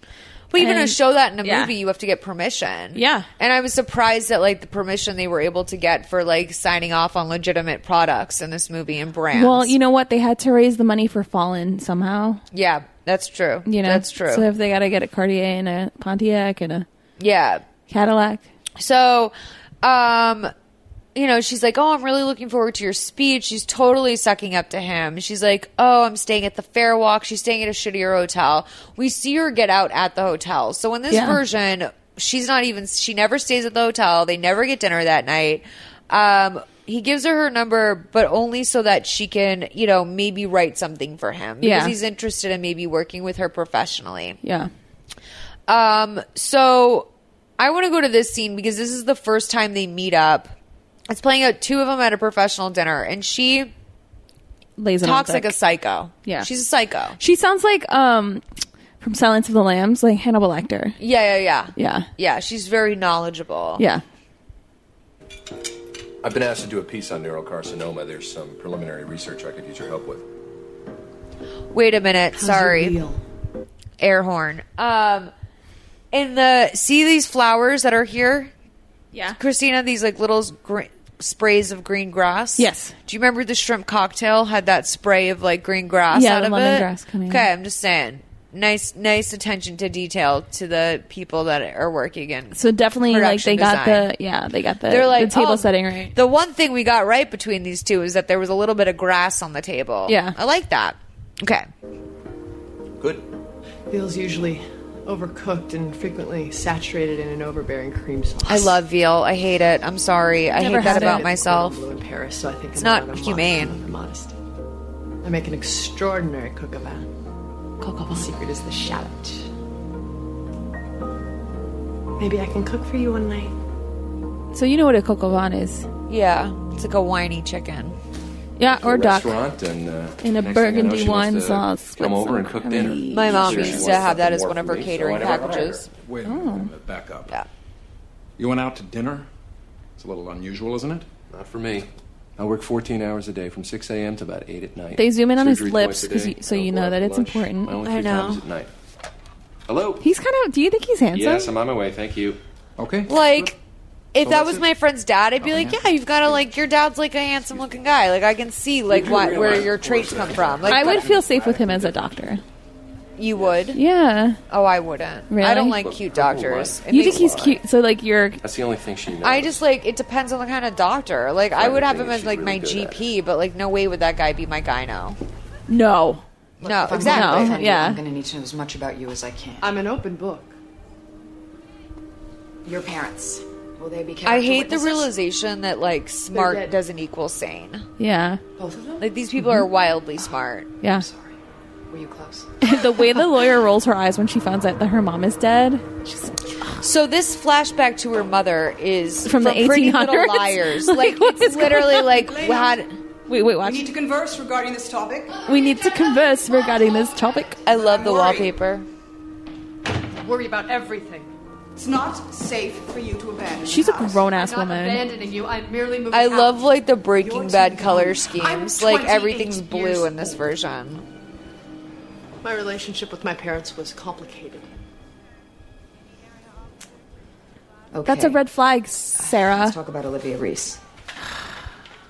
S1: but even to
S5: And-
S1: show that in a
S5: yeah.
S1: movie, you have to get permission.
S5: Yeah.
S1: And I was surprised at like the permission they were able to get for like signing off on legitimate products in this movie and brands.
S5: Well, you know what? They had to raise the money for Fallen somehow.
S1: yeah, that's true.
S5: You know,
S1: that's true.
S5: So if they got to get a Cartier and a Pontiac and a
S1: yeah.
S5: Cadillac,
S1: So, um, you know, she's like, "Oh, I'm really looking forward to your speech." She's totally sucking up to him. She's like, "Oh, I'm staying at the Fairwalk." She's staying at a shittier hotel. We see her get out at the hotel. So in this
S5: Yeah.
S1: version, she's not even. She never stays at the hotel. They never get dinner that night. Um, he gives her her number, but only so that she can, you know, maybe write something for him because
S5: Yeah.
S1: he's interested in maybe working with her professionally.
S5: yeah,
S1: Um, so I want to go to this scene because this is the first time they meet up. It's playing out two of them at a professional dinner, and she
S5: lays it on
S1: talks like a
S5: thick.
S1: psycho.
S5: Yeah.
S1: she's a psycho.
S5: She sounds like um from Silence of the Lambs, like Hannibal Lecter.
S1: Yeah, yeah, yeah,
S5: Yeah,
S1: yeah. She's very knowledgeable.
S5: yeah.
S6: I've been asked to do a piece on neurocarcinoma. There's some preliminary research I could use your help with.
S1: Wait a minute. Sorry. Air horn. Um, in the see these flowers that are here,
S5: Yeah.
S1: Christina. These like little gr- sprays of green grass.
S5: Yes.
S1: Do you remember the shrimp cocktail had that spray of like green grass?
S5: Yeah,
S1: out
S5: the
S1: of
S5: lemon
S1: it?
S5: grass coming
S1: Okay,
S5: out.
S1: I'm just saying. Nice, nice attention to detail to the people that are working in.
S5: So definitely, like
S1: Production
S5: they got
S1: design.
S5: the yeah, they got the
S1: They're like
S5: the table
S1: "Oh,
S5: setting right.
S1: The one thing we got right between these two is that there was a little bit of grass on the table.
S5: Yeah.
S1: I like that. Okay.
S6: Good.
S3: Veal's usually overcooked and frequently saturated in an overbearing cream sauce.
S1: I love veal. I hate it. I'm sorry. I hate
S5: Never
S1: that
S5: had it.
S1: about myself.
S3: Blue in Paris, so I think it's
S1: not humane.
S3: Modest. I make an extraordinary coq au vin. The secret is the shallot. Maybe I can cook for you one night.
S5: So you know what a coq au vin is?
S1: Yeah, it's like a whiny chicken.
S5: Yeah, or duck.
S6: Restaurant and uh,
S5: In
S6: next thing I
S5: a
S6: know,
S5: burgundy
S6: she wants
S5: wine
S6: to
S5: sauce
S6: Come
S5: with
S6: over and
S5: some
S6: cook
S5: honey.
S6: dinner.
S1: My mom
S6: She
S1: used
S6: wants
S1: to have that
S6: something
S1: as
S6: more
S1: one of
S6: from
S1: her
S6: me, so
S1: catering
S6: I never hired her.
S1: packages.
S10: Wait a minute, back up.
S1: Yeah.
S10: You went out to dinner? It's a little unusual, isn't it?
S6: Not for me. I work 14 hours a day from 6 a.m. to about 8 at night.
S5: They zoom in on his
S6: Surgery
S5: lips
S6: twice a
S5: 'cause
S6: day.
S5: you- so
S6: I don't
S5: you
S6: go
S5: know
S6: out
S5: that
S6: for
S5: it's
S6: lunch.
S5: important.
S6: I only
S1: I
S6: three
S1: know.
S6: times at night. Hello?
S5: He's kind of. Do you think he's handsome?
S6: yes, I'm on my way. Thank you.
S10: Okay.
S1: Like, if that
S6: that's
S1: was
S6: it?
S1: my friend's dad, I'd be like, yeah, you've got to like your dad's like a handsome looking guy. Like I can see like what where your traits come from. Like
S5: I would
S1: but
S5: feel safe with him as a doctor.
S1: You would?
S5: Yeah.
S1: Oh, I wouldn't. I
S5: Really?
S1: don't like cute doctors. It
S5: You
S1: makes-
S5: think he's cute? So like you're
S6: That's the only thing she knows.
S1: I just like it depends on the kind of doctor. Like I would have him as
S6: She's
S1: like my
S6: really good at
S1: GP, but like no way would that guy be my gyno.
S5: no.
S1: No,
S7: If I'm
S1: exactly.
S7: gonna
S5: No.
S7: offend you,
S5: yeah.
S7: I'm going to need to know as much about you as I can.
S3: I'm an open book.
S7: Your parents. Will they be character
S1: I hate the
S7: witnesses?
S1: realization that like smart
S3: dead.
S1: doesn't equal sane.
S5: Yeah. Mm-hmm.
S7: Both of them?
S1: Like these people are wildly smart.
S5: Yeah.
S7: Sorry. Were you close?
S5: the way the lawyer rolls her eyes when she finds out that her mom is dead. She's,
S1: So this flashback to her mother is
S5: From the
S1: Pretty Little
S5: 1800s?
S1: Liars.
S5: Like,
S1: Like,
S5: what
S1: it's
S5: is going
S1: literally
S5: on?
S1: like had.
S5: wait, wait, watch.
S8: to converse regarding this topic.
S5: We need to converse regarding this topic.
S1: I love the
S8: Worry.
S1: wallpaper.
S3: Worry about everything.
S8: It's not safe for you to abandon.
S5: She's a grown ass
S3: I'm not
S5: woman.
S3: abandoning you. I'm merely moving.
S1: I
S3: out.
S1: love like the Breaking
S8: You're
S1: Bad
S8: too
S1: color
S8: young.
S1: schemes.
S8: I'm
S1: Like
S8: 28
S1: everything's
S8: years
S1: blue in this version.
S3: My relationship with my parents was complicated.
S7: Okay.
S5: That's a red flag,
S7: Let's
S5: Sarah.
S7: talk about Olivia Reese.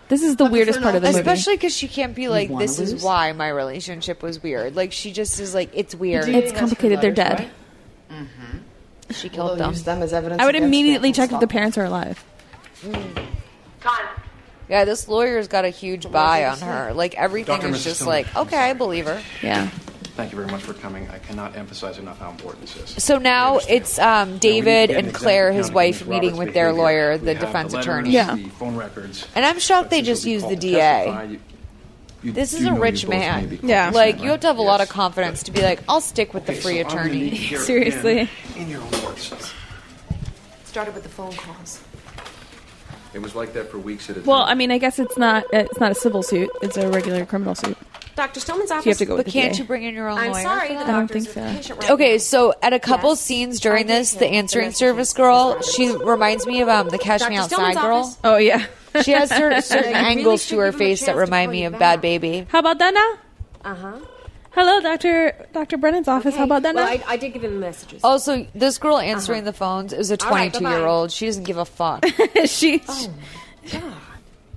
S5: This is the weirdest part of the movie.
S1: Especially because she can't be like,
S7: wanna
S1: "This is
S7: lose?
S1: why my relationship was weird." Like she just is like, "It's weird."
S5: It's complicated. They're dead.
S1: she
S3: They'll
S1: killed them.
S3: use them as evidence.
S5: I would
S3: against
S5: immediately
S3: me.
S5: check if the parents are alive.
S1: Yeah, this lawyer's got a huge buy on her. Like everything is just like, "Okay, I believe her."
S5: Yeah.
S11: Thank you very much for coming. I cannot emphasize enough how important this is.
S1: So now it's um, David
S11: get an
S1: and Claire,
S11: example
S1: his
S11: counting
S1: wife,
S11: Ms.
S1: meeting
S11: Roberts'
S1: with their
S11: behavior.
S1: lawyer,
S11: We
S1: the
S11: have the
S1: defense
S11: letters,
S1: attorney.
S11: Yeah. the phone records.
S1: And I'm shocked they
S11: Since you'll
S1: just
S11: be
S1: used the
S11: called to testify,
S1: DA.
S11: you- you
S1: This
S11: do
S1: is a
S11: know you
S1: rich
S11: both may be
S1: man.
S11: called
S1: Yeah.
S11: to
S1: Like
S11: testify,
S1: you have to have a
S11: right?
S1: lot
S11: Yes.
S1: of confidence to be like, I'll stick with the
S11: Okay,
S1: free
S11: so I'm gonna need to
S1: attorney.
S11: hear again In your words.
S12: Started with the phone calls.
S11: It was like that for weeks at a time.
S5: Well, I mean, I guess it's not it's not a civil suit; it's a regular criminal suit.
S12: Dr. Stillman's
S5: So you
S12: office.
S5: have to go with
S12: but
S5: the
S12: can't
S5: DA.
S12: you bring in your own
S5: I'm
S12: lawyer?
S5: sorry,
S12: for
S5: the
S12: that?
S5: I don't think so.
S1: Okay, so at a couple scenes during this, the answering service girl, she reminds me of um the Cash Me
S5: Dr.
S1: Outside
S5: Stillman's
S1: girl.
S5: office. Oh yeah,
S1: She has cer- certain
S5: I really
S1: angles
S5: should
S1: to her
S5: give him a
S1: face that
S5: chance to
S1: remind
S5: call
S1: me
S5: you
S1: of
S5: back. Uh-huh.
S1: Bad Baby.
S5: How about that now?
S12: Uh
S3: Uh-huh.
S12: huh.
S5: Hello, Doctor Doctor Brennan's office. How about that now?
S12: well,
S5: Oh,
S12: I, I did give him the messages.
S1: Also, this girl answering the phones is a
S12: All right,
S1: 22 year old. She doesn't give a fuck.
S5: she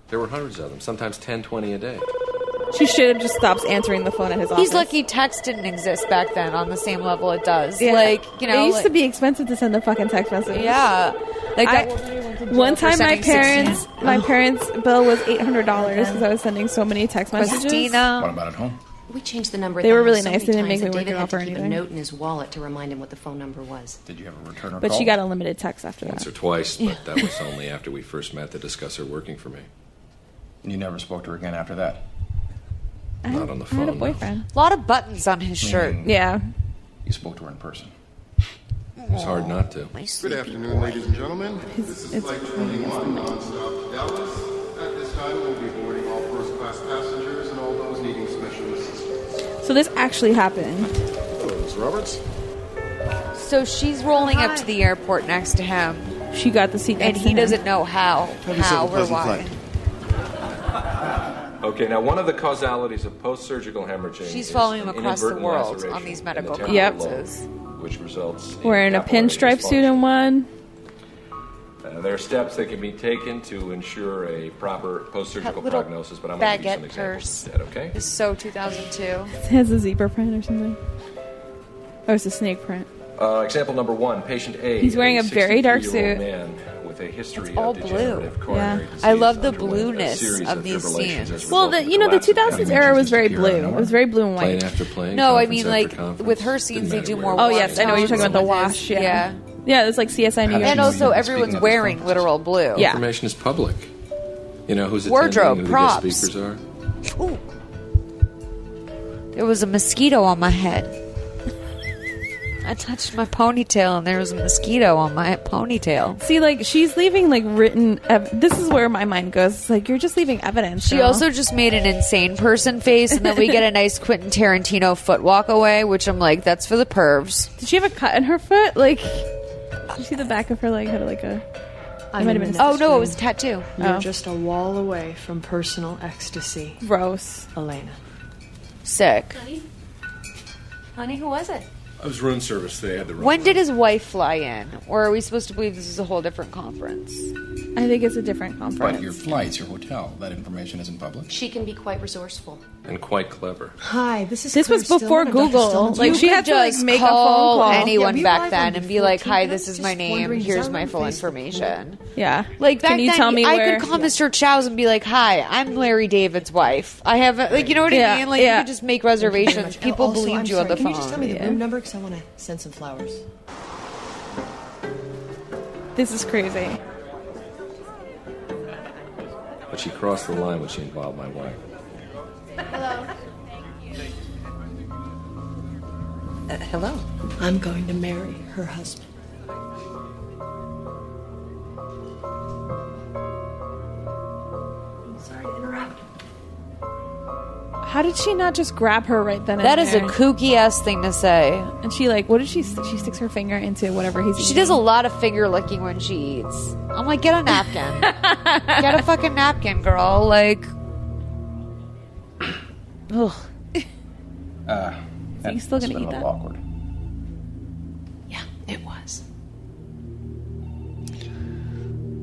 S13: There were hundreds of them, sometimes 10, 20 a day.
S5: she should have just stopped answering the phone at his office.
S1: He's lucky text didn't exist back then on the same level it does. Like, you know.
S5: it used
S1: like-
S5: to be expensive to send a fucking text message.
S1: Yeah. Like
S5: I-
S1: that-
S5: one time, my
S1: Sending 16.
S5: parents, my
S1: Oh.
S5: parents' bill was eight hundred dollars because I was sending so many text messages.
S14: What about at home?
S12: We changed the number. at
S5: They
S12: the
S5: were
S12: house
S5: really
S12: so
S5: nice.
S12: many
S5: They didn't
S12: times
S5: make me
S12: that
S5: work
S12: David
S5: it
S12: had
S5: off
S12: to
S5: or
S12: keep
S5: anything.
S12: a note in his wallet to remind him what the phone number was.
S14: Did you have a return or
S5: But she got a limited text after that.
S13: Once or twice, but that was only after we first met to discuss her working for me.
S14: You never spoke to her again after that.
S13: Not on
S5: I had a
S13: the phone. no.
S5: boyfriend.
S1: A lot of buttons on his shirt.
S5: Yeah.
S14: You spoke to her in person.
S13: It was
S5: Oh.
S13: hard not to.
S15: Good afternoon, ladies and gentlemen. This is Flight 21, nonstop Dallas. At this time, we'll be boarding all first-class passengers and all those needing special assistance.
S5: So this actually happened.
S15: Hello, Ms. Roberts.
S1: So she's rolling up to the airport next to him,
S5: She got the seat,
S1: and he doesn't know how, how or why.
S13: Okay, now one of the causalities of post-surgical hemorrhaging
S1: She's
S13: is
S1: following him
S13: an
S1: across the
S13: inadvertent
S1: world
S13: laceration
S1: on these
S13: in the
S1: medical
S13: temporal
S5: Yep.
S13: lobe, which results
S5: Wearing a
S13: capillary
S5: pinstripe suit and one.
S13: Uh, there are steps that can be taken to ensure a proper post-surgical
S1: That little
S13: prognosis, but I'm going to give you some
S1: baguette
S13: examples
S1: purse.
S13: instead, okay?
S1: It's so 2002.
S5: It has a zebra print or something. Oh, it's a snake print.
S13: Uh, example number one, patient A.
S5: He's wearing a very dark
S13: 63-year-old
S5: suit.
S13: Man with a history
S1: It's all
S13: of degenerative
S1: blue.
S13: coronary
S5: Yeah.
S13: disease
S1: I love the
S13: underwent a
S1: blueness
S13: series
S1: of these
S13: fibrillations
S1: scenes.
S13: as a
S5: Well,
S13: result
S5: the
S13: of
S5: you know the
S13: collapse of
S5: 2000s
S13: the
S5: era was
S14: mentions
S5: very
S14: disappear out of
S5: blue. It
S14: nowhere.
S5: was very blue and white.
S13: Plane after plane.
S1: No, I
S13: conference
S1: mean
S13: after
S1: like
S13: conference.
S1: with her
S13: Didn't
S1: scenes, they
S13: matter
S1: do
S13: where
S1: more.
S13: it
S5: Oh
S13: was.
S5: yes, I know what you're talking about. The wash. Yeah.
S1: Yeah.
S5: yeah. it's like CSI New York.
S1: And also, everyone's
S14: of this
S1: wearing
S14: conference.
S1: literal blue.
S5: Yeah.
S13: Information is public. You know who's
S1: Wardrobe,
S13: attending, who the
S1: props.
S13: guest speakers are.
S1: Ooh. There was a mosquito on my head. I touched my ponytail, and there was a mosquito on my ponytail.
S5: See, like she's leaving like written. Ev- this is where my mind goes. It's like you're just leaving evidence.
S1: She
S5: girl.
S1: also just made an insane person face, and then we get a nice Quentin Tarantino foot walk away, which I'm like, that's for the pervs.
S5: did she have a cut in her foot? Like, did you see the back of her leg had like a. It might have been.
S1: Oh no, it was a tattoo.
S3: You're
S5: Oh.
S3: just a wall away from personal ecstasy,
S5: gross.
S3: Elena.
S1: Sick.
S12: Honey, who was it?
S13: I was room service. They had the room.
S1: When did his wife fly in? Or are we supposed to believe this is a whole different conference?
S5: I think it's a different conference.
S14: But your flights, your hotel, that information isn't public.
S12: She can be quite resourceful.
S13: and quite clever.
S3: Hi, this is
S5: This was
S3: Claire
S5: before
S3: Stillman of Dr.
S5: Google.
S3: Stillman's
S5: Like,
S1: You
S3: office.
S5: she
S1: could
S5: had to, like,
S1: just
S5: make a phone
S1: call
S5: call.
S1: anyone
S3: Yeah, we
S1: back
S3: arrived on
S1: then
S3: the
S1: and be like,
S3: 14th.
S1: "Hi,
S3: I was
S1: this is
S3: just
S1: my name.
S3: wondering,
S1: Here's
S3: John,
S1: my
S3: if
S1: full
S3: this is the
S1: information."
S5: yeah.
S1: Like back
S5: can you
S1: then,
S5: tell me
S1: I
S5: where?
S1: could call Mr. Chow's and be like, "Hi, I'm Larry David's wife. I have, a, like, you know what
S5: Yeah,
S1: I mean? Like,
S5: yeah.
S1: you could just make
S3: Very
S1: reservations.
S3: much.
S1: People
S3: Also,
S1: believed
S3: I'm
S1: you on
S3: sorry,
S1: the
S3: can
S1: phone."
S3: you just tell me the room number? Because I want to send some flowers.
S5: This is crazy.
S13: But she crossed the line when she involved my wife.
S1: Uh,
S16: hello.
S3: I'm going to marry her husband.
S5: How did she not just grab her right then?
S1: That
S5: and
S1: is a
S5: there?
S1: kooky ass thing to say.
S5: And she like, what did she? She sticks her finger into whatever he's.
S1: She
S5: eating.
S1: does a lot of finger licking when she eats. I'm like, get a napkin. get a fucking napkin, girl. Like, ugh.
S14: Uh,
S5: you still
S14: it's been
S5: gonna eat
S14: a little
S5: that?
S14: awkward.
S3: Yeah, it was.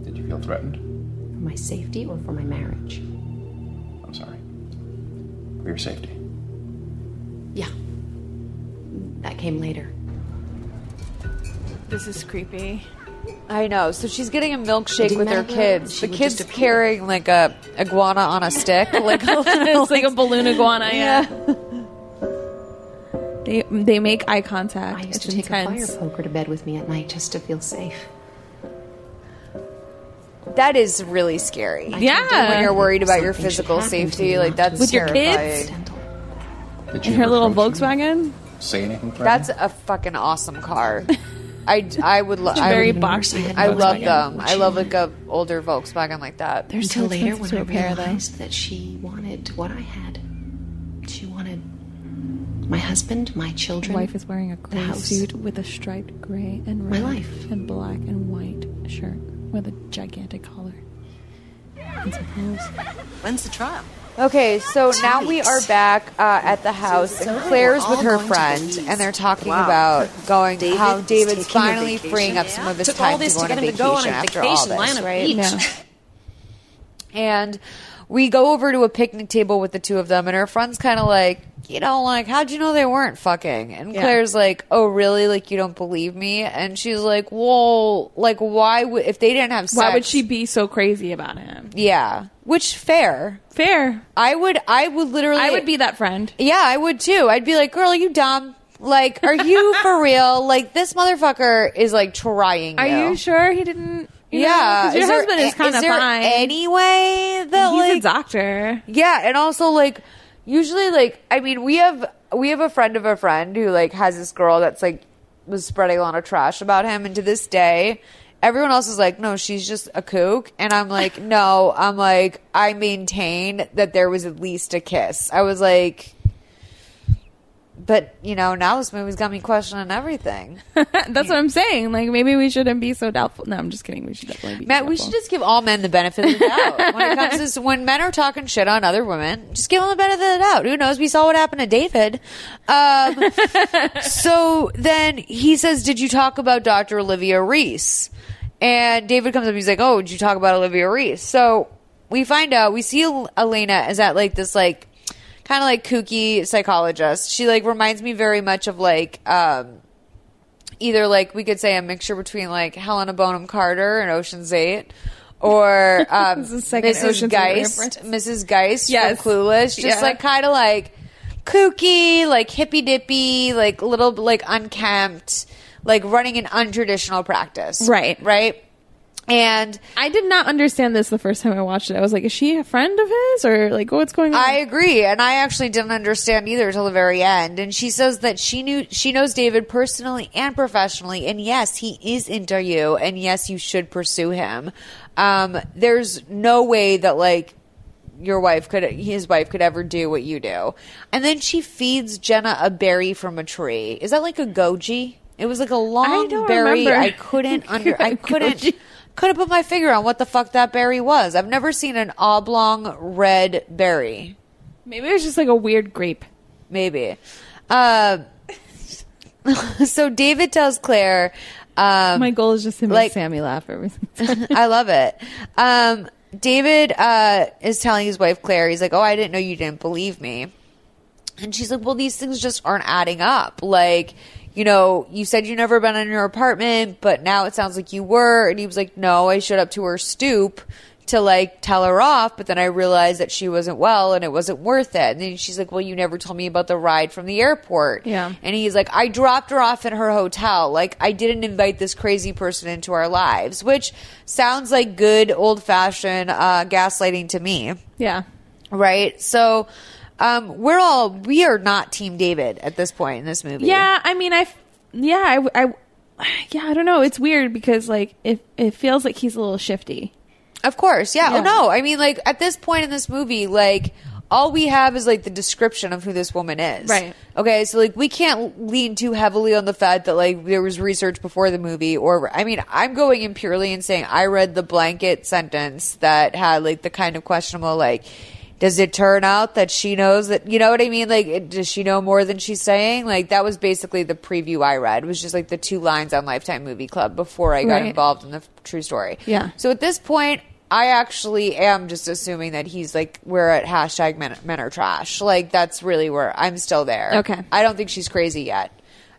S14: Did you feel threatened?
S12: For my safety or for my marriage?
S14: I'm sorry. For your safety.
S12: Yeah. That came later.
S5: This is creepy.
S1: I know. So she's getting a milkshake
S12: Didn't
S1: with her
S12: matter.
S1: kids.
S12: She
S1: The
S12: would
S1: kids
S12: just appear.
S1: carrying like a iguana on a stick, like a little,
S5: it's like a balloon iguana. Yeah. They they make eye contact.
S17: I used
S5: It's
S17: to take
S5: intense.
S17: a fire poker to bed with me at night just to feel safe.
S1: That is really scary.
S5: Yeah.
S1: when you're worried about your physical safety, like that's
S5: With your
S1: terrifying.
S5: kids?
S6: Did
S5: In her little Volkswagen.
S6: Say anything. Fran?
S1: That's a fucking awesome car. I, I would love
S5: It's very boxy.
S1: I love
S5: Volkswagen.
S1: them. I love like a older Volkswagen like that.
S5: They're so
S17: Until later,
S5: expensive
S17: when
S5: to
S17: I
S5: repair, though.
S17: realized that she wanted what I had, she wanted my husband, my children.
S5: Wife is wearing a
S17: the
S5: gray
S17: house.
S5: suit with a striped gray and
S17: My
S5: red
S17: life.
S5: and black and white shirt with a gigantic collar. And some pearls.
S7: When's the trial?
S1: Okay, so now we are back uh, at the house, and
S7: over.
S1: Claire's
S7: We're
S1: with
S7: all
S1: her
S7: going to the
S1: friend,
S7: East.
S1: and they're talking
S7: Wow.
S1: about going
S7: David
S1: how
S7: is
S1: David's
S7: taking a
S1: finally
S7: vacation.
S1: freeing up
S7: Yeah.
S1: some of his
S7: Took
S1: time
S7: all this
S1: to go
S7: to
S1: on
S7: get
S1: a
S7: him
S1: vacation
S7: to go on a
S1: after
S7: vacation,
S1: all
S7: lie
S1: this,
S7: on a
S1: right?
S7: beach. Yeah.
S1: And we go over to a picnic table with the two of them, and her friend's kind of like, you know, like, how'd you know they weren't fucking? And
S7: Yeah.
S1: Claire's like, oh, really? Like, you don't believe me? And she's like, well, like, why would, if they didn't have sex,
S5: Why would she be so crazy about him?
S1: Yeah. Which fair.
S5: Fair.
S1: I would I would literally
S5: I would be that friend.
S1: Yeah, I would too. I'd be like, "Girl, are you dumb? Like, are you for real? Like this motherfucker is like trying
S5: Are
S1: you."
S5: you sure he didn't? you know,
S1: yeah,
S5: 'cause your
S1: there
S5: husband is
S1: a-
S5: kind of
S1: there
S5: fine.
S1: Any way that
S5: He's
S1: like
S5: a doctor.
S1: yeah, and also like usually like I mean we have we have a friend of a friend who like has this girl that's like was spreading a lot of trash about him, and to this day. Everyone else is like, no, she's just a kook. And I'm like, no, I'm like, I maintain that there was at least a kiss. I was like, but, you know, now this movie's got me questioning everything.
S5: That's what I'm saying. Like maybe we shouldn't be so doubtful. No, I'm just kidding. We should definitely be.
S1: Matt, we
S5: careful.
S1: should just give all men the benefit of the doubt when it comes to when men are talking shit on other women. Just give them the benefit of the doubt. Who knows? We saw what happened to David. Um, so then he says, "Did you talk about Dr. Olivia Reese?" And David comes up. He's like, "Oh, did you talk about Olivia Reese?" So we find out we see El- Elena is at like this like kind of like kooky psychologist. She like reminds me very much of like um either like we could say a mixture between like Helena Bonham Carter and Ocean's Eight. Or um,
S5: This is second
S1: Mrs.
S5: Ocean's Eight
S1: Geist, Mrs. Geist
S5: Yes.
S1: from Clueless, just
S5: Yeah.
S1: like kind of like kooky, like hippy dippy, like little like unkempt, like running an untraditional practice,
S5: Right.
S1: Right. And
S5: I did not understand this the first time I watched it. I was like, is she a friend of his or like what's going on?
S1: I agree, and I actually didn't understand either till the very end. And she says that she knew she knows David personally and professionally, and yes, he is into you, and yes, you should pursue him. Um, there's no way that like your wife could his wife could ever do what you do. And then she feeds Jenna a berry from a tree. Is that like a goji? It was like a long
S5: don't
S1: berry.
S5: remember.
S1: I couldn't under I couldn't
S5: Goji.
S1: could have put my finger on what the fuck that berry was. I've never seen an oblong red berry.
S5: Maybe it was just like a weird grape.
S1: Maybe. Uh, so David tells Claire. Um,
S5: My goal is just to make
S1: like-
S5: Sammy laugh every single time.
S1: I love it. Um, David uh, is telling his wife Claire, he's like, "Oh, I didn't know you didn't believe me," and she's like, "Well, these things just aren't adding up. Like, you know, you said you never been in your apartment, but now it sounds like you were." And he was like, "No, I showed up to her stoop." To like tell her off, but then I realized that she wasn't well and it wasn't worth it. And then she's like, Well, you never told me about the ride from the airport.
S5: Yeah.
S1: And he's like, I dropped her off at her hotel. Like, I didn't invite this crazy person into our lives, which sounds like good old fashioned uh, gaslighting to me.
S5: Yeah.
S1: Right. So, um, we're all, we are not Team David at this point in this movie.
S5: Yeah, I mean, I, f- yeah, I w- I, w- yeah, I don't know. It's weird because like it, it feels like he's a little shifty.
S1: Of course. Yeah.
S5: Yeah.
S1: Oh, no. I mean, like, at this point in this movie, like, all we have is like the description of who this woman is.
S5: Right.
S1: Okay. So, like, we can't lean too heavily on the fact that, like, there was research before the movie, or, I mean, I'm going in purely and saying I read the blanket sentence that had, like, the kind of questionable, like, does it turn out that she knows that, you know what I mean? Like, it, does she know more than she's saying? Like, that was basically the preview I read, was just like the two lines on Lifetime Movie Club before I got
S5: Right.
S1: involved in the f- true story.
S5: Yeah.
S1: So at this point, I actually am just assuming that he's like, we're at hashtag men, men are trash. Like, that's really where I'm still there.
S5: Okay.
S1: I don't think she's crazy yet.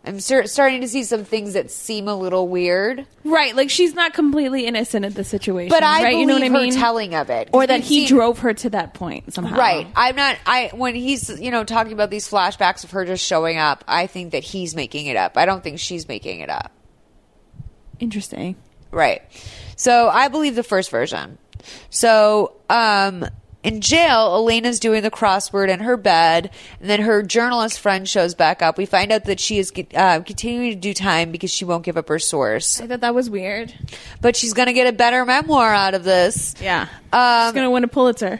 S1: I'm cer- starting to see some things that seem a little weird.
S5: Right, like she's not completely innocent of the situation.
S1: But I
S5: right?
S1: believe
S5: you know what I mean? Uh-huh.
S1: her telling of it,
S5: or that he
S1: seems-
S5: drove her to that point somehow.
S1: Right. I'm not. I when he's you know talking about these flashbacks of her just showing up, I think that he's making it up. I don't think she's making it up.
S5: Interesting.
S1: Right. So I believe the first version. So um, in jail, Elena's doing the crossword in her bed, and then her journalist friend shows back up. We find out that she is uh, continuing to do time because she won't give up her source.
S5: I thought that was weird.
S1: But she's going to get a better memoir out of this.
S5: Yeah.
S1: Um,
S5: She's gonna win a Pulitzer.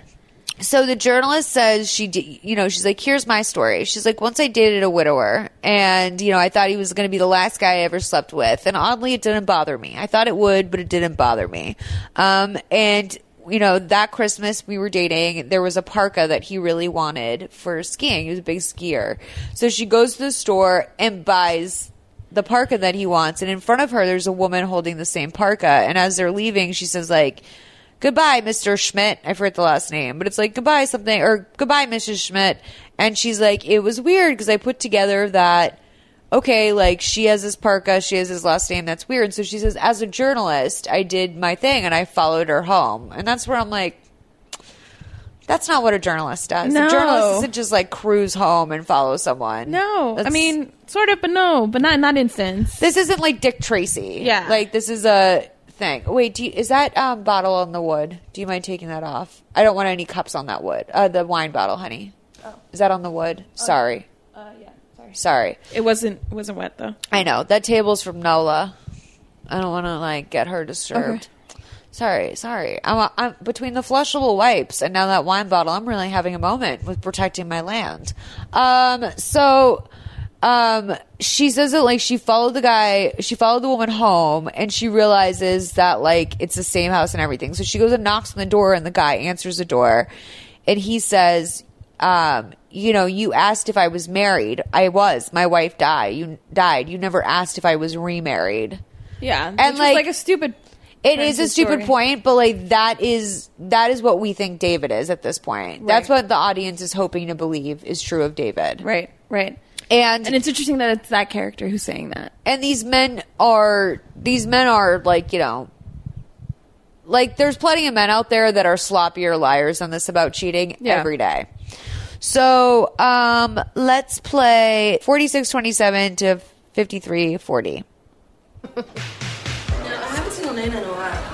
S1: so the journalist says she did, you know, she's like, here's my story. She's like, once I dated a widower and, you know, I thought he was going to be the last guy I ever slept with. And oddly, it didn't bother me. I thought it would, but it didn't bother me. Um, and, you know, that Christmas we were dating, there was a parka that he really wanted for skiing. He was a big skier. So she goes to the store and buys the parka that he wants. And in front of her, there's a woman holding the same parka. And as they're leaving, she says, like, goodbye, Mr. Schmidt. I forget the last name, but it's like goodbye something or goodbye, Mrs. Schmidt. And she's like, it was weird because I put together that, okay, like she has this parka, she has his last name. That's weird. So she says, as a journalist, I did my thing and I followed her home. And that's where I'm like, that's not what a journalist does.
S5: No.
S1: A journalist doesn't just like cruise home and follow someone.
S5: No, I
S1: That's-
S5: mean, sort of, but no, but not not infants.
S1: this isn't like Dick Tracy.
S5: Yeah.
S1: Like this is a thing. Wait, do you, is that um, bottle on the wood? Do you mind taking that off? I don't want any cups on that wood. Uh, the wine bottle, honey. Is that on the wood? Sorry.
S5: Oh. Uh, yeah, sorry.
S1: Sorry.
S5: It wasn't it wasn't wet though.
S1: I know that table's from Nola. I don't want to like get her disturbed. Sorry, sorry. I'm, I'm between the flushable wipes and now that wine bottle. I'm really having a moment with protecting my land. Um, so, um, she says that like she followed the guy, she followed the woman home, and she realizes that like it's the same house and everything. So she goes and knocks on the door, and the guy answers the door, and he says, um, you know, you asked if I was married. I was. My wife died. You died. You never asked if I was remarried.
S5: Yeah,
S1: And,
S5: and
S1: like,
S5: like, like a stupid.
S1: It is a
S5: Friends'
S1: stupid
S5: story.
S1: point, but like that is that is what we think David is at this point. That's what the audience is hoping to believe is true of David.
S5: Right, right.
S1: And
S5: And it's interesting that it's that character who's saying that.
S1: and these men are these men are like you know like there's plenty of men out there that are sloppier liars on this about cheating
S5: Yeah.
S1: every day so um let's play 4627 to 5340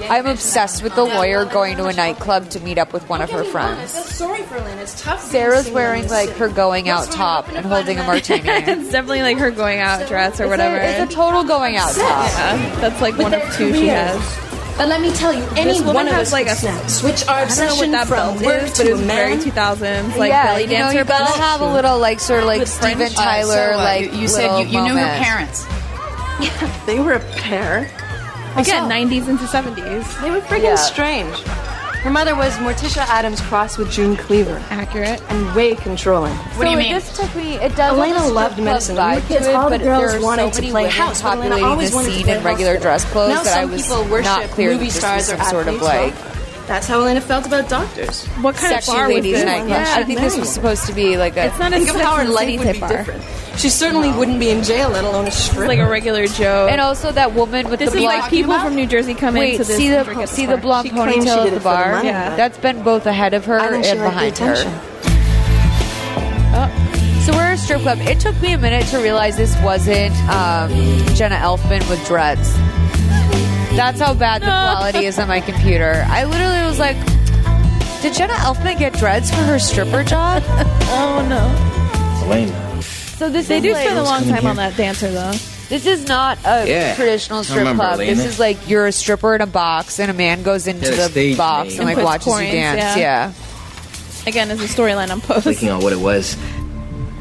S1: i'm obsessed with the lawyer going to a nightclub to meet up with one of her
S18: I
S1: friends
S18: feel sorry for Lynn. It's tough. being
S1: sarah's
S18: single in
S1: wearing
S18: this
S1: like her going out
S18: What's
S1: top and holding a martini
S5: it's definitely like her going out dress or whatever.
S1: it's a total going out top
S5: yeah, that's like one of
S18: their
S5: two she
S18: careers.
S5: has.
S18: But let me tell you, any
S5: this woman
S18: one of us
S5: has like a
S18: switch our
S5: I don't know what
S18: obsession
S5: that
S18: from
S5: belt
S18: work
S5: is, but
S18: to
S5: it's
S18: a
S5: very
S18: man.
S5: 2000s, like belly dancer
S1: You know, you gotta
S5: belt.
S1: have a little like sort of like Steven
S18: Uh,
S1: Tyler
S18: so, uh,
S1: like
S18: you- you said you-
S1: little
S18: you knew her
S1: moment.
S18: parents. they were a pair.
S5: Again, 90s into 70s.
S18: They were freaking
S5: Yeah.
S18: strange. Her mother was Morticia Adams crossed with June Cleaver.
S5: Accurate.
S18: And way controlling.
S1: so it just took me. It does.
S18: Elena
S1: have a strip
S18: loved
S1: club
S18: medicine. When we
S1: Vibe
S18: were kids,
S1: to it,
S18: all the
S1: but
S18: girls
S1: there are
S18: wanted to
S1: so many
S18: play
S1: women
S18: house, but Elena
S1: populating
S18: always
S1: this
S18: wanted to
S1: scene
S18: play
S1: in regular
S18: hospital.
S1: dress clothes
S18: Now
S1: that I
S18: some
S1: was
S18: people worship
S1: not clear
S18: movie
S1: that this
S18: stars
S1: was some
S18: or
S1: sort of
S18: athletes,
S1: like
S18: That's how Elena felt about doctors. What
S1: sexy ladies' night. I think this was supposed to be like a.
S18: Think of how her life would be different. She certainly wouldn't be in jail, let alone a strip.
S5: like a regular Joe.
S1: And also that woman with
S5: This
S1: the
S5: is
S1: blonde.
S5: like people from New Jersey come
S1: Wait,
S5: into this.
S1: see
S5: and
S1: the
S5: drink at
S1: see
S5: bar.
S1: the blonde
S5: She claims she
S1: ponytail
S5: did
S1: at
S5: it
S1: the
S5: for
S1: bar.
S5: money,
S1: yeah,
S5: but-
S1: that's been both ahead of her and
S18: think she liked the
S1: behind her. Oh,
S18: attention.
S1: So we're at a strip club. It took me a minute to realize this wasn't um, Jenna Elfman with dreads. That's how bad the quality is on my computer. I literally was like, "Did Jenna Elfman get dreads for her stripper job?"
S5: oh no!
S6: Elena.
S1: So this
S5: They
S1: is
S5: do
S1: like-
S5: spend a long time on
S6: here.
S5: that dancer though.
S1: This is not a
S6: Yeah. I
S1: traditional strip
S6: remember,
S1: club. This
S6: Elena.
S1: is like you're a stripper in a box, and a man goes into
S6: Yeah,
S1: the
S6: stage
S1: box
S6: name.
S1: and like
S6: And puts
S1: watches you
S5: coins,
S1: dance.
S5: yeah.
S1: Yeah.
S5: Again, is a storyline on post.
S6: Thinking on what it was.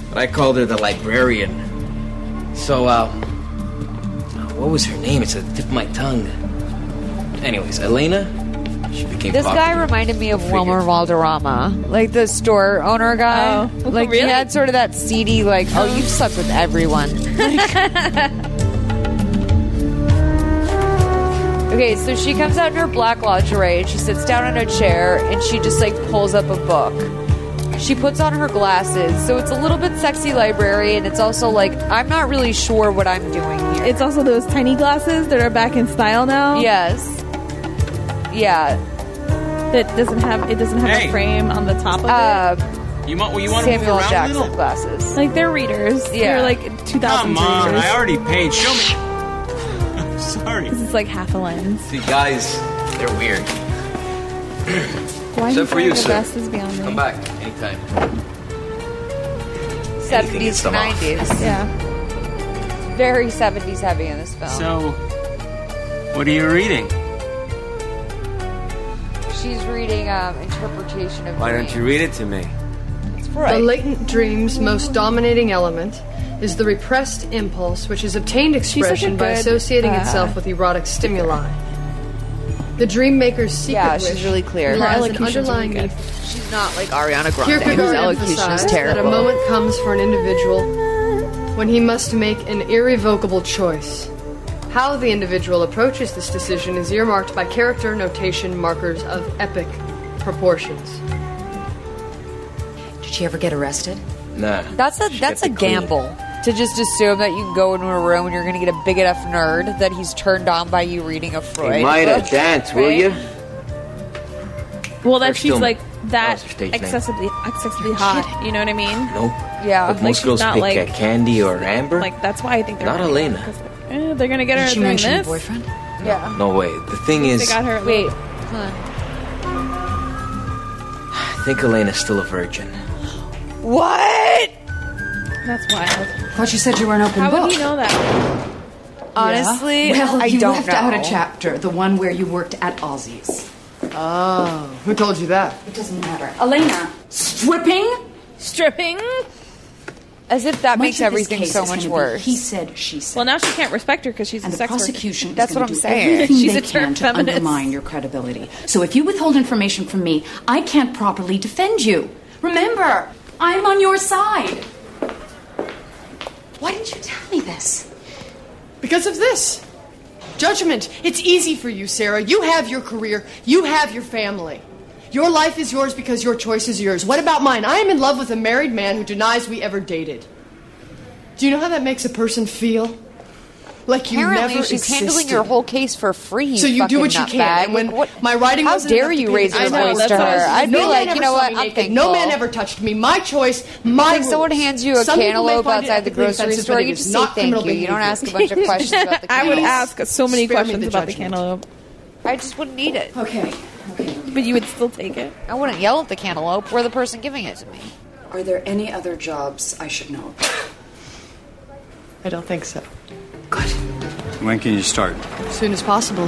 S6: But I called her the librarian. So, uh, what was her name? It's at the tip of my tongue. Anyways, Elena, she became
S1: This
S6: popular.
S1: guy reminded me of Wilmer Valderrama, like the store owner guy.
S5: Oh,
S1: like he
S5: really?
S1: had sort of that seedy, like, oh, you've slept with everyone. okay, so she comes out in her black lingerie and she sits down on a chair and she just like pulls up a book. She puts on her glasses, so it's a little bit sexy library, and it's also like I'm not really sure what I'm doing here.
S5: It's also those tiny glasses that are back in style now.
S1: Yes. Yeah.
S5: That doesn't have it doesn't have
S11: Hey.
S5: a frame on the top of
S1: Uh,
S11: You want? You want to move
S1: Samuel
S11: around
S1: Jackson
S11: a little?
S1: glasses.
S5: Like they're readers.
S1: Yeah.
S5: They're like 2000
S11: Come on!
S5: readers.
S11: I already paid. Show me. I'm sorry.
S5: This is like half a lens.
S11: See, guys, they're weird.
S5: Why do
S11: Except for you,
S5: the
S11: sir.
S5: glasses beyond me?
S11: Come back anytime.
S1: Seventies,
S11: them off.
S1: nineties. Yeah. Very seventies heavy in this film.
S10: So, what are you reading?
S1: She's reading um, interpretation of.
S10: Why
S1: Dream.
S10: don't you read it to me?
S3: The latent dream's most dominating element is the repressed impulse, which is obtained
S5: such a
S3: expression by
S5: good,
S3: associating
S5: uh,
S3: itself with erotic stimuli. The dream maker's secret
S1: Yeah, she's
S3: wish
S1: really clear.
S3: relies on
S1: elocution's
S3: underlying
S1: really
S3: need.
S1: good. She's not like Ariana Grande. whose
S3: Kierkegaard
S1: elocution is
S3: emphasized that a
S1: terrible.
S3: moment comes for an individual when he must make an irrevocable choice. How the individual approaches this decision is earmarked by character notation markers of epic proportions.
S7: Did she ever get arrested?
S11: Nah.
S1: That's a that's a gamble to just assume that you can go into a room and you're going to get a big enough nerd that he's turned on by you reading a Freud.
S11: Hey, Maida,
S1: book,
S11: dance, will
S1: right?
S11: you?
S5: Well, that
S11: First
S5: she's
S11: film.
S5: like that
S11: What's her stage name?
S5: excessively excessively hot. You know what I mean?
S11: Nope.
S5: Yeah.
S11: But most
S5: she's
S11: girls
S5: not
S11: pick
S5: like,
S11: uh, Candy or Amber.
S5: Like that's why I think they're
S11: Not
S5: gonna-
S11: Elena.
S5: 'cause, eh, they're gonna get her
S7: Did she
S5: doing
S7: mention a
S5: this.
S7: boyfriend?
S1: Yeah.
S11: no way. The thing
S5: they
S11: is,
S5: got her. Wait.
S11: I think Elena's still a virgin.
S1: What?
S5: That's wild.
S7: Thought you said you were an open
S5: How
S7: book.
S5: would he know that?
S7: Honestly, well, you left out a chapter, the one where you worked at Aussie's.
S3: Oh, who told you that?
S7: It doesn't matter. Elena, stripping?
S5: Stripping?
S1: As if that
S7: makes
S1: everything so much worse.
S7: he said, she said.
S5: Well, now she can't respect her because she's
S7: and
S5: a
S7: the
S5: sex
S7: prosecution
S5: Worker. That's
S7: is
S5: what
S7: going
S5: I'm
S7: to do
S5: saying.
S7: everything
S5: She's
S7: they
S5: a term
S7: can to
S5: feminist.
S7: undermine your credibility. So if you withhold information from me, I can't properly defend you. Remember, I'm on your side. Why didn't you tell me this?
S3: Because of this. Judgment. It's easy for you, Sarah. You have your career, you have your family. Your life is yours because your choice is yours. What about mine? I am in love with a married man who denies we ever dated. Do you know how that makes a person feel? Like you
S1: Apparently,
S3: never
S1: she's
S3: existed.
S1: handling your whole case for free.
S3: So you do
S1: fucking
S3: what you can.
S1: nutbag.
S3: And when
S1: Like, what,
S3: my writing,
S1: how
S3: wasn't
S1: dare
S3: enough
S1: you
S3: to be
S1: raise your
S3: I know,
S1: voice
S3: that's
S1: to
S3: what I was-
S1: her? I'd
S3: no
S1: be
S3: man
S1: like, you
S3: ever
S1: know
S3: saw
S1: what?
S3: me
S1: I'm
S3: naked.
S1: thankful.
S3: No man ever touched me. My choice. My
S1: Like someone
S3: rules.
S1: hands you a
S3: Some people may
S1: cantaloupe
S3: find it
S1: outside the
S3: ethically
S1: grocery
S3: offensive,
S1: store,
S3: but it
S1: you
S3: is
S1: just
S3: not
S1: say thank
S3: criminal
S1: you. You don't
S3: behavior.
S1: ask a bunch of questions about the
S5: I would
S1: cantaloupe.
S5: ask so many
S1: Spare me
S5: questions
S1: the
S5: about the
S1: judgment.
S5: cantaloupe,
S1: I just wouldn't need it.
S7: Okay.
S5: but you would still take it.
S1: I wouldn't yell at the cantaloupe. We're the person giving it to me.
S7: Are there any other jobs I should know about?
S3: I don't think so.
S19: When can you start?
S3: As soon as possible.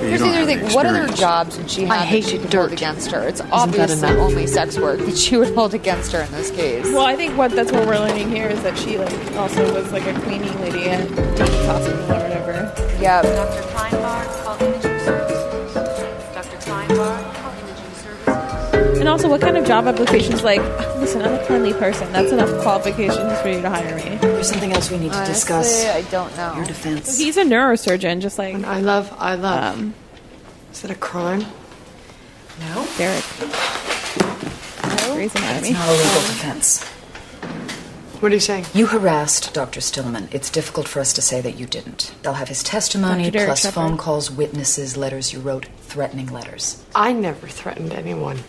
S1: Here's the other thing. What other jobs did she have
S3: I hate
S1: that she could hold against her? It's obviously
S3: enough?
S1: only sex work that she would hold against her in this case.
S5: Well, I think what that's what we're learning here is that she like also was like a cleaning lady at Doctor's Hospital or whatever.
S1: yeah.
S20: Dr. Kleinbar, call imaging services. Dr. Kleinbar, call imaging services.
S5: And also, what kind of job applications like? Listen, I'm a cleanly person. That's enough qualifications for you to hire me.
S7: There's something else we need
S1: Honestly, I don't know. Your
S7: defense.
S5: He's a neurosurgeon, just like Um,
S3: I love. I love. is that a crime?
S7: No.
S5: Derek. Grey's
S7: It's
S5: Anatomy.
S7: not a legal defense.
S3: What are you saying?
S7: You harassed Dr. Stillman. It's difficult for us to say that you didn't. They'll have his testimony,
S3: Dr. Derek
S7: plus
S3: Shepard.
S7: phone calls, witnesses, letters you wrote, threatening letters.
S3: I never threatened anyone.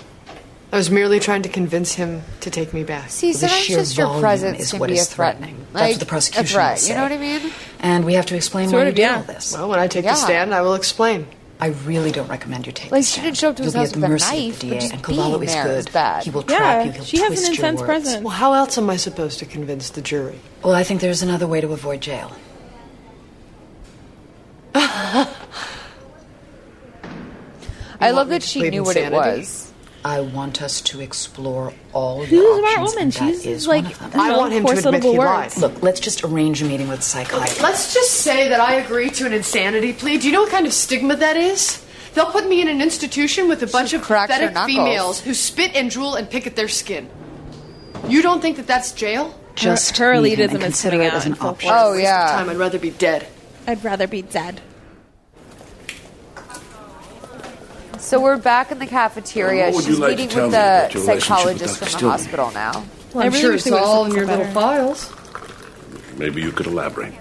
S3: I was merely trying to convince him to take me back.
S1: See, sometimes just your presence can be a threatening.
S7: That's what the prosecution
S1: A threat.
S7: would
S1: You know what
S7: say.
S1: I mean?
S7: And we have to explain why you did all this.
S3: Well, when I take
S1: Yeah.
S3: the stand, I will explain.
S7: I really don't recommend you take
S1: Like she didn't show up to
S7: You'll
S1: his
S7: be at
S1: house
S7: the
S1: with a
S7: mercy of
S1: knife,
S7: the
S1: but
S7: DA,
S1: just
S7: and
S1: being
S7: Cavallo is
S1: there is
S7: good.
S1: bad.
S7: He will trap you. He'll twist your words.
S3: Well, how else am I supposed to convince the jury?
S7: Well, I think there's another way to avoid jail.
S1: I love that she
S7: plead
S1: knew what it
S7: insanity?
S1: was.
S7: I want us to explore all
S1: She's
S7: your
S1: a smart
S7: options,
S1: woman.
S7: and that
S1: She's,
S7: is
S1: like,
S7: one of them.
S1: you I know, want him to four admit syllable he words. lied.
S7: Look, let's just arrange a meeting with a psychiatrist.
S3: Let's just say that I agree to an insanity plea. Do you know what kind of stigma that is? They'll put me in an institution with a bunch of
S1: cracks her
S3: pathetic
S1: knuckles.
S3: females who spit and drool and pick at their skin. You don't think that that's jail?
S7: Just Her- her meet him elitism and is consider coming it out as an in full option. force.
S3: Oh
S7: Oh,
S3: yeah.
S7: yeah.
S3: Time I'd rather be dead.
S5: I'd rather be dead.
S1: So we're back in the cafeteria.
S21: What would you
S1: She's
S21: like to
S1: meeting
S21: tell
S1: with
S21: me
S1: the
S21: about your relationship
S1: psychologist
S21: with Dr.
S1: from the
S21: Stillman?
S1: hospital now.
S3: Well, I'm sure it's all in your little files.
S21: Maybe you could elaborate.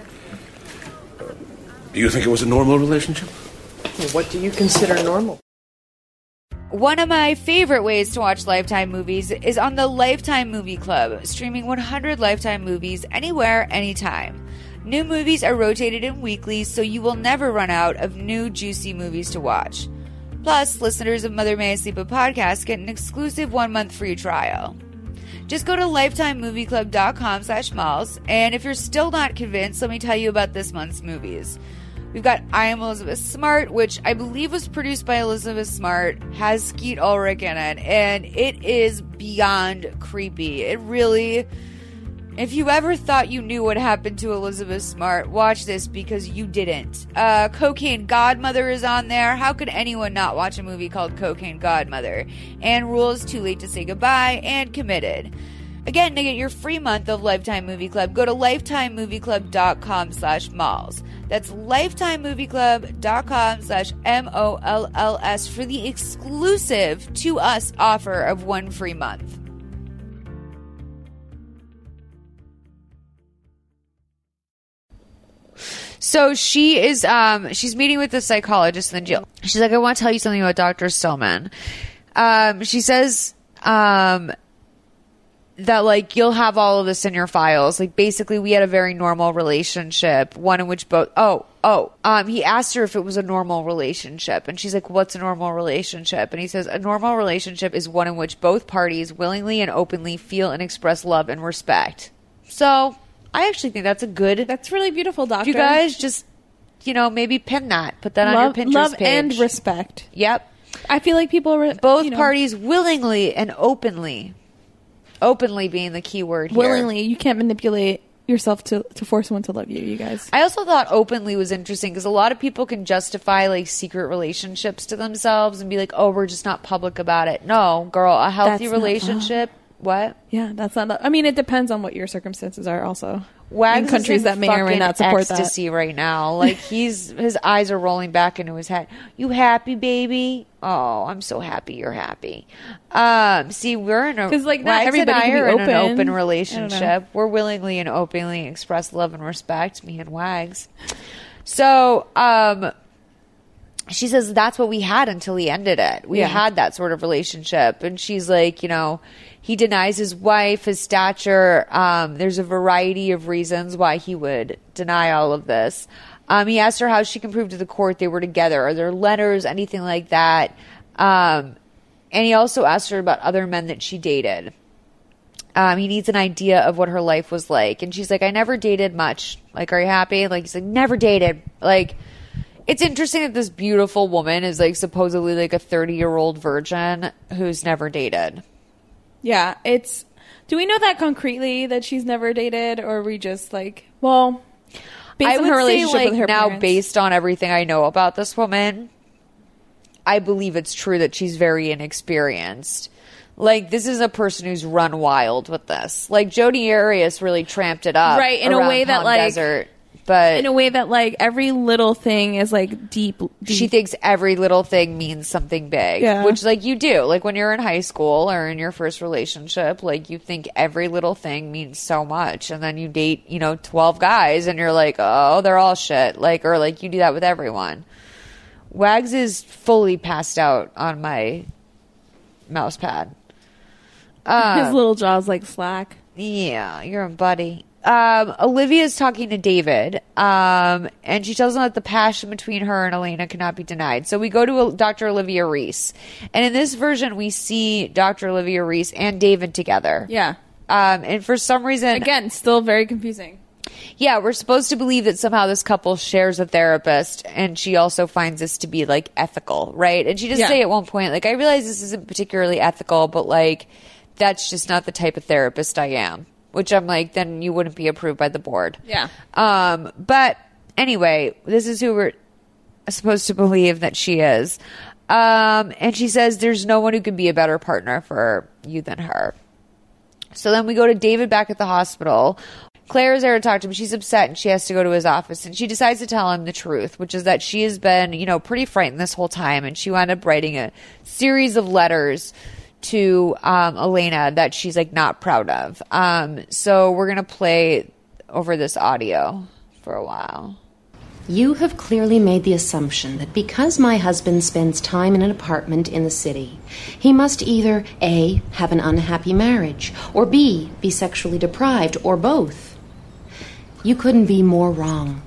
S21: Uh, Do you think it was a normal relationship?
S3: What do you consider normal?
S1: One of my favorite ways to watch Lifetime movies is on the Lifetime Movie Club, streaming 100 Lifetime movies anywhere, anytime. New movies are rotated in weekly, so you will never run out of new juicy movies to watch. Plus, listeners of Mother May I Sleep a podcast get an exclusive one month free trial. Just go to lifetimemovieclub.com slash malls, and if you're still not convinced, let me tell you about this month's movies. We've got I Am Elizabeth Smart, which I believe was produced by Elizabeth Smart, has Skeet Ulrich in it, and it is beyond creepy. It really. If you ever thought you knew what happened to Elizabeth Smart, watch this because you didn't. Uh, Cocaine Godmother is on there. How could anyone not watch a movie called Cocaine Godmother? And Rules Too Late to Say Goodbye and Committed. Again, to get your free month of Lifetime Movie Club, go to lifetimemovieclub.com slash malls. That's lifetimemovieclub.com slash M-O-L-L-S for the exclusive to us offer of one free month. So she is um she's meeting with the psychologist in the jail. She's like, I want to tell you something about Dr. Stillman. Um she says um that like you'll have all of this in your files. Like basically we had a very normal relationship, one in which both oh, oh. Um he asked her if it was a normal relationship and she's like what's a normal relationship? And he says a normal relationship is one in which both parties willingly and openly feel and express love and respect. So, I actually think that's a good
S5: That's really beautiful, doctor.
S1: you guys just, you know, maybe pin that, put that
S5: love,
S1: on your Pinterest
S5: love
S1: page.
S5: and respect.
S1: Yep.
S5: I feel like people are
S1: Both
S5: you know,
S1: parties willingly and openly, openly being the key word here.
S5: willingly. You can't manipulate yourself to to force someone to love you. You guys.
S1: I also thought openly was interesting because a lot of people can justify like secret relationships to themselves and be like, "Oh, we're just not public about it." No, girl, a healthy
S5: That's not
S1: relationship. What?
S5: Yeah, that's not. I mean, it depends on what your circumstances are. Also,
S1: Wags
S5: in
S1: is
S5: countries
S1: in
S5: that may or may
S1: fucking
S5: not support that.
S1: ecstasy right now. Like he's his eyes are rolling back into his head. You happy, baby? Oh, I'm so happy you're happy. Um, see, we're in a
S5: 'Cause, like, not
S1: Wags and
S5: everybody
S1: I
S5: can be
S1: are in an
S5: open. I don't
S1: open
S5: know.
S1: relationship. We're willingly and openly express love and respect. Me and Wags. So, um, she says that's what we had until he ended it. We
S5: Yeah.
S1: had that sort of relationship. And she's like, you know, he denies his wife, his stature. Um, there's a variety of reasons why he would deny all of this. Um, he asked her how she can prove to the court they were together. Are there letters, anything like that? Um, and he also asked her about other men that she dated. Um, he needs an idea of what her life was like. And she's like, I never dated much. Like, are you happy? Like, he's like, never dated. Like, it's interesting that this beautiful woman is like supposedly like a 30 year old virgin who's never dated.
S5: Yeah, it's. Do we know that concretely that she's never dated, or are we just like, well, based
S1: I
S5: on
S1: would
S5: her
S1: say,
S5: relationship
S1: like,
S5: with her
S1: now,
S5: parents?
S1: based on everything I know about this woman, I believe it's true that she's very inexperienced. Like this is a person who's run wild with this. Like Jodi Arias really tramped it up,
S5: Right, in a
S1: around
S5: way that,
S1: Palm
S5: like-
S1: desert, but
S5: in a way that like every little thing is like deep. deep.
S1: she thinks every little thing means something big
S5: Yeah.
S1: which like you do like when you're in high school or in your first relationship like you think every little thing means so much and then you date you know 12 guys and you're like oh they're all shit like or like you do that with everyone wags is fully passed out on my mouse pad Uh,
S5: his little jaw's like slack.
S1: yeah, you're a buddy. Um, Olivia's talking to David, um, and she tells him that the passion between her and Elena cannot be denied. So we go to uh, Dr. Olivia Reese, and in this version, we see Dr. Olivia Reese and David together.
S5: Yeah.
S1: Um, and for some reason,
S5: Again, still very confusing.
S1: yeah, we're supposed to believe that somehow this couple shares a therapist, and she also finds this to be like ethical, right? And she does
S5: Yeah.
S1: say at one point, like, I realize this isn't particularly ethical, but like, that's just not the type of therapist I am. Which I'm like, then you wouldn't be approved by the board.
S5: Yeah.
S1: Um, but anyway, this is who we're supposed to believe that she is. Um, and she says there's no one who could be a better partner for you than her. So then we go to David back at the hospital. Claire is there to talk to him. She's upset and she has to go to his office. And she decides to tell him the truth, which is that she has been, you know, pretty frightened this whole time. And she wound up writing a series of letters to um, Elena that she's like not proud of. Um, so we're going to play over this audio for a while.
S12: You have clearly made the assumption that because my husband spends time in an apartment in the city, he must either A. have an unhappy marriage, or B. be sexually deprived, or both. You couldn't be more wrong.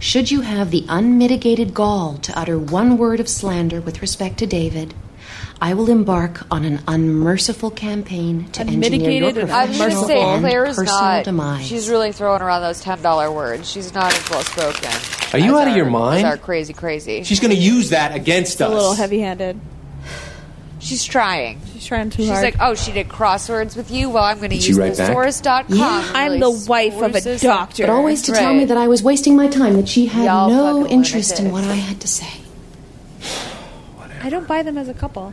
S12: Should you have the unmitigated gall to utter one word of slander with respect to David, I will embark on an unmerciful campaign to engineer your
S1: Unmitigated and unmerciful.
S12: professional
S1: I was gonna
S12: and
S1: say, Claire is
S12: personal
S1: not-
S12: demise.
S1: She's really throwing around those ten dollar words. She's not as well spoken.
S22: Are you
S1: as
S22: out of
S1: our-
S22: your
S1: As
S22: mind?
S1: our crazy, crazy.
S22: She's going to use that against us.
S1: heavy-handed. She's trying. She's trying too She's
S5: hard.
S1: like, oh, she did crosswords with you. Well, I'm going to
S22: Did she
S1: use
S22: write back?
S1: thesaurus.com.
S5: Yeah. I'm the wife of a doctor.
S12: But always to tell me that I was wasting my time, that she had
S5: Y'all
S12: no
S5: fucking
S12: interest in what
S5: lunatics.
S12: I had to say.
S5: I don't buy them as a couple.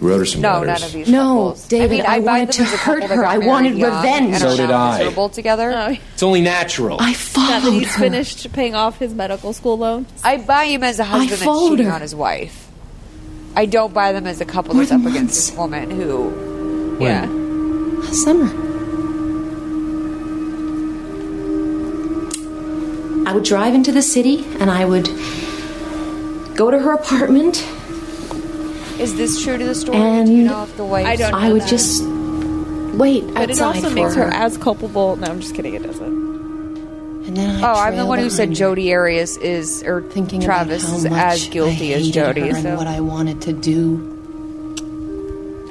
S21: You wrote her some letters.
S12: No, David,
S1: I
S12: I,
S1: buy
S12: wanted
S1: them
S12: to
S1: as a couple
S12: hurt
S1: that
S12: her.
S1: got
S12: I
S1: married
S12: wanted
S1: young
S12: revenge. Oh,
S1: and are
S22: So did
S1: now
S22: I.
S1: Miserable together.
S22: It's only natural.
S12: I
S5: Now that
S12: followed
S5: he's
S12: her.
S5: finished paying off his medical school loan.
S1: I buy him as a husband that's
S5: followed
S1: cheating
S5: her.
S1: on his wife. I don't buy them as a couple that's up against this woman who. Yeah.
S12: Summer. I would drive into the city and I would go to her apartment
S1: Is this true to the story?
S12: and
S1: Do you know if the wife?
S12: I would just wait
S5: But it
S12: outside
S5: also
S12: for
S5: makes her.
S12: her.
S5: as culpable. No, I'm just kidding. It doesn't.
S12: And then
S1: Oh, I'm the
S12: trailed
S1: one who said
S12: on.
S1: Jody Arias is, or
S12: thinking about
S1: Travis
S12: how
S1: is
S12: much
S1: as guilty
S12: I
S1: as
S12: hated her
S1: Jody.
S12: and
S1: So.
S12: what I wanted to do.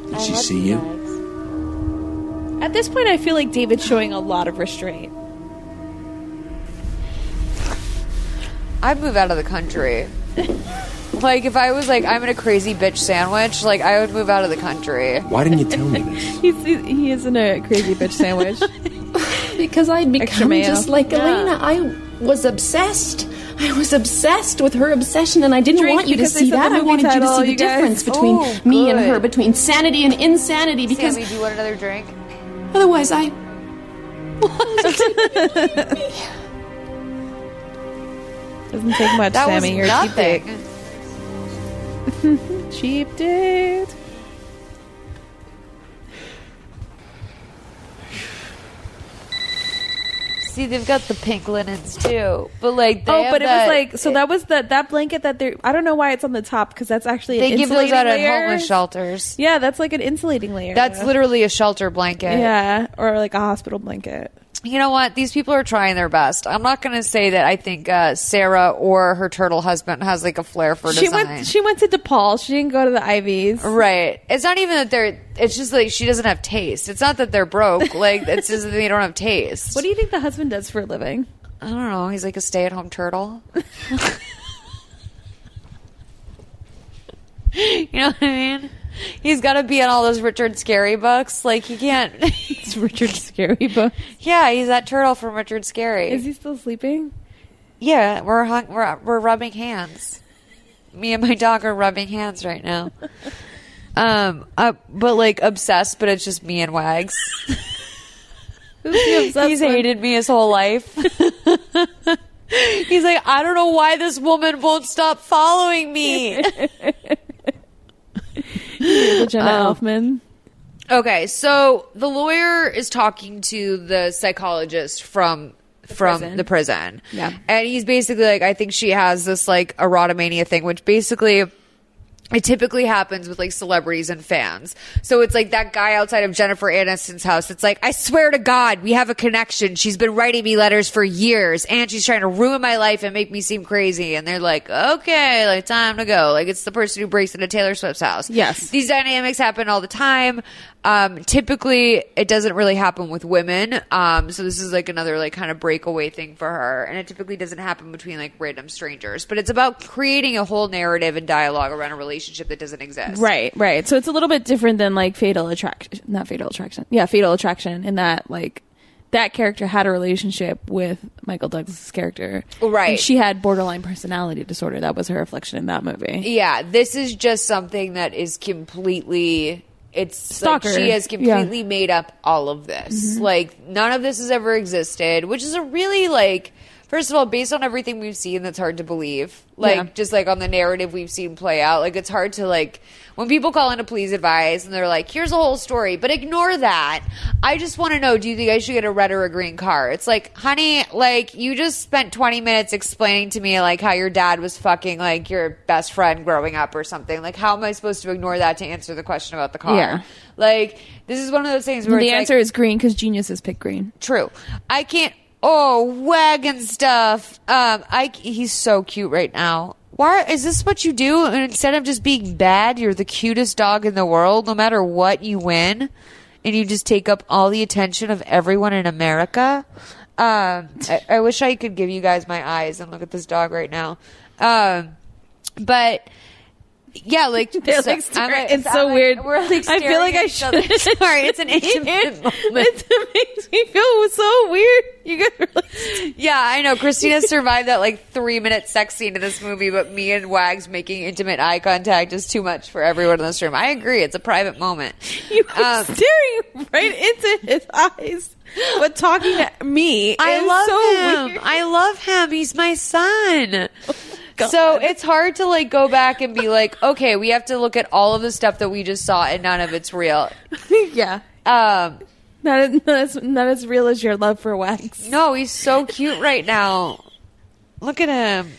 S5: I
S12: Did
S5: she love see
S12: you?
S5: At this point, I feel like David's showing a lot of restraint.
S1: I'd move out of the country. like if I was like I'm in a crazy bitch sandwich, like I would move out of the country.
S22: Why didn't you tell me this?
S5: He's, he is in a crazy bitch sandwich.
S18: because I'd become
S5: mayo.
S18: just like
S5: Yeah.
S18: Elena. I was obsessed. I was obsessed with her obsession, and I didn't
S5: Drink
S18: want you to
S5: because they
S18: see
S5: said
S18: that.
S5: the
S18: I
S5: movie
S18: wanted you
S5: title,
S18: to see the
S5: you guys.
S18: difference between
S5: Oh,
S18: me and
S5: good.
S18: her, between sanity and insanity. Because
S1: Sammy, do you want another drink?
S18: otherwise, I
S5: Doesn't take much,
S1: That was
S5: Sammy. You're a cheap date. cheap date.
S1: See, they've got the pink linens too, but like they
S5: oh,
S1: have
S5: but it was
S1: that-
S5: like so that was the that blanket that they. I don't know why it's on the top because that's actually
S1: they
S5: an
S1: give those
S5: insulating
S1: out
S5: layer.
S1: at homeless shelters.
S5: Yeah, that's like an insulating layer.
S1: That's literally a shelter blanket.
S5: yeah, or like a hospital blanket.
S1: You know what? These people are trying their best. I'm not going to say that I think uh, Sarah or her turtle husband has like a flair for
S5: She
S1: design.
S5: went. She went to DePaul. She didn't go to the Ivies.
S1: Right. It's not even that they're. It's just like she doesn't have taste. It's not that they're broke. Like it's just that they don't have taste. What do
S5: you think the husband does for a living?
S1: I don't know. He's like a stay-at-home turtle. you know what I mean? He's got to be in all those Richard Scary books. Like he can't. it's
S5: Richard Scary books.
S1: Yeah, he's that turtle from Richard Scary.
S5: Is he still sleeping?
S1: Yeah, we're hung, we're we're rubbing hands. Me and my dog are rubbing hands right now. Um, uh, but like obsessed, but it's just me and Wags. He's hated me his whole life. He's like, I don't know why this woman won't stop following me.
S5: Jenna
S1: Um,
S5: Elfman.
S1: Okay, so the lawyer is talking to the psychologist from from
S5: prison.
S1: the prison.
S5: Yeah.
S1: And he's basically like I think she has this like erotomania thing which basically it typically happens with like celebrities and fans. So it's like that guy outside of Jennifer Aniston's house. It's like, I swear to God, we have a connection. She's been writing me letters for years and she's trying to ruin my life and make me seem crazy. And they're like, okay, like time to go. Like it's the person who breaks into Taylor Swift's house.
S5: Yes.
S1: These dynamics happen all the time. Um, typically it doesn't really happen with women. Um, so this is like another like kind of breakaway thing for her. And it typically doesn't happen between like random strangers, but it's about creating a whole narrative and dialogue around a relationship that doesn't exist.
S5: Right, right. So it's a little bit different than like Fatal Attraction, not Fatal Attraction. Yeah, Fatal Attraction in that like that character had a relationship with Michael Douglas's character.
S1: Right.
S5: And she had borderline personality disorder. That was her reflection in that movie.
S1: Yeah, this is just something that is completely it's
S5: Stalker.
S1: Like she has
S5: Yeah.
S1: completely made up all of this.
S5: Mhm.
S1: Like none of this has ever existed, which is a really like first of all, based on everything we've seen, that's hard to believe. Like
S5: Yeah.
S1: just like on the narrative we've seen play out, like it's hard to like when people call into police advice and they're like, "Here's a whole story," but ignore that. I just want to know: Do you think I should get a red or a green car? It's like, honey, like you just spent 20 minutes explaining to me like how your dad was fucking like your best friend growing up or something. Like, how am I supposed to ignore that to answer the question about the car?
S5: Yeah.
S1: Like, this is one of those things where
S5: the
S1: it's like-
S5: answer is green because geniuses pick green.
S1: True. I can't. Oh, wagon stuff. Um, I he's so cute right now. Why is this what you do? And instead of just being bad, you're the cutest dog in the world. No matter what, you win, and you just take up all the attention of everyone in America. Um, I, I wish I could give you guys my eyes and look at this dog right now. Um, but yeah, like,
S5: They're, like, staring- it's so weird.
S1: We're like
S5: I feel like I
S1: should.
S5: should-
S1: Sorry, it's an intimate moment. It
S5: makes me feel so weird. You guys
S1: yeah, I know. Christina survived that like three minute sex scene in this movie, but me and Wags making intimate eye contact is too much for everyone in this room. I agree. It's a private moment. Um,
S5: You were
S1: Uh,
S5: staring right into his eyes, but talking to me.
S1: I
S5: is
S1: love
S5: so
S1: him.
S5: weird.
S1: I love him. He's my son. so it's hard to like go back and be like, okay, we have to look at all of the stuff that we just saw and none of it's real.
S5: yeah.
S1: Um,
S5: not, as- not as not as real as your love for wax.
S1: No, he's so cute right now. Look at him.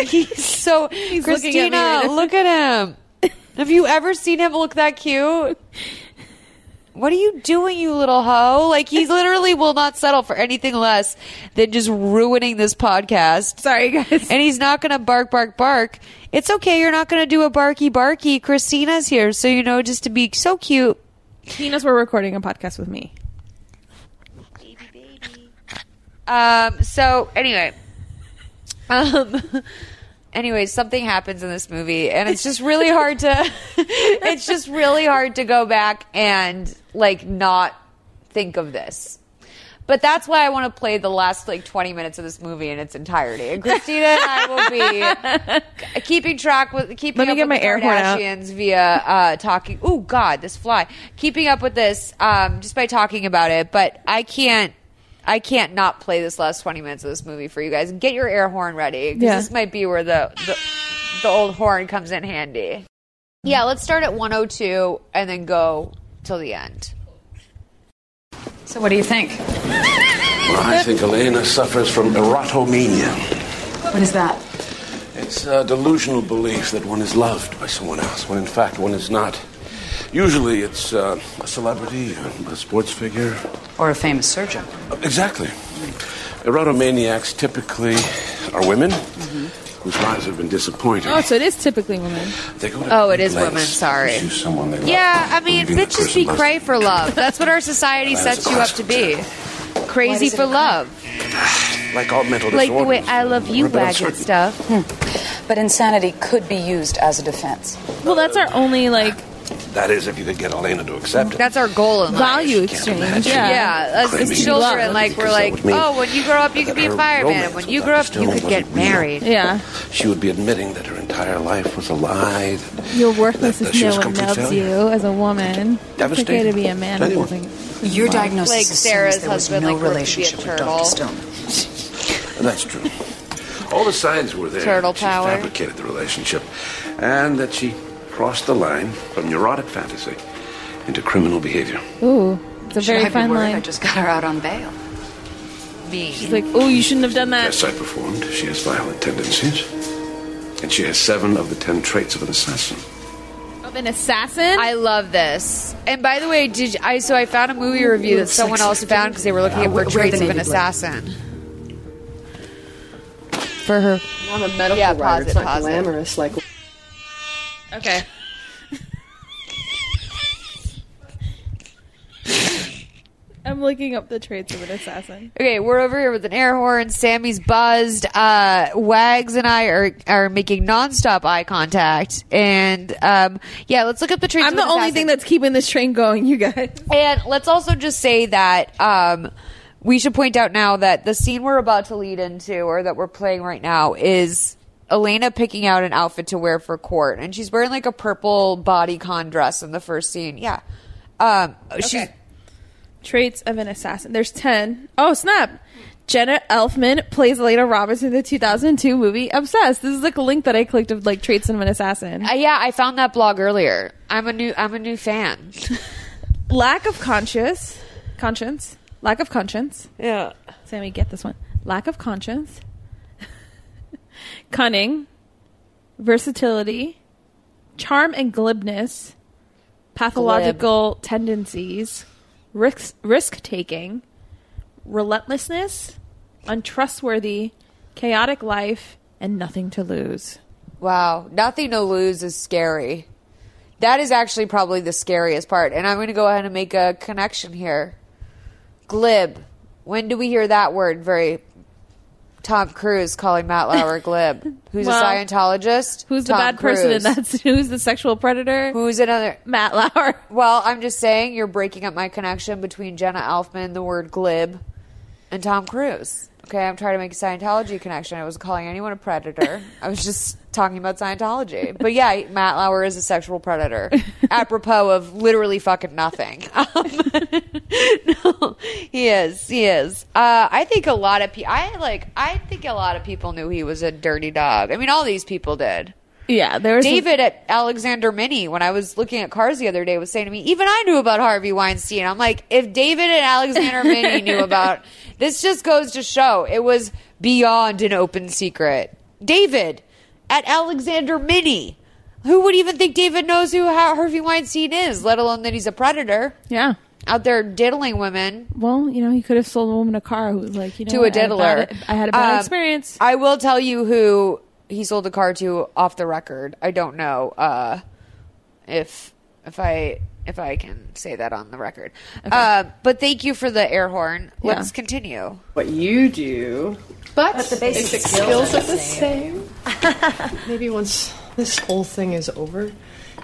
S1: He's so
S5: He's looking at me
S1: Christina.
S5: right now.
S1: look at him. Have you ever seen him look that cute? What are you doing, you little hoe? Like he literally will not settle for anything less than just ruining this podcast.
S5: Sorry, guys.
S1: And he's not going to bark, bark, bark. It's okay. You're not going to do a barky, barky. Christina's here, so you know just to be so cute.
S5: He knows we're recording a podcast with me.
S1: Um. So anyway, um. Anyway, something happens in this movie, and it's just really hard to. it's just really hard to go back and like not think of this. But that's why I want to play the last like 20 minutes of this movie in its entirety. And Christina and I will be keeping track with keeping
S5: Let me
S1: up
S5: get
S1: with
S5: my
S1: the
S5: air horn out.
S1: Kardashians via uh, talking. Oh God, this fly! Keeping up with this um, just by talking about it, but I can't. I can't not play this last 20 minutes of this movie for you guys. Get your air horn ready 'cause
S5: Yeah.
S1: this might be where the, the the old horn comes in handy. Yeah, let's start at 102 and then go till the end.
S17: So what do you think?
S21: Well, I think Elena suffers from erotomania.
S17: What is that?
S21: It's a delusional belief that one is loved by someone else, when in fact one is not. Usually it's uh, a celebrity, a sports figure.
S17: Or a famous surgeon.
S21: Exactly. Erotomaniacs typically are women
S1: Mm-hmm.
S21: whose lives have been disappointing.
S5: Oh, so it is typically women.
S21: They go to
S1: Oh, it is
S21: lengths
S1: women.
S21: to
S1: Sorry.
S21: choose someone they love.
S1: Yeah, I mean,
S21: believing that
S1: bitches
S21: person
S1: be
S21: must-
S1: cray for love. That's what our society
S21: That's
S1: sets you up to be. Crazy for love.
S21: Like all mental
S1: Like the way
S21: disorders,
S1: I love you
S21: we're a bit
S1: wagon
S21: uncertain.
S1: stuff.
S7: Hmm.
S17: But insanity could be used as a defense.
S5: Well, that's our only like
S21: That is, if you could get Elena to accept it.
S1: That's our goal in life.
S5: value exchange. Yeah.
S1: Yeah, us
S21: Crazy.
S1: as children, like
S21: Because
S1: we're
S21: that
S1: like,
S21: would mean
S1: oh, when you grow up, you
S21: that
S1: could be a
S21: her
S1: fireman. And
S21: romance
S1: when
S21: with
S1: you
S21: Dr.
S1: grow up, you
S21: Stone
S1: could get
S21: wasn't real.
S1: married.
S5: Yeah.
S21: She would be admitting that her entire life was a lie. that
S5: Your worthlessness.
S21: That- that she
S5: no
S21: was a
S5: one
S21: complete
S5: loves
S21: failure.
S5: you as a woman.
S21: Devastating.
S5: It's okay to be a man.
S21: To anyone.
S17: Your diagnosis
S1: Like
S17: assumes
S1: Sarah's
S17: there was
S1: husband,
S17: no
S1: like, worked to be a
S17: relationship with
S1: turtle.
S17: Dr. Stone.
S21: That's true. All the signs were there.
S1: Turtle
S21: that
S1: power.
S21: She fabricated the relationship, and that she crossed the line from neurotic fantasy into criminal behavior.
S5: Ooh, it's a
S17: Should I
S5: very
S17: be
S5: fine
S17: worried?
S5: line.
S17: I just got her out on bail.
S1: Me.
S5: She's like, oh, you shouldn't have done
S1: Uh.
S5: that.
S21: Tests I performed, she has violent tendencies, and she has seven of the ten traits of an assassin.
S5: Of an assassin.
S1: I love this. And by the way, did you, I so I found a movie review that someone else found because they were looking at for
S17: Where- where
S1: traits
S17: the
S1: of an
S17: native live.
S1: assassin. For her.
S3: I'm a medical
S1: Yeah,
S3: writer.
S1: pause it,
S3: it's not
S1: pause it.
S3: glamorous. Like
S5: Okay. I'm looking up the traits of an assassin.
S1: Okay, we're over here with an air horn. Sammy's buzzed. Uh, Wags and I are are making nonstop eye contact. And um, yeah, let's look up the traits.
S5: I'm
S1: of
S5: the
S1: an
S5: only
S1: assassin.
S5: thing that's keeping this train going, you guys.
S1: And let's also just say that um, we should point out now that the scene we're about to lead into, or that we're playing right now, is Elena picking out an outfit to wear for court, and she's wearing like a purple bodycon dress in the first scene. Yeah. Um, she's
S5: Traits of an assassin. There's 10. Oh, snap. Jenna Elfman plays Elena Roberts in the 2002 movie Obsessed. This is like a link that I clicked of like traits of an assassin.
S1: Uh, yeah, I found that blog earlier. I'm a new I'm a new fan.
S5: Lack of conscience. Conscience. Lack of conscience.
S1: Yeah.
S5: Sammy, get this one. Lack of conscience. Cunning. Versatility. Charm and glibness. Pathological tendencies. Risk risk taking. Relentlessness. Untrustworthy. Chaotic life. And nothing to lose.
S1: Wow, nothing to lose is scary. That is actually probably the scariest part. And I'm going to go ahead and make a connection here. Glib. When do we hear that word? Very Tom Cruise calling Matt Lauer glib. Who's
S5: Well,
S1: a Scientologist?
S5: Who's the
S1: Tom
S5: bad person in
S1: Cruise.
S5: that? Who's the sexual predator?
S1: Who's another
S5: Matt Lauer?
S1: Well, I'm just saying you're breaking up my connection between Jenna Elfman, the word glib, and Tom Cruise. Okay, I'm trying to make a Scientology connection. I wasn't calling anyone a predator. I was just talking about Scientology. But yeah, Matt Lauer is a sexual predator, apropos of literally fucking nothing. Um, no, he is. He is. Uh, I think a lot of people. I like. I think a lot of people knew he was a dirty dog. I mean, all these people did.
S5: Yeah, there was
S1: David at Alexander Mini when I was looking at cars the other day was saying to me, even I knew about Harvey Weinstein. I'm like, if David and Alexander Mini knew about this, just goes to show it was beyond an open secret. David at Alexander Mini, who would even think David knows who Har- Harvey Weinstein is, let alone that he's a predator?
S5: Yeah,
S1: out there diddling women.
S5: Well, you know, he could have sold a woman a car who was like, you know,
S1: to a
S5: what, I had
S1: diddler.
S5: bad- I had a bad
S1: Um,
S5: experience.
S1: I will tell you who he sold the car to off the record. I don't know uh, if if I if I can say that on the record. Uh, but thank you for the air horn.
S18: Yeah.
S1: Let's continue.
S18: What you do.
S3: But,
S18: the basic skills are the
S3: same. maybe once this whole thing is over,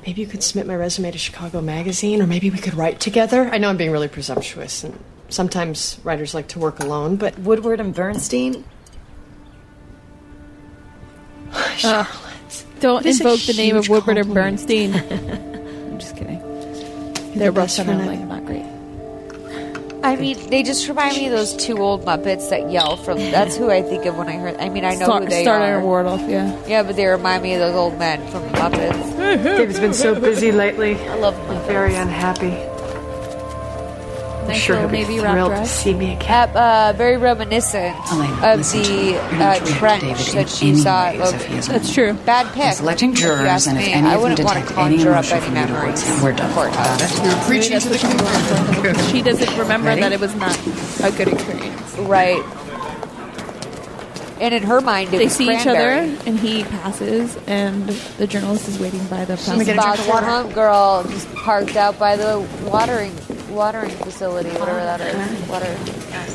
S3: maybe you could submit my resume to Chicago Magazine, or maybe we could write together. I know I'm being really presumptuous, and sometimes writers like to work alone, but Woodward and Bernstein.
S5: Charlotte. Don't
S3: It is a
S5: invoke the name of
S3: huge
S5: Woodward and
S3: compliment.
S5: Bernstein. I'm just kidding.
S3: They're
S5: They're both
S3: best
S5: somehow like
S3: friend
S5: not great.
S1: I mean, they just remind me of those two old Muppets that yell from. That's who I think of when I heard. I mean, I know
S5: Star-
S1: who they
S5: Starter
S1: are.
S5: and Wardle, yeah.
S1: Yeah, but they remind me of those old men from the Muppets.
S18: David's been so busy lately.
S1: I love
S18: I'm very unhappy. I'm
S1: Nice
S18: sure he'll
S1: little
S18: be
S1: navy wrap
S18: thrilled to
S1: dress.
S18: see me again.
S1: Uh, uh, very reminiscent
S18: Elena,
S1: of
S18: listen
S1: the
S18: to me. You're
S1: uh,
S18: not treating David
S1: trench
S18: in
S1: that you
S18: any
S1: saw.
S18: ways
S1: at Logan.
S18: if he is That's true.
S1: Bad pick.
S18: I'm selecting
S1: if you
S18: jurors,
S1: ask
S18: and if
S1: me.
S18: any
S1: I
S18: of them
S1: wouldn't want to
S18: detect any
S1: conjure up
S18: emotion
S1: any
S18: from you
S1: memories.
S18: him, we're done. Got it? You're
S5: preaching to the converted. She doesn't remember that it was not a good experience.
S1: Right. And in her mind, it
S5: they
S1: was
S5: see each other,
S1: cranberry.
S5: and he passes, and the journalist is waiting by the.
S1: She's about to home girl, just parked out by the watering watering facility, whatever that is. Water.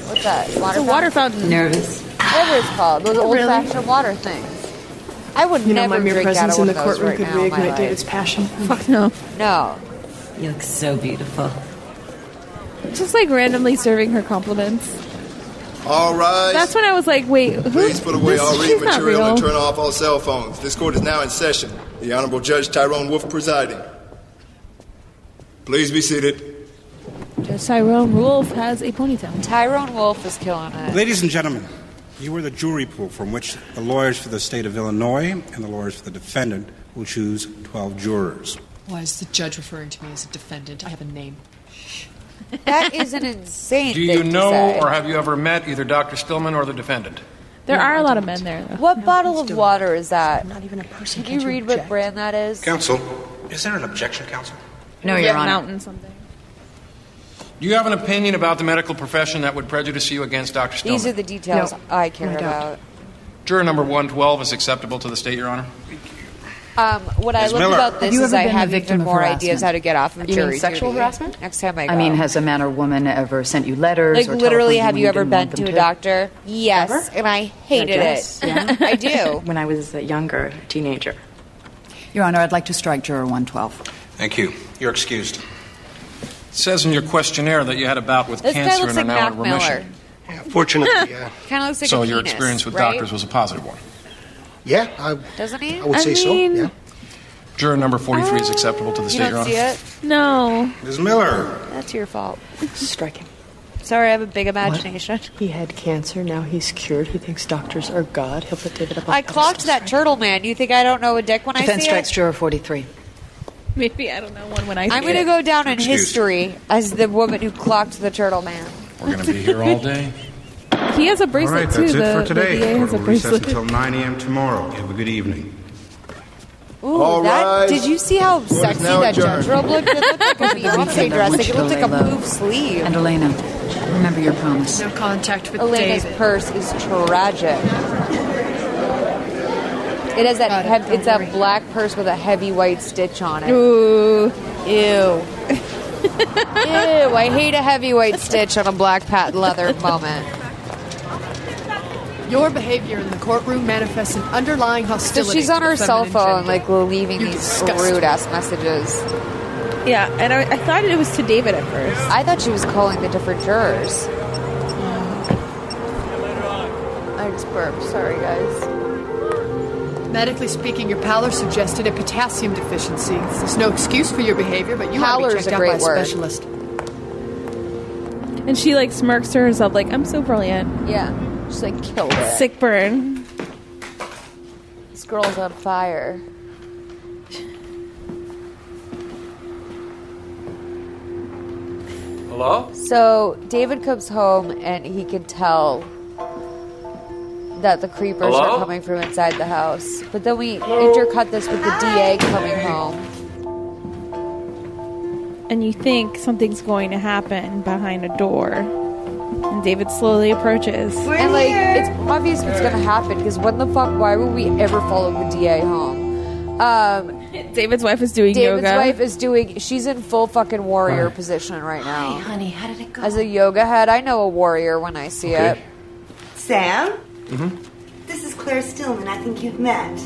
S1: What's that? Water
S5: a water fountain.
S7: Nervous.
S1: Whatever it's called, those
S5: Really?
S1: old fashioned water things. I would
S3: You know,
S1: never
S3: my mere
S1: drink out
S3: presence
S1: of
S3: in
S1: one
S3: the
S1: of those
S3: courtroom
S1: right
S3: could
S1: now in my
S3: reignite
S1: life.
S3: David's passion.
S5: Fuck no.
S1: No.
S7: You look so beautiful.
S5: Just like randomly serving her compliments.
S4: All rise.
S5: That's when I was like, wait, who?
S4: Please put away
S5: this-
S4: all
S5: she's
S4: reading
S5: not
S4: material and
S5: real.
S4: turn off all cell phones. This court is now in session. The Honorable Judge Tyrone Wolf presiding. Please be seated.
S5: Judge Tyrone Wolf has a ponytail.
S1: Tyrone Wolf is killing it.
S23: Ladies and gentlemen, you were the jury pool from which the lawyers for the state of Illinois and the lawyers for the defendant will choose 12 jurors.
S3: Why is the judge referring to me as a defendant? I have a name.
S1: That is an insane.
S15: Do
S1: thing
S15: you
S1: to
S15: know
S1: say.
S15: or have you ever met either Dr. Stillman or the defendant?
S5: There are a lot of men there.
S1: What bottle of water is that? Not
S3: even a person.
S1: Can you read what brand that is?
S23: Counsel, is there an objection, counsel?
S7: No,
S5: Your
S15: Honor.
S5: Mountain something.
S15: Do you have an opinion about the medical profession that would prejudice you against Dr. Stillman?
S1: These are the details
S15: No,
S1: I care
S15: I don't.
S1: about.
S15: Juror number 112 is acceptable to the state, Your Honor.
S1: Um, what I
S15: Ms.
S1: love
S15: Miller.
S1: about
S15: Have
S1: this
S15: you
S1: is
S15: ever
S1: I
S15: been a
S1: have
S7: victim
S1: even
S7: of
S1: more
S7: harassment?
S1: ideas how to get off of
S7: You mean
S1: jury
S7: sexual
S1: duty.
S7: harassment?
S1: Next time I go.
S7: I mean, has a man or woman ever sent you letters?
S1: um, like
S7: or
S1: literally,
S7: telephoned
S1: have
S7: when
S1: you ever
S7: didn't
S1: been
S7: want
S1: to
S7: them
S1: a doctor? Yes, and I hated
S7: guess,
S1: it.
S7: yeah.
S1: I do.
S7: Oh. When I was a younger teenager. Your Honor, I'd like to strike juror 112.
S15: Thank you. You're excused. It says in your questionnaire that you had a bout with
S1: This guy
S15: cancer
S1: looks
S15: and are
S1: like
S15: now
S1: Mac
S15: in
S1: Miller.
S15: remission. Fortunately,
S1: kind of looks like
S15: so
S1: a
S15: your
S1: penis,
S15: experience with
S1: right?
S15: doctors was a positive one.
S11: Yeah, I,
S1: Doesn't he?
S11: I would say so. Yeah.
S15: Juror number 43 is acceptable to the
S1: You
S15: state, Your
S1: don't
S15: Honor.
S1: see it? No.
S15: Ms. Miller.
S1: That's your fault. Strike him. Sorry, I have a big imagination.
S3: He had cancer. Now he's cured. He thinks doctors are God. He'll put David up on
S1: I clocked that turtle man. You think I don't know a dick when I
S3: Defense
S1: see
S3: strikes
S1: it?
S3: juror 43.
S5: Maybe I don't know one when I.
S1: I'm
S5: see
S1: going to
S5: it.
S1: go down in
S5: Excuse.
S1: history as the woman who clocked the turtle man.
S10: We're going to be here all day.
S5: He has a
S23: All
S5: bracelet
S23: right,
S5: too.
S23: that's
S5: the,
S23: it for today.
S5: The VA has a
S23: Court will recess
S5: bracelet.
S23: until 9 a.m. tomorrow. Have a good evening.
S1: Ooh,
S23: All
S1: that,
S23: rise.
S1: Did you see how sexy
S23: now
S1: that
S23: adjourned.
S1: judge robe looked? It looked like a Beyonce dress. Like, it looked like a poop sleeve.
S7: And Elena, remember your promise. No contact with
S1: Elena's purse is tragic. It has that. hev- it's that black purse with a heavy white stitch on it.
S5: Ooh.
S1: Ew. Ew, I hate a heavy white stitch on a black patent leather moment.
S18: Your behavior in the courtroom manifests an underlying
S1: So
S18: hostility.
S1: she's on
S18: to the
S1: her cell
S18: feminine
S1: phone,
S18: gender.
S1: like leaving
S18: You
S1: these
S18: disgust me.
S1: rude ass messages.
S5: Yeah, and I, I thought it was to David at first.
S1: I thought she was calling the different jurors. I just burped. Sorry, guys.
S18: Medically speaking, your pallor suggested a potassium deficiency. There's no excuse for your behavior, but you might
S1: Pallor's
S18: be
S1: a
S18: checked out by
S1: great
S18: a
S1: word.
S18: specialist.
S5: And she like smirks to herself, like I'm so brilliant.
S1: Yeah, she's like killed it.
S5: Sick burn.
S1: This girl's on fire.
S13: Hello?
S1: So David comes home and he can tell that the creepers
S13: Hello?
S1: are coming from inside the house. But then we intercut this with the DA coming home.
S5: And you think something's going to happen behind a door. And David slowly approaches.
S1: and like it's obvious what's gonna happen because when the fuck? Why would we ever follow the DA home? Um,
S5: David's wife is doing
S1: David's
S5: yoga.
S1: wife is doing. She's in full fucking warrior position right now. Hey, honey, how did it go? As a yoga head, I know a warrior when I see
S24: Okay.
S1: it.
S24: Sam,
S1: Mm-hmm.
S24: this is Claire Stillman. I think you've met.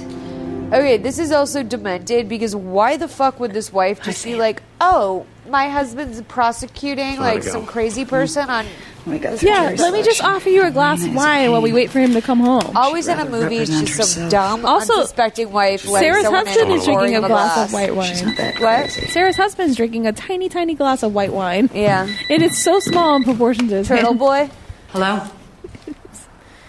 S1: Okay, this is also demented because why the fuck would this wife just be like, oh, my husband's prosecuting
S5: So how'd
S1: like
S5: it go?
S1: some crazy person on.
S7: Oh
S5: yeah, let me just offer you a glass of wine while we wait for him to come home.
S1: Always in a movie, it's just some dumb,
S5: Also,
S1: unsuspecting wife. letting
S5: Sarah's
S1: someone
S5: husband
S1: in
S5: is drinking
S1: pouring
S5: a
S1: them
S5: glass of white wine.
S1: What?
S5: Sarah's husband's drinking a tiny, tiny glass of white wine.
S1: Yeah.
S5: And it's so small in proportion to his
S1: Turtle
S5: hand.
S1: boy?
S7: Hello?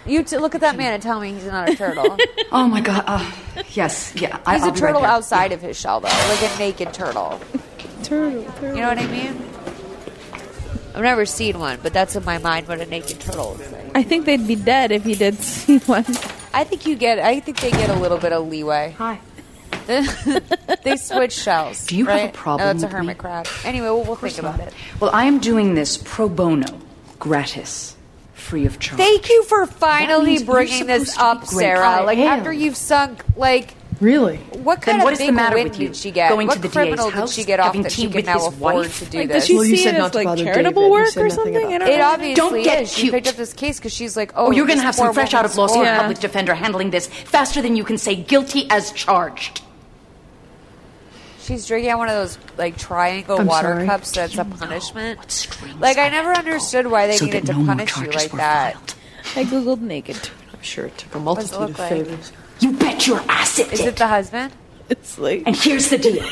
S1: You t- look at that man and tell me he's not a turtle.
S7: Oh my god. Uh, yes, yeah. I,
S1: he's
S7: I'll
S1: a
S7: be right
S1: turtle
S7: back.
S1: outside of his shell, though, like a naked turtle.
S5: Turtle,
S1: You know what I mean? I've never seen one, but that's in my mind what a naked turtle is like.
S5: I think they'd be dead if he did see one.
S1: I think you get. I think they get a little bit of leeway.
S7: Hi.
S1: they switch shells.
S7: Do you have a
S1: right?
S7: problem
S1: No, that's a
S7: with
S1: hermit
S7: me?
S1: crab. Anyway, we'll, we'll think about it.
S7: Well, I am doing this pro bono, gratis, free of charge.
S1: Thank you for finally
S7: means you're
S1: bringing this
S7: supposed to
S1: up,
S7: be great.
S1: Sarah.
S7: I
S1: like
S7: am.
S1: after you've sunk, like
S7: Really?
S1: what kind
S7: then
S1: of
S7: what is
S1: big
S7: the matter
S1: win
S7: with you?
S1: did she get?
S7: Going
S1: what
S7: to the
S1: criminal
S7: DA's house,
S1: did she get off
S7: having
S1: that
S7: tea
S1: she can
S7: with
S1: now
S7: his
S1: afford
S7: wife?
S1: to do
S7: Like, does
S1: this?
S7: she Well, you see said it not as, to like, bother David. charitable You work said or nothing something? about I don't
S1: It
S7: know.
S1: obviously
S7: Don't get
S1: is. She
S7: cute.
S1: picked up this case because she's like, oh,
S7: Oh, you're going
S1: this
S7: to have some
S1: poor
S7: fresh out of law
S1: woman's
S7: school
S1: born.
S7: public defender handling this faster than you can say guilty as charged.
S1: She's drinking out one of those like triangle
S7: I'm
S1: water
S7: sorry.
S1: cups. That's a punishment. Like I never understood why they
S7: so that
S1: needed to
S7: no more
S1: punish you
S7: charges
S1: like
S7: were
S1: that.
S5: I googled naked.
S3: I'm sure it took a
S1: multitude
S3: multitude
S1: look of
S3: of
S1: like? favors.
S3: favors.
S7: You bet your ass it
S1: Is
S7: did.
S1: it the husband?
S5: It's like.
S7: And here's the deal.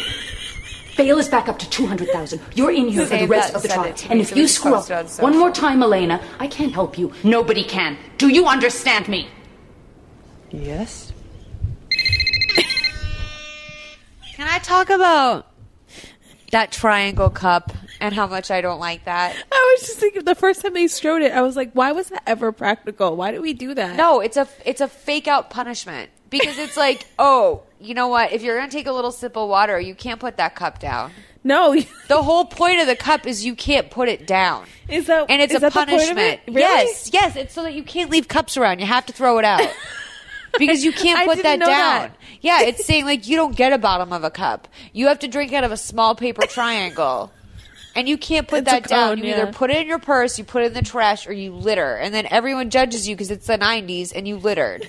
S7: Bail is back up to 200,000. You're in here for the
S1: Save
S7: rest
S1: that
S7: of the
S1: and send
S7: trial.
S1: it to
S7: And
S1: me
S7: if
S1: so we
S7: you
S1: can
S7: screw
S1: post it on
S7: up
S1: social.
S7: one more time, Elena, I can't help you. Nobody can. Do you understand me?
S3: Yes.
S1: Can I talk about that triangle cup and how much I don't like that?
S5: I was just thinking the first time they strode it, I was like, why was that ever practical? Why did we do that?
S1: No, it's a it's a fake out punishment because it's like, oh, you know what? If you're gonna take a little sip of water, you can't put that cup down.
S5: No,
S1: the whole point of the cup is you can't put it down.
S5: Is that
S1: and it's
S5: is
S1: a
S5: that the point of
S1: punishment?
S5: it? Really?
S1: Yes, yes. It's so that you can't leave cups around. You have to throw it out. Because you
S5: I
S1: can't put that
S5: didn't
S1: down.
S5: know that.
S1: Yeah, it's saying like you don't get a bottom of a cup. You have to drink out of a small paper triangle. And you can't put
S5: It's a
S1: that down.
S5: cone,
S1: You
S5: yeah.
S1: either put it in your purse, you put it in the trash, or you litter. And then everyone judges you because it's the 90s and you littered.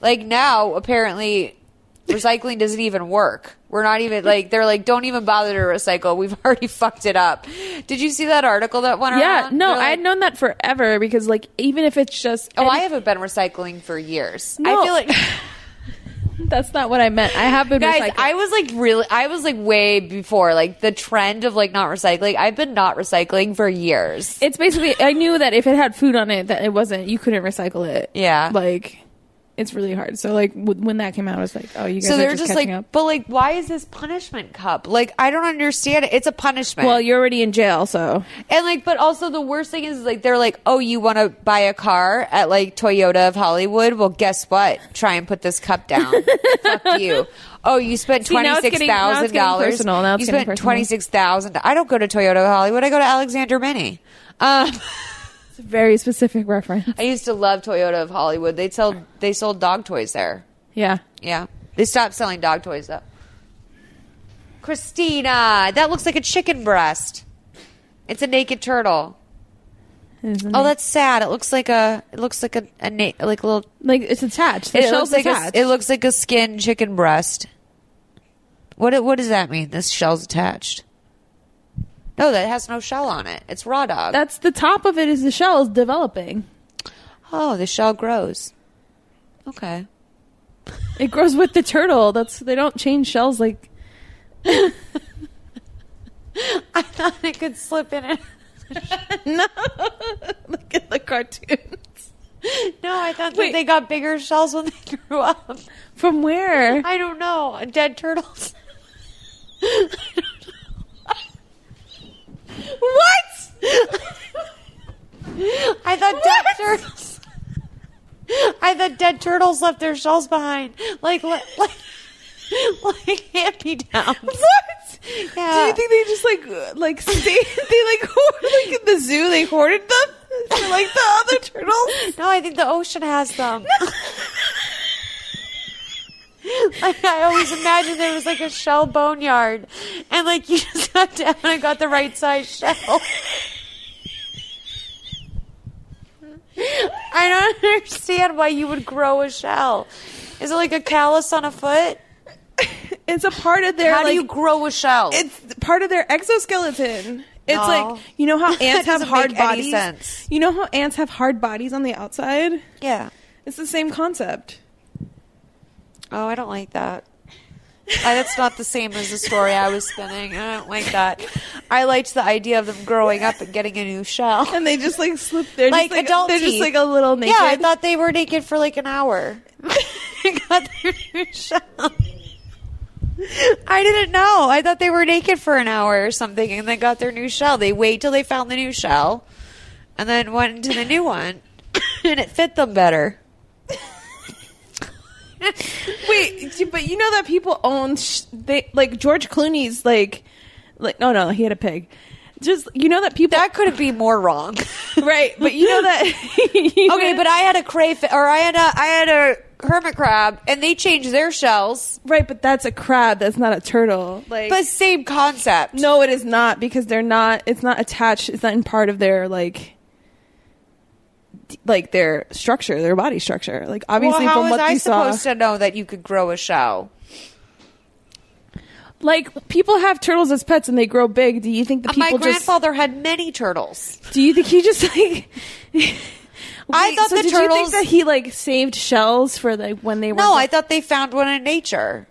S1: Like now, apparently, recycling doesn't even work. We're not even like they're like don't even bother to recycle. We've already fucked it up. Did you see that article that went
S5: yeah,
S1: around?
S5: no,
S1: They're
S5: I
S1: like,
S5: had known that forever because, like, even if it's just
S1: Oh, I haven't been recycling for years.
S5: No.
S1: I feel like
S5: That's not what I meant. I have been
S1: Guys,
S5: recycling.
S1: I was like really, I was like way before, like the trend of like not recycling. I've been not recycling for years.
S5: It's basically I knew that if it had food on it, that it wasn't you couldn't recycle it.
S1: Yeah.
S5: like it's really hard. So like w- when that came out, I was like, oh, you guys
S1: so
S5: are
S1: they're
S5: just,
S1: just, like,
S5: catching up.
S1: but like, why is this punishment cup? Like, I don't understand it. It's a punishment.
S5: Well, you're already in jail, so
S1: And like, but also the worst thing is like they're like, oh, you want to buy a car at like Toyota of Hollywood? Well, guess what? Try and put this cup down. Fuck you. Oh, you spent
S5: See, now
S1: twenty
S5: it's
S1: six
S5: getting- now it's
S1: thousand
S5: getting
S1: dollars.
S5: personal. Now it's
S1: You
S5: getting
S1: spent
S5: personal.
S1: twenty six thousand. I don't go to Toyota of Hollywood. I go to Alexander Mini. Um,
S5: it's a very specific reference.
S1: I used to love Toyota of Hollywood. They sold they sold dog toys there.
S5: Yeah.
S1: Yeah, they stopped selling dog toys though. Christina, that looks like a chicken breast. It's a naked turtle. Oh, that's sad. It looks like a. It looks like a, a na- like a little.
S5: Like it's attached. The
S1: it
S5: shell's
S1: looks like
S5: attached.
S1: a. It looks like a skin chicken breast. What what does that mean? This shell's attached. No, that has no shell on it. It's raw dog.
S5: That's the top of it is the shell is developing.
S1: Oh, the shell grows. Okay.
S5: It grows with the turtle. That's they don't change shells like
S1: I thought it could slip in it.
S5: no. Look at the cartoons.
S1: No, I thought
S5: Wait.
S1: that they got bigger shells when they grew up.
S5: From where?
S1: I don't know. Dead turtles.
S5: What?
S1: I thought dead turtles. I thought dead turtles left their shells behind, like like like, like hand me downs.
S5: What?
S1: Yeah.
S5: Do you think they just like uh, like stay? They like hoard- like in the zoo. They hoarded them for like the other turtles.
S1: No, I think the ocean has them. like I always imagined there was like a shell boneyard, and like you just got down and got the right size shell. I don't understand why you would grow a shell. Is it like a callus on a foot?
S5: It's a part of their.
S1: How do
S5: like-
S1: you grow a shell?
S5: It's part of their exoskeleton. It's
S1: No.
S5: like you know how
S1: That
S5: ants have
S1: doesn't
S5: hard
S1: make any
S5: bodies.
S1: sense.
S5: You know how ants have hard bodies on the outside.
S1: Yeah.
S5: It's the same concept.
S1: Oh, I don't like that. I, that's not the same as the story I was spinning. I don't like that. I liked the idea of them growing up and getting a new shell.
S5: And they just like slip. They're
S1: like,
S5: just, like
S1: adult
S5: They're just
S1: teeth.
S5: like a little naked.
S1: Yeah, I thought they were naked for like an hour. got their new shell. I didn't know. I thought they were naked for an hour or something, and then got their new shell. They wait till they found the new shell, and then went into the new one, and it fit them better.
S5: Wait, but you know that people own sh- they like George Clooney's like like no no he had a pig. Just you know that people
S1: That couldn't be more wrong.
S5: right, but you know that you
S1: okay,
S5: know-
S1: but I had a crayfish, or I had a I had a hermit crab, and they changed their shells,
S5: right, but that's a crab. That's not a turtle. Like
S1: but same concept.
S5: no, it is not because they're not. It's not attached. It's not in part of their like d- like their structure, their body structure. Like obviously
S1: well, how was
S5: from what
S1: I
S5: you saw,
S1: supposed to know that you could grow a shell?
S5: like people have turtles as pets and they grow big. Do you think the
S1: Uh, My
S5: people just?
S1: grandfather had many turtles.
S5: Do you think he just like?
S1: I
S5: Wait,
S1: thought
S5: so
S1: the
S5: did
S1: turtles.
S5: You think that he like saved shells for like when they were
S1: no, I thought they found one in nature.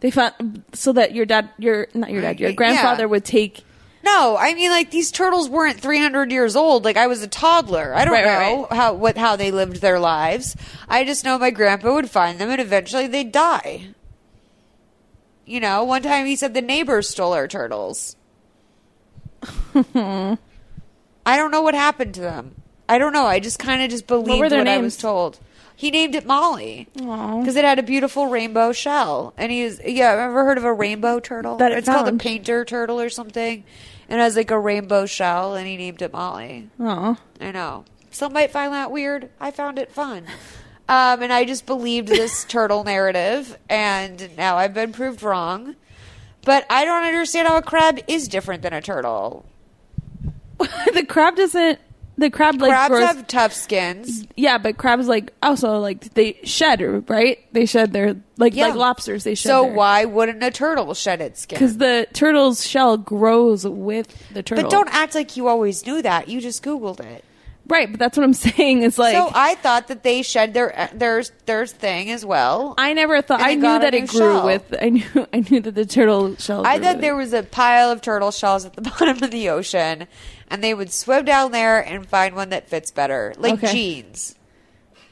S5: they found so that your dad, your not your dad, your
S1: Yeah.
S5: grandfather would take.
S1: No, I mean like these turtles weren't 300 years old. Like I was a toddler. I don't
S5: Right, right,
S1: know how what how they lived their lives. I just know my grandpa would find them and eventually they'd die. You know, one time he said the neighbors stole our turtles. I don't know what happened to them. I don't know. I just kind of just believed
S5: were
S1: what,
S5: their
S1: I
S5: names?
S1: was told. He named it Molly
S5: Aw.
S1: because it had a beautiful rainbow shell. And he's yeah, I've ever heard of a rainbow turtle.
S5: That it
S1: it's called a
S5: found.
S1: painter turtle or something, and it has like a rainbow shell. And he named it Molly.
S5: Oh,
S1: I know some might find that weird. I found it fun. Um, and I just believed this turtle narrative, and now I've been proved wrong. But I don't understand how a crab is different than a turtle.
S5: the crab doesn't. The crab like
S1: Crabs
S5: grows.
S1: have tough skins.
S5: yeah, but crabs like also like they shed right. They shed their like
S1: Yeah.
S5: like lobsters. They shed.
S1: So
S5: their,
S1: why wouldn't a turtle shed its skin?
S5: Because the turtle's shell grows with the turtle.
S1: But don't act like you always knew that. You just Googled it.
S5: Right, but that's what I'm saying. It's like
S1: so I thought that they shed their uh, their their thing as well.
S5: I never thought I knew that it grew with. I knew I knew that the turtle shell.
S1: I
S5: grew
S1: thought
S5: with
S1: there was a pile of turtle shells at the bottom of the ocean, and they would swim down there and find one that fits better, like
S5: Okay.
S1: jeans.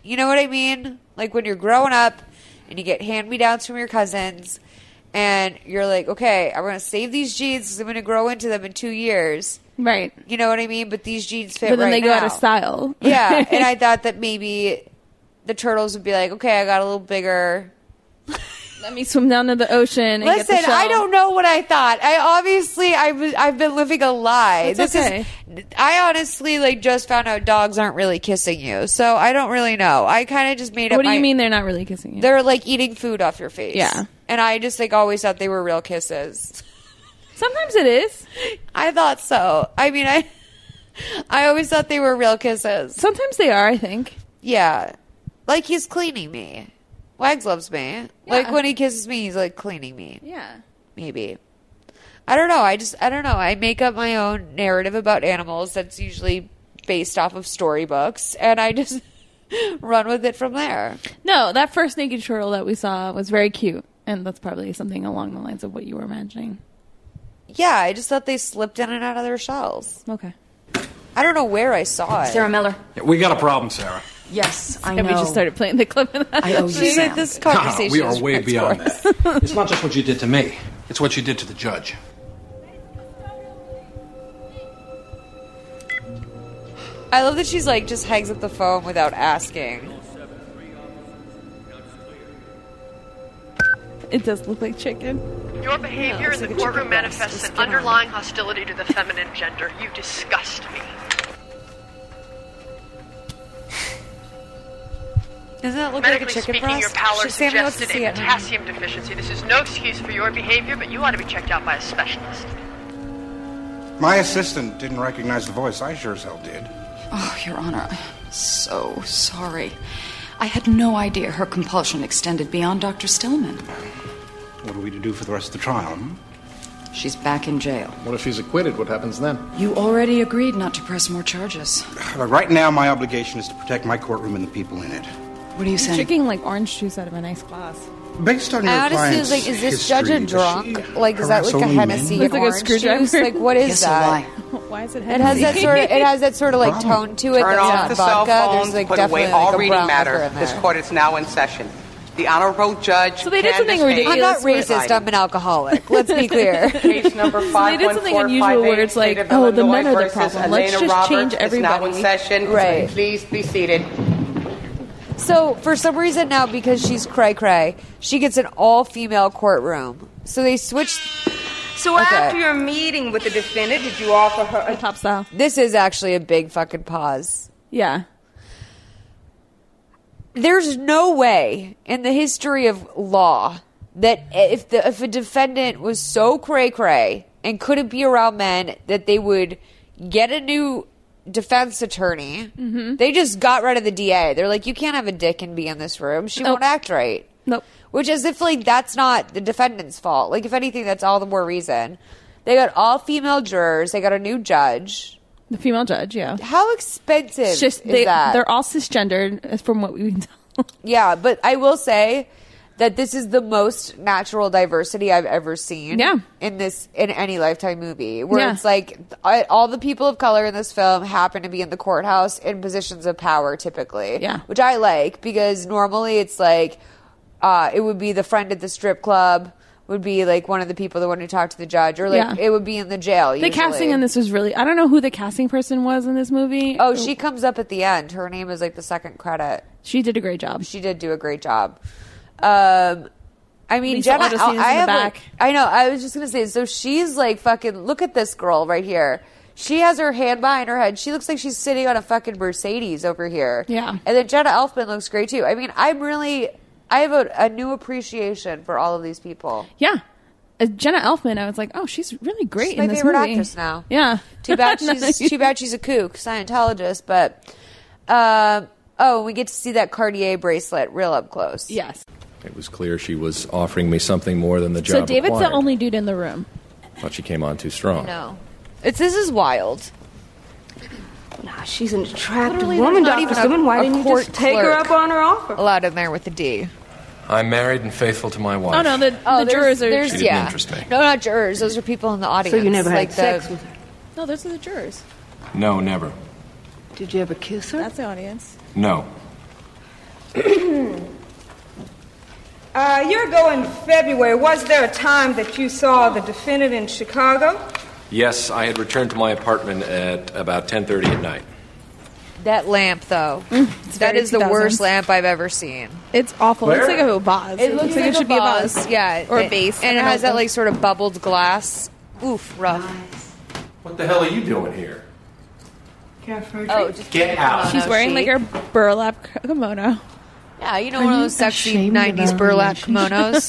S1: You know what I mean? Like when you're growing up and you get hand me downs from your cousins, and you're like, okay, I'm gonna save these jeans because I'm gonna grow into them in two years.
S5: Right.
S1: You know what I mean? But these jeans fit.
S5: But then
S1: right
S5: they go out of
S1: now.
S5: style.
S1: Yeah, and I thought that maybe the turtles would be like, okay, I got a little bigger.
S5: Let me swim down to the ocean and get the
S1: Listen, I
S5: shell.
S1: don't know what I thought. I obviously I was I've been living a lie.
S5: That's
S1: this
S5: okay.
S1: is I honestly like just found out dogs aren't really kissing you. So I don't really know. I kind of just made up
S5: What do you
S1: my-
S5: mean they're not really kissing you?
S1: They're like eating food off your face.
S5: Yeah.
S1: And I just like always thought they were real kisses.
S5: Sometimes it is.
S1: I thought so. I mean, I I always thought they were real kisses.
S5: Sometimes they are, I think.
S1: Yeah. Like he's cleaning me. Wags loves me. Like when he kisses me, he's like cleaning me.
S5: Yeah.
S1: Maybe. I don't know. I just I don't know. I make up my own narrative about animals that's usually based off of storybooks and I just run with it from there.
S5: No, that first naked turtle that we saw was very cute, and that's probably something along the lines of what you were imagining.
S1: Yeah, I just thought they slipped in and out of their shells.
S5: Okay.
S1: I don't know where I saw it.
S17: Sarah Miller.
S15: Yeah, we got a problem, Sarah.
S17: Yes, I
S5: And we just
S17: know.
S5: started playing the clip. I
S17: owe you,
S1: She's like,
S17: Sam.
S1: this
S15: No, no,
S1: conversation
S15: we are
S1: is
S15: way
S1: ridiculous.
S15: beyond that. It's not just what you did to me; it's what you did to the judge.
S1: I love that she's like just hangs up the phone without asking.
S5: It does look like chicken.
S25: Your behavior in the courtroom manifests an underlying hostility to the feminine gender. You disgust me.
S1: Doesn't that look like a
S25: Medically
S1: chicken
S25: speaking,
S1: breast?
S25: your pallor
S1: Should Sam be able to
S25: suggested
S1: see
S25: a
S1: it?
S25: potassium deficiency. This is no excuse for your behavior, but you ought to be checked out by a specialist.
S23: My assistant didn't recognize the voice. I sure as hell did.
S17: Oh, Your Honor, I'm so sorry. I had no idea her compulsion extended beyond Dr. Stillman.
S23: What are we to do for the rest of the trial? hmm?
S17: She's back in jail.
S15: What if he's acquitted? What happens then?
S17: You already agreed not to press more charges.
S23: But right now, my obligation is to protect my courtroom and the people in it.
S17: What are you saying?
S5: Drinking like orange juice out of a nice glass.
S23: Based on your
S1: I honestly
S23: client's
S1: was like, is
S23: history,
S1: this judge a
S23: does
S1: drunk?
S23: she
S1: Like, is that
S23: harass
S1: like a
S23: only men?
S1: Hennessy
S5: Looks like a
S1: orange
S5: screwdriver.
S1: juice? Like, what is
S5: Yes, a
S1: that?
S5: Why is it?
S1: It has that
S5: heavy?
S1: sort. Of, it has that sort of like tone to it.
S11: Turn
S1: that's
S11: off
S1: not
S11: the cell
S1: vodka.
S11: phones.
S1: There's like
S11: put
S1: definitely
S11: away all
S1: like a
S11: reading
S1: brown
S11: matter.
S1: liquor in there.
S11: This court is now in session. The honorable judge.
S1: So they did something ridiculous. I'm not racist. I'm an alcoholic. Let's be clear.
S11: Case number
S5: they did something unusual where it's like, oh, the men are the problem. Let's just change
S11: Is now in
S5: everybody.
S11: session.
S1: Right.
S11: Please be seated.
S1: So for some reason now, because she's cray cray, she gets an all female courtroom. So they switched.
S11: So
S1: Okay.
S11: after your meeting with the defendant, did you offer her a
S5: top style?
S1: This is actually a big fucking pause.
S5: Yeah.
S1: There's no way in the history of law that if the if a defendant was so cray cray and couldn't be around men that they would get a new defense attorney.
S5: Mm-hmm.
S1: They just got rid of the DA. They're like, you can't have a dick and be in this room. She won't act right.
S5: Oh. Nope.
S1: Which is if like that's not the defendant's fault. Like if anything, that's all the more reason. They got all female jurors. They got a new judge.
S5: The female judge, yeah.
S1: How expensive
S5: It's just
S1: is
S5: they,
S1: that?
S5: they're all cisgendered, as from what we can tell.
S1: Yeah, but I will say that this is the most natural diversity I've ever seen.
S5: Yeah.
S1: in this in any Lifetime movie, where
S5: Yeah.
S1: it's like I, all the people of color in this film happen to be in the courthouse in positions of power, typically.
S5: Yeah.
S1: which I like because normally it's like uh, it would be the friend at the strip club. Would be like one of the people, the one who talked to the judge, or like
S5: Yeah.
S1: it would be in the jail.
S5: The casting in this was really. I don't know who the casting person was in this movie.
S1: Oh, she comes up at the end. Her name is like the second credit.
S5: She did a great job.
S1: She did do a great job. Um, I mean,
S5: Lisa
S1: Jenna, I,
S5: Otto's scenes in the
S1: have
S5: back.
S1: A, I know. I was just gonna say. So she's like fucking. Look at this girl right here. She has her hand behind her head. She looks like she's sitting on a fucking Mercedes over here.
S5: Yeah.
S1: And then Jenna Elfman looks great too. I mean, I'm really. I have a, a new appreciation for all of these people.
S5: Yeah. Uh, Jenna Elfman, I was like, oh, she's really great
S1: She's my
S5: in this
S1: favorite
S5: movie.
S1: actress now.
S5: Yeah.
S1: Too bad she's too bad she's a kook Scientologist, but um oh, we get to see that Cartier bracelet real up close.
S5: Yes.
S26: It was clear she was offering me something more than the job
S5: So David's
S26: required.
S5: the only dude in the room.
S13: Oh.
S26: Thought she came on too strong.
S1: No, it's this is wild. Now
S11: she's an attractive
S24: Literally,
S11: woman,
S24: there's
S11: Dottie
S24: not
S11: Persimmon. Why
S1: a
S11: didn't you
S1: court
S11: just take her
S1: clerk
S11: up on her offer?
S1: Allowed in there with the D.
S13: I'm married and faithful to my wife.
S1: Oh no, the,
S5: the jurors are-
S1: There's,
S13: She didn't
S1: yeah.
S13: interest me.
S1: No, not jurors. Those are people in the audience.
S11: you never had
S1: like the,
S11: sex
S5: No, those are the jurors.
S13: No, never.
S11: Did you ever kiss her?
S5: That's the audience.
S13: No.
S11: Uh, a year ago in February, was there a time that you saw the defendant in Chicago?
S13: Yes, I had returned to my apartment at about 10:30 at night.
S1: that lamp though. that
S5: Mm, very
S1: is the
S5: 2000s.
S1: works lamp I've ever seen.
S5: It's awful. It looks
S1: Where?
S5: like a vase.
S1: It looks like,
S5: it should be a
S1: vase.
S5: vase.
S1: Yeah,
S5: Or a
S1: it-
S5: base.
S1: and
S5: I
S1: it
S5: don't
S1: has
S5: know.
S1: that like sort of bubbled glass. Oof, rough.
S13: What the hell are you doing here?
S1: Oh, just
S13: Get out.
S5: She's wearing like her burlap k- kimono.
S1: Yeah, you know one of Uh, those sexy '90s burlap kimonos.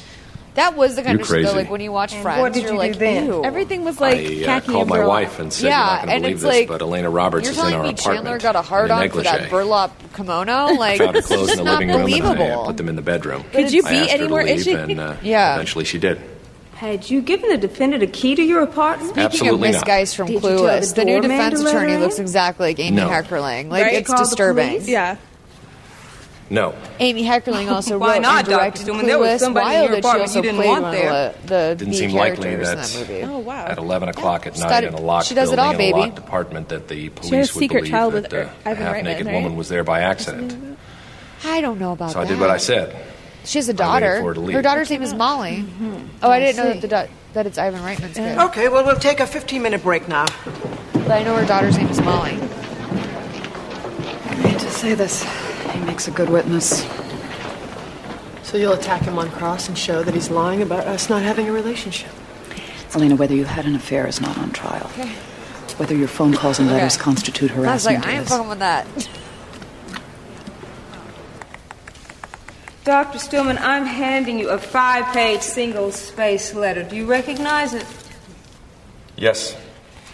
S1: that was the kind
S13: You
S1: of shit that,
S13: crazy.
S1: like when you watch
S5: And
S1: Friends,
S5: what did
S1: you're
S5: you do
S1: like,
S5: then?
S1: Ew.
S5: Everything was like
S13: I uh,
S5: khaki
S13: called
S5: and
S13: my
S5: burlap.
S13: wife and said,
S1: Yeah,
S13: "You're not
S1: and
S13: going to believe
S1: it's
S13: this,
S1: like,
S13: but Elena Roberts
S1: You're
S13: is in
S1: telling
S13: our
S1: me
S13: apartment."
S1: Chandler got a hard
S13: in
S1: on for that
S13: negligee.
S1: burlap kimono? Like,
S13: found her
S1: it's
S13: clothes
S1: just
S13: in the
S1: not
S13: living room, and I uh,
S1: believable.
S13: put them in the bedroom.
S1: Could you
S13: I
S1: be
S13: asked her
S1: any
S13: to
S1: more
S13: leave,
S1: itchy?
S13: And, uh,
S1: Yeah.
S13: Eventually, she did.
S11: Had you given the defendant a key to your apartment?
S13: Speaking of Absolutely Miss not. Geist
S1: from
S11: Did you tell
S1: Clueless, the new
S11: doorman to
S1: defense
S11: let her
S1: attorney
S11: in?
S1: looks exactly like Amy
S13: No.
S1: Heckerling. Like,
S11: Right?
S1: it's
S11: Call the
S1: disturbing.
S11: police?
S5: Yeah.
S13: No,
S1: Amy Heckerling also
S11: Why
S1: wrote
S11: not,
S1: and
S11: Dr.
S1: directed
S11: Stewart?
S1: Clueless.
S11: There was somebody in
S1: Wild
S11: your
S1: that
S11: apartment
S1: she also
S11: you didn't
S1: played
S11: want
S1: one
S11: there.
S1: of the, the
S13: didn't
S1: B
S13: seem likely
S1: characters in that
S13: that,
S5: Oh,
S1: movie.
S13: at 11 o'clock at
S1: She's
S13: night
S1: got
S13: in
S1: it-
S13: a locked
S1: she does it
S13: building
S1: all,
S13: in
S1: baby.
S13: a locked apartment that the police
S5: had a
S13: would
S5: secret
S13: believe
S5: child
S13: that
S5: with her-
S13: uh, a
S5: Ivan
S13: half-naked
S5: Reitman,
S13: woman
S5: right?
S13: was there by accident.
S1: I don't know about
S13: So I
S1: that.
S13: did what I said.
S1: She has a
S13: waited
S1: daughter.
S13: for her to leave.
S1: Her daughter's name is Molly.
S11: Mm-hmm.
S1: Oh, I didn't know
S6: I
S1: that the da- that it's Ivan Reitman's kid.
S6: Okay, well, we'll take a 15 minute break now.
S1: But I know her daughter's name is Molly.
S6: I hate to say this. He makes a good witness.
S3: So you'll attack him on cross and show that he's lying about us not having a relationship.
S7: Elena, whether you had an affair is not on trial.
S3: Okay.
S7: Whether your phone calls and
S1: Okay.
S7: letters constitute
S1: I was like,
S7: harassment
S1: I ain't
S7: is.
S1: fucking with that.
S11: Dr. Stillman, I'm handing you a five page single space letter. Do you recognize it?
S13: Yes.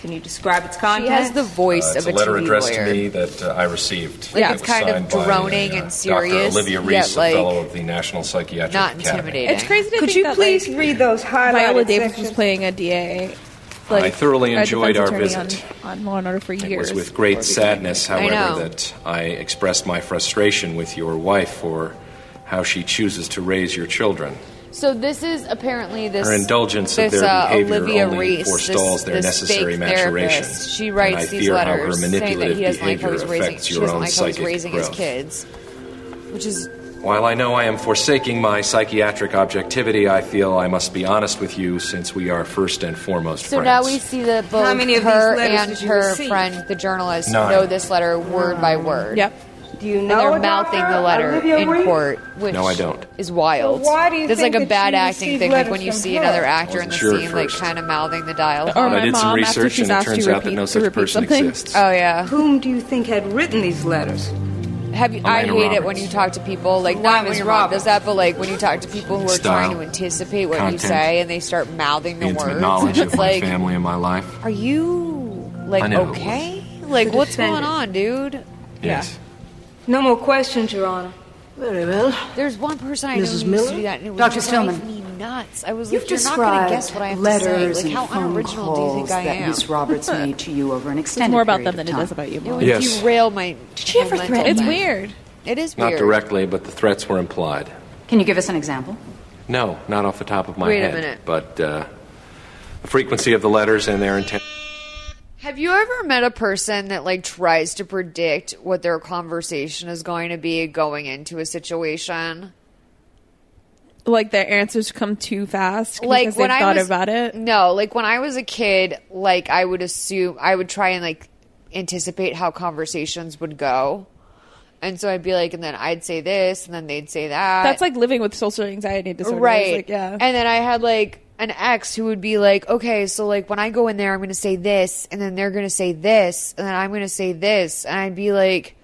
S11: Can you describe its
S1: She
S11: contents?
S1: has the voice
S13: Uh,
S1: of
S13: it's
S1: a,
S13: a letter
S1: TV
S13: addressed
S1: lawyer.
S13: to me that uh, I received.
S1: Like,
S13: It
S1: it's
S13: was
S1: kind of
S13: signed by,
S1: droning
S13: uh,
S1: and serious,
S13: Dr. Olivia
S1: yet,
S13: Reese,
S1: like,
S13: a fellow of the National Psychiatric
S1: not
S13: Academy.
S1: intimidating.
S5: It's crazy to
S11: Could
S5: think
S11: you
S5: that,
S11: please
S5: like,
S11: read those highlighted
S5: Viola Davis
S11: sections?
S5: was playing a DA.
S13: I thoroughly
S5: a
S13: enjoyed
S5: defense
S13: our
S5: attorney
S13: visit.
S5: On, on Law and Order for years.
S13: It was with great sadness,
S5: I know.
S13: however, that I expressed my frustration with your wife for how she chooses to raise your children.
S1: So this is apparently this
S13: Her indulgence
S1: this,
S13: of their
S1: uh,
S13: behavior
S1: Olivia
S13: only
S1: Reese, this-
S13: forestalls their
S1: this
S13: necessary
S1: fake
S13: maturations.
S1: therapist. She
S13: and I
S1: writes
S13: fear
S1: these letters
S13: how her
S1: saying that
S13: manipulative
S1: he doesn't like how
S13: behavior
S1: he's raising.
S13: affects
S1: She
S13: your
S1: doesn't
S13: own
S1: like how he's
S13: psychic
S1: raising
S13: growth.
S1: his kids, which is
S13: While I know I am forsaking my psychiatric objectivity, I feel I must be honest with you since we are first and foremost
S1: So
S13: friends.
S1: now we see that both
S11: many of these
S1: her
S11: letters
S1: and
S11: did you
S1: her
S11: receive?
S1: friend, the journalist,
S13: Nine.
S1: know this letter word by word.
S11: Yep. Do you
S1: And
S11: know
S1: they're
S11: a
S1: mouthing
S11: doctor,
S1: the letter
S11: Olivia
S1: in
S11: Reese?
S1: court, which
S13: No, I don't.
S1: is wild.
S11: So why do you
S1: That's
S11: think
S1: like a
S11: that
S1: bad
S11: she
S1: acting
S11: received
S1: thing, like
S11: letters
S1: when you
S11: from
S1: see
S11: her?
S1: another
S13: I
S1: actor in
S13: wasn't
S1: the
S13: sure at
S1: scene, like
S13: first.
S1: kind of mouthing the dialogue.
S13: But I did some research, and it turns out that no such person exists.
S1: Oh yeah.
S11: Whom do you think had written these letters?
S1: Have you, I hate
S11: Elena
S1: it when
S11: Roberts.
S1: you talk to people like not when
S11: Miss
S1: your mom does that, but like when you talk to people who are
S13: Style,
S1: trying to anticipate what
S13: content,
S1: you say and they start mouthing
S13: the
S1: the,
S13: intimate
S1: words,
S13: knowledge
S1: and
S13: of
S1: it's
S13: my
S1: like,
S13: family and my life.
S1: are you
S13: I
S1: like
S13: knew it was.
S1: okay? Like
S11: The
S1: what's going
S11: defendant.
S1: on, dude?
S13: Yes.
S11: No more questions, Your Honor.
S6: Very well.
S1: There's one person I know
S6: Mrs.
S1: who used
S6: Miller?
S1: to do that, and it would
S6: Dr.
S1: drive
S6: Stillman.
S1: me nuts. I was
S6: You've
S1: like, you're not going to
S6: described
S1: guess what I have to
S7: letters
S1: say. Like,
S7: and
S1: how
S7: phone
S1: unoriginal do you think
S7: calls
S1: I
S7: that
S1: am?
S7: Miss Roberts made to you over an extended
S5: more about
S7: period
S5: them than
S7: of
S5: it is
S7: time.
S5: about you,
S1: It
S5: Mom.
S1: would
S13: Yes.
S1: derail my. Did
S7: she ever threaten
S5: It's
S7: them?
S5: weird.
S1: It is
S13: Not
S1: weird.
S13: directly, but the threats were implied.
S7: Can you give us an example?
S13: No, not off the top of my
S1: Wait a
S13: head.
S1: minute.
S13: But uh, the frequency of the letters and their intent.
S1: Have you ever met a person that like tries to predict what their conversation is going to be going into a situation?
S5: Like their answers come too fast.
S1: Like
S5: because they
S1: when I
S5: thought
S1: was,
S5: about it.
S1: No, like when I was a kid, like I would assume I would try and like anticipate how conversations would go. And so I'd be like, and then I'd say this, and then they'd say that.
S5: That's like living with social anxiety disorder.
S1: right.
S5: Like, yeah.
S1: And then I had like an ex who would be like, okay, so like when I go in there, I'm going to say this, and then they're going to say this, and then I'm going to say this. And I'd be like,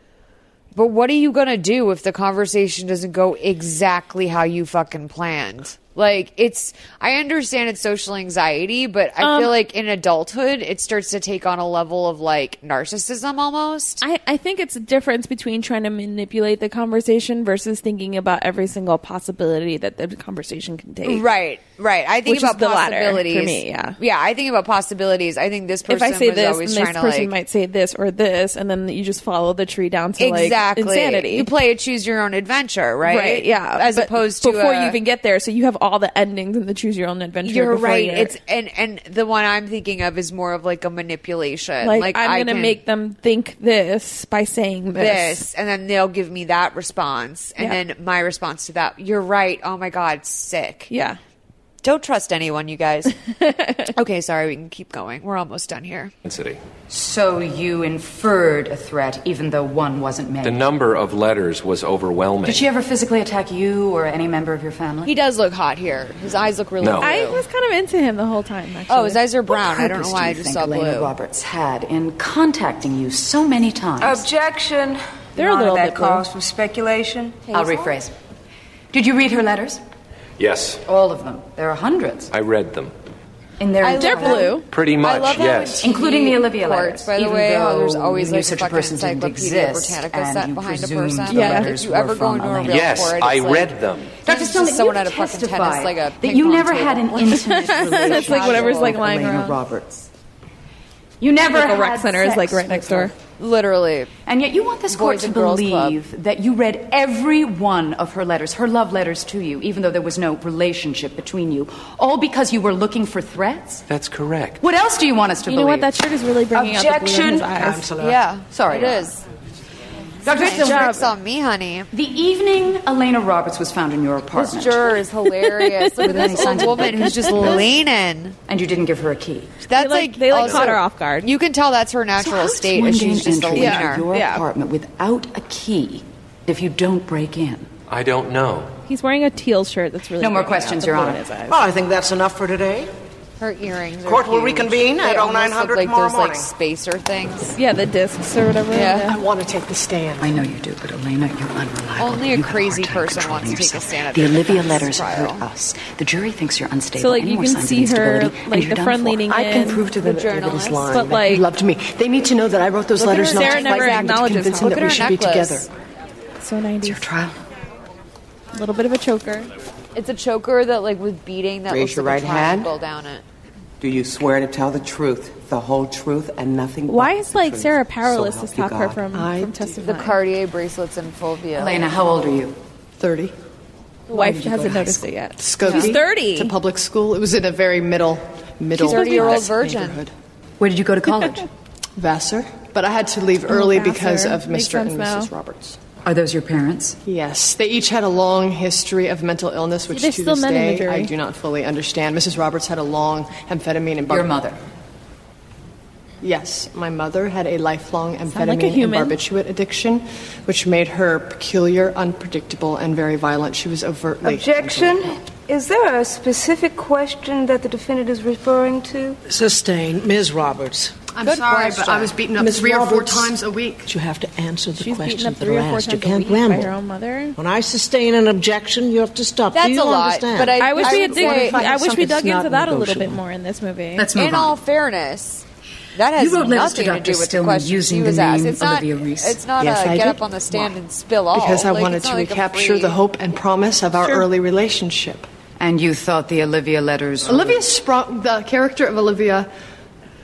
S1: but what are you going to do if the conversation doesn't go exactly how you fucking planned? Like it's, I understand it's social anxiety, but I
S5: Um,
S1: feel like in adulthood it starts to take on a level of like narcissism almost.
S5: I, I think it's a difference between trying to manipulate the conversation versus thinking about every single possibility that the conversation can take.
S1: Right, right. I think
S5: Which is
S1: about
S5: the latter for
S1: possibilities
S5: me, yeah.
S1: yeah. I think about possibilities. I think this person
S5: If I say
S1: was
S5: this, and
S1: always
S5: this
S1: trying
S5: person
S1: to like
S5: might say this or this, and then you just follow the tree down to
S1: exactly
S5: like insanity.
S1: You play a choose your own adventure, right?
S5: yeah.
S1: As
S5: But
S1: opposed to
S5: before
S1: a-
S5: you even get there, so you have all the endings and the choose your own adventure.
S1: You're
S5: before
S1: right.
S5: you're-
S1: It's and and the one I'm thinking of is more of like a manipulation.
S5: like, I'm
S1: uh, I
S5: gonna
S1: can-
S5: make them think this by saying
S1: this.
S5: this.
S1: and then they'll give me that response and
S5: Yeah.
S1: then my response to that you're right oh my god sick
S5: yeah
S1: don't trust anyone you guys okay sorry we can keep going we're almost done here
S13: Intensity.
S7: So you inferred a threat, even though one wasn't made.
S13: The number of letters was overwhelming.
S7: Did she ever physically attack you or any member of your family?
S1: he does look hot here his eyes look really
S7: No.
S1: blue.
S7: I
S5: was kind of into him the whole time. Actually.
S1: oh his eyes are brown i don't know
S7: purpose
S1: why
S7: do
S1: i
S7: you
S1: just
S7: think
S1: saw
S7: Elena
S1: blue
S7: Roberts had in contacting you so many
S1: Oh.
S7: times.
S11: Objection.
S7: They're a
S11: None
S7: little
S11: of that
S7: bit blue.
S11: calls for speculation.
S7: I'll rephrase. Did you read her letters?
S13: Yes,
S7: All of them. There are hundreds.
S13: I read them.
S7: In their
S1: I
S7: entire-
S1: love how-
S13: Pretty much, yes.
S7: including the Olivia
S1: Courts,
S7: letters.
S1: by the
S7: even
S1: way, how
S7: though
S1: there's always,
S7: you knew
S1: like, a
S7: such a
S1: fucking
S7: person didn't
S1: Encyclopedia
S7: exist,
S1: Britannica
S7: and
S1: set
S7: you
S1: behind a
S7: presumed
S1: person.
S7: The
S1: Yeah.
S7: letters
S1: If you ever
S7: were
S1: go
S7: from
S1: into a
S7: Elena.
S1: real Yes, court, it's I like- read
S13: them.
S7: Dr.
S1: It's
S7: Stone,
S1: just someone
S7: you
S1: at a fucking tennis,
S7: testified
S1: like a
S7: that
S1: ping
S7: you
S1: pong
S7: never
S1: table.
S7: had an intimate relationship
S5: It's like whatever's, like,
S7: with
S5: lying
S7: Elena
S5: around.
S7: Roberts. You never
S5: Like a rec
S7: had
S5: center is,
S7: sex
S5: like, right
S7: with
S5: next door.
S7: her.
S1: literally
S7: And yet, you want this court
S1: Boys
S7: to
S1: and Girls Club.
S7: believe that you read every one of her letters, her love letters to you, even though there was no relationship between you, all because you were looking for threats?
S13: That's correct.
S7: What else do you want us to
S5: You know
S7: believe?
S5: what? That shirt is really bringing out the blue in his
S7: Objection.
S5: eyes.
S7: Counselor.
S1: yeah
S7: Sorry,
S1: it
S7: Donna.
S1: is
S7: Dr.
S1: Good
S7: Stone,
S1: works on me honey
S7: the evening Elena Roberts was found in your
S1: This
S7: apartment.
S1: juror is hilarious. Look at
S7: With any
S1: this
S7: signs
S1: old
S7: of
S1: woman who's just
S7: weakness.
S1: leaning.
S7: And you didn't give her a key.
S1: That's like,
S5: they, like,
S1: also-
S5: caught her off guard.
S1: You can tell that's her natural state.
S7: One
S1: is
S7: gain
S1: She's just a
S7: entry
S1: leaner.
S7: into your apartment without a key if you don't break in.
S13: I don't know.
S5: He's wearing a teal shirt. That's really
S7: No more
S5: bringing out
S7: questions,
S5: the
S7: Your
S5: blue in
S7: Honor.
S5: his eyes.
S8: Well, Oh, I think that's enough for today.
S1: Her earrings. are
S8: Court will
S1: huge.
S8: reconvene
S1: They
S8: at
S1: almost
S8: 0900
S1: look like
S8: tomorrow
S1: those,
S8: morning.
S1: Like spacer things.
S5: Yeah, the discs or whatever.
S1: Yeah.
S5: yeah.
S3: I want to take the stand.
S7: I know you do, but Elena, you're unreliable.
S1: Only a crazy person wants to take a stand at
S7: The
S1: their
S7: Olivia
S1: defense
S7: letters hurt
S1: trial.
S7: us. The jury thinks you're unstable.
S5: So, like,
S7: Any
S5: you
S7: more
S5: can
S7: signs of
S5: see her,
S7: instability, and
S5: like,
S7: you're
S5: the
S7: done
S5: friend
S7: for.
S5: leaning
S3: I can
S5: in,
S3: prove to
S5: the
S3: them that David is
S5: journalist,
S3: lying.
S5: but,
S3: that
S5: like-
S3: he loved me. They need to know that I wrote those
S5: Look at
S3: letters
S5: her.
S3: not
S5: Sarah
S3: to fight
S5: never
S3: back, but to
S5: acknowledges
S3: convince
S5: how-
S3: him
S5: Look
S3: that
S5: at
S3: we
S5: her
S3: should be together.
S5: necklace. So 90s. It's your
S7: trial.
S5: A little bit of a choker.
S1: It's a choker that, like, with beating, that
S8: Raise
S1: looks
S8: your
S1: like a
S8: right hand.
S1: triangle down it.
S8: Do you swear to tell the truth, the whole truth, and nothing
S5: Why
S8: but
S5: is
S8: the
S5: like
S8: truth?
S5: Sarah
S8: So
S5: powerless to
S8: help you
S5: stop her
S8: God.
S5: from, from testifying?
S1: The Cartier bracelets in full view.
S7: Elena, how old are you?
S3: 30.
S5: The wife
S3: you go
S5: hasn't
S3: to high
S5: noticed it yet.
S3: Skokie.
S5: She's 30.
S3: To public school. It was in a very middle, middle.
S1: She's a 30-year-old
S3: class
S1: virgin.
S3: neighborhood.
S7: Where did you go to college?
S3: Vassar. But I had to leave early
S5: Oh, Vassar.
S3: because of
S5: Makes
S3: Mr. and
S5: sense
S3: Mrs.
S5: now.
S3: Roberts.
S7: Are those your parents?
S3: Yes, they each had a long history of mental illness, which
S5: there's
S3: to
S5: still
S3: this
S5: men in the
S3: day
S5: jury.
S3: I do not fully understand. Mrs. Roberts had a long amphetamine and bar-
S7: Your mother.
S3: Yes, my mother had a lifelong
S5: Sound like a
S3: amphetamine and
S5: human.
S3: barbiturate addiction, which made her peculiar, unpredictable, and very violent. She was overtly
S11: Objection. Is there a specific question that the defendant is referring to?
S8: Sustain, Ms. Roberts.
S3: I'm
S8: Good
S3: sorry,
S8: question.
S3: but I was beaten up
S8: Ms.
S3: three or four
S8: Roberts,
S3: times a week.
S8: You have to answer the
S5: She's beaten up
S8: questions that
S5: three
S8: are
S5: or four
S8: asked. You
S5: times a
S8: can't
S5: week by her
S8: ramble.
S5: own mother.
S8: When I sustain an objection, you have to stop.
S1: That's
S8: Do you
S1: a lot,
S8: understand?
S1: but I-
S5: I wish
S1: I
S5: we
S1: would
S5: had dig-
S1: say-
S5: I wish we dug
S8: Something's not
S5: into that a little bit
S8: negotiable.
S5: more in this movie.
S7: Let's move
S1: In
S7: on.
S1: all fairness, that has
S7: You wrote letters to
S1: nothing to,
S7: Dr.
S1: do with the
S7: Stillman
S1: question
S7: using
S1: she
S7: the
S1: was asked.
S7: name
S1: It's not,
S7: Olivia Reese.
S1: It's not
S3: Yes,
S1: a
S3: I
S1: get
S3: did.
S1: up on the stand and spill all.
S3: because I
S1: Like,
S3: wanted
S1: it's
S3: to
S1: not like a
S3: recapture the
S1: free-
S3: hope and promise of our
S1: Sure.
S3: early relationship.
S7: And you thought the Olivia letters.
S3: Olivia sprung, the character of Olivia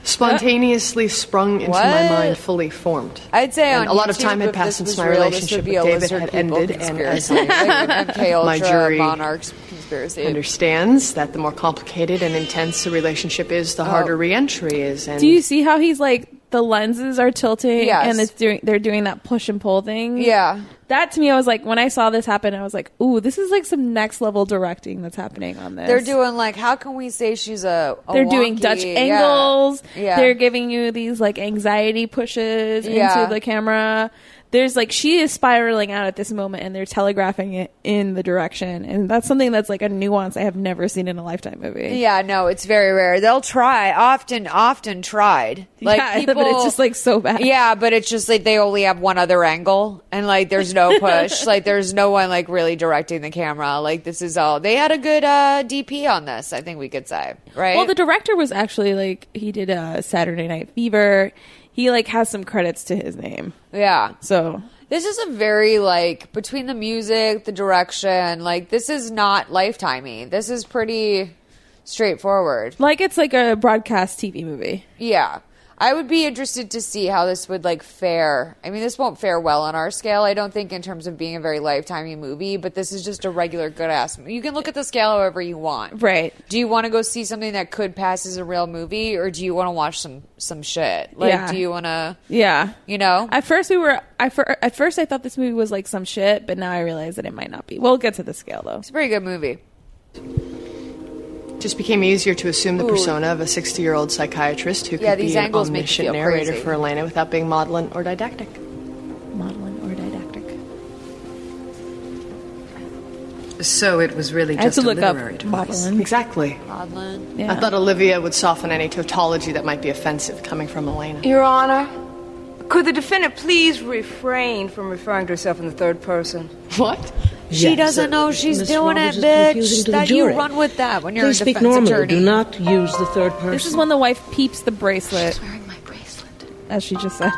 S3: spontaneously sprung into my
S1: What?
S3: mind, fully formed.
S1: I'd say
S3: And
S1: on
S3: a lot of
S1: YouTube,
S3: time had
S1: if
S3: passed
S1: this
S3: since
S1: was
S3: my
S1: real, this would
S3: relationship
S1: be
S3: with
S1: a
S3: David
S1: lizard
S3: had
S1: people
S3: ended, and as
S1: conspiracy. Like an MK
S3: my
S1: Ultra
S3: jury
S1: monarchs conspiracy.
S3: understands that the more complicated and intense the relationship is, the
S1: Oh.
S3: harder reentry is. And
S5: Do you see how he's like the lenses are tilting
S1: Yes.
S5: and it's doing they're doing that push and pull thing?
S1: Yeah.
S5: That to me I was like when I saw this happen I was like, "Ooh, this is like some next level directing that's happening on this."
S1: They're doing like, how can we say she's a? a
S5: they're doing
S1: wonky-
S5: Dutch
S1: yeah.
S5: angles.
S1: Yeah.
S5: They're giving you these like anxiety pushes
S1: Yeah.
S5: into the camera. there's like she is spiraling out at this moment and they're telegraphing it in the direction and that's something that's like a nuance i have never seen in a lifetime movie
S1: Yeah, no, it's very rare. They'll try, often, often tried. Like
S5: Yeah,
S1: people,
S5: but it's just, like, so bad.
S1: Yeah, but it's just like they only have one other angle, and like there's no push. like there's no one like really directing the camera. Like this is all they had a good uh, DP on this. I think we could say right.
S5: well the director was actually like he did uh, saturday night fever he like has some credits to his name
S1: yeah.
S5: so
S1: This is a very like between the music, the direction. Like this is not lifetimey. This is pretty straightforward.
S5: like it's like a broadcast tv movie
S1: Yeah. I would be interested to see how this would like fare. I mean, this won't fare well on our scale, I don't think, in terms of being a very lifetimey movie. But this is just a regular good ass. You can look at the scale however you want.
S5: Right.
S1: Do you want to go see something that could pass as a real movie, or do you want to watch some some shit? Like,
S5: Yeah.
S1: do you want to?
S5: yeah
S1: You know.
S5: at first we were i fir- at first i thought this movie was like some shit but now i realize that it might not be we'll get to the scale though it's
S1: a pretty good movie
S3: Just became easier to assume the
S5: Ooh.
S3: persona of a 60 year old psychiatrist who could
S1: Yeah,
S3: be
S1: these
S3: an
S1: angles make you
S3: omniscient
S1: feel
S3: narrator
S1: crazy.
S3: for Elena without being maudlin or didactic.
S5: Maudlin or didactic.
S7: So it was really
S3: I had
S7: just
S3: to
S7: a
S3: look up
S7: literary device.
S3: maudlin. Exactly.
S1: Maudlin.
S7: Yeah.
S3: I thought Olivia would soften any tautology that might be offensive coming from Elena.
S11: Your Honor, could the defendant please refrain from referring to herself in the third person?
S3: What?
S1: She doesn't know she's
S2: Miss
S1: doing
S2: Roberts
S1: it,
S2: is
S1: bitch.
S2: confusing to the
S1: That you
S2: jury.
S1: run with that when you're
S2: Please
S1: a
S2: speak
S1: defense
S2: normally.
S1: attorney.
S2: Do not use the third person.
S5: This is when the wife peeps the bracelet. She's wearing my bracelet, as she just said.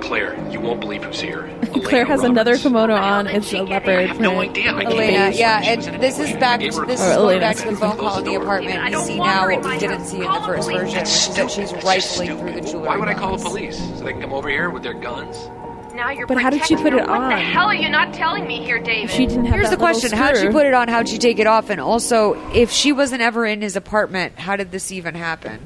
S9: Claire, you won't believe who's here.
S5: Claire has another kimono on. It's a leopard.
S9: have no
S5: print.
S9: idea. I can't
S1: Elena,
S9: believe
S1: yeah, and this is back. This
S9: Or
S1: is going
S5: Elena.
S1: back to the phone call in the apartment. We see now what we didn't see in the first version, which is that she's rifling through the jewelry.
S9: Why would I call the
S1: box.
S9: police? So they can come over here with their guns?
S25: Now you're
S5: But how did she
S25: protecting
S5: put
S25: her.
S5: it
S25: What the
S5: on?
S25: hell are you not telling me here, David?
S1: Here's the question: How'd she put it on? How'd she take it off? And also, if she wasn't ever in his apartment, how did this even happen?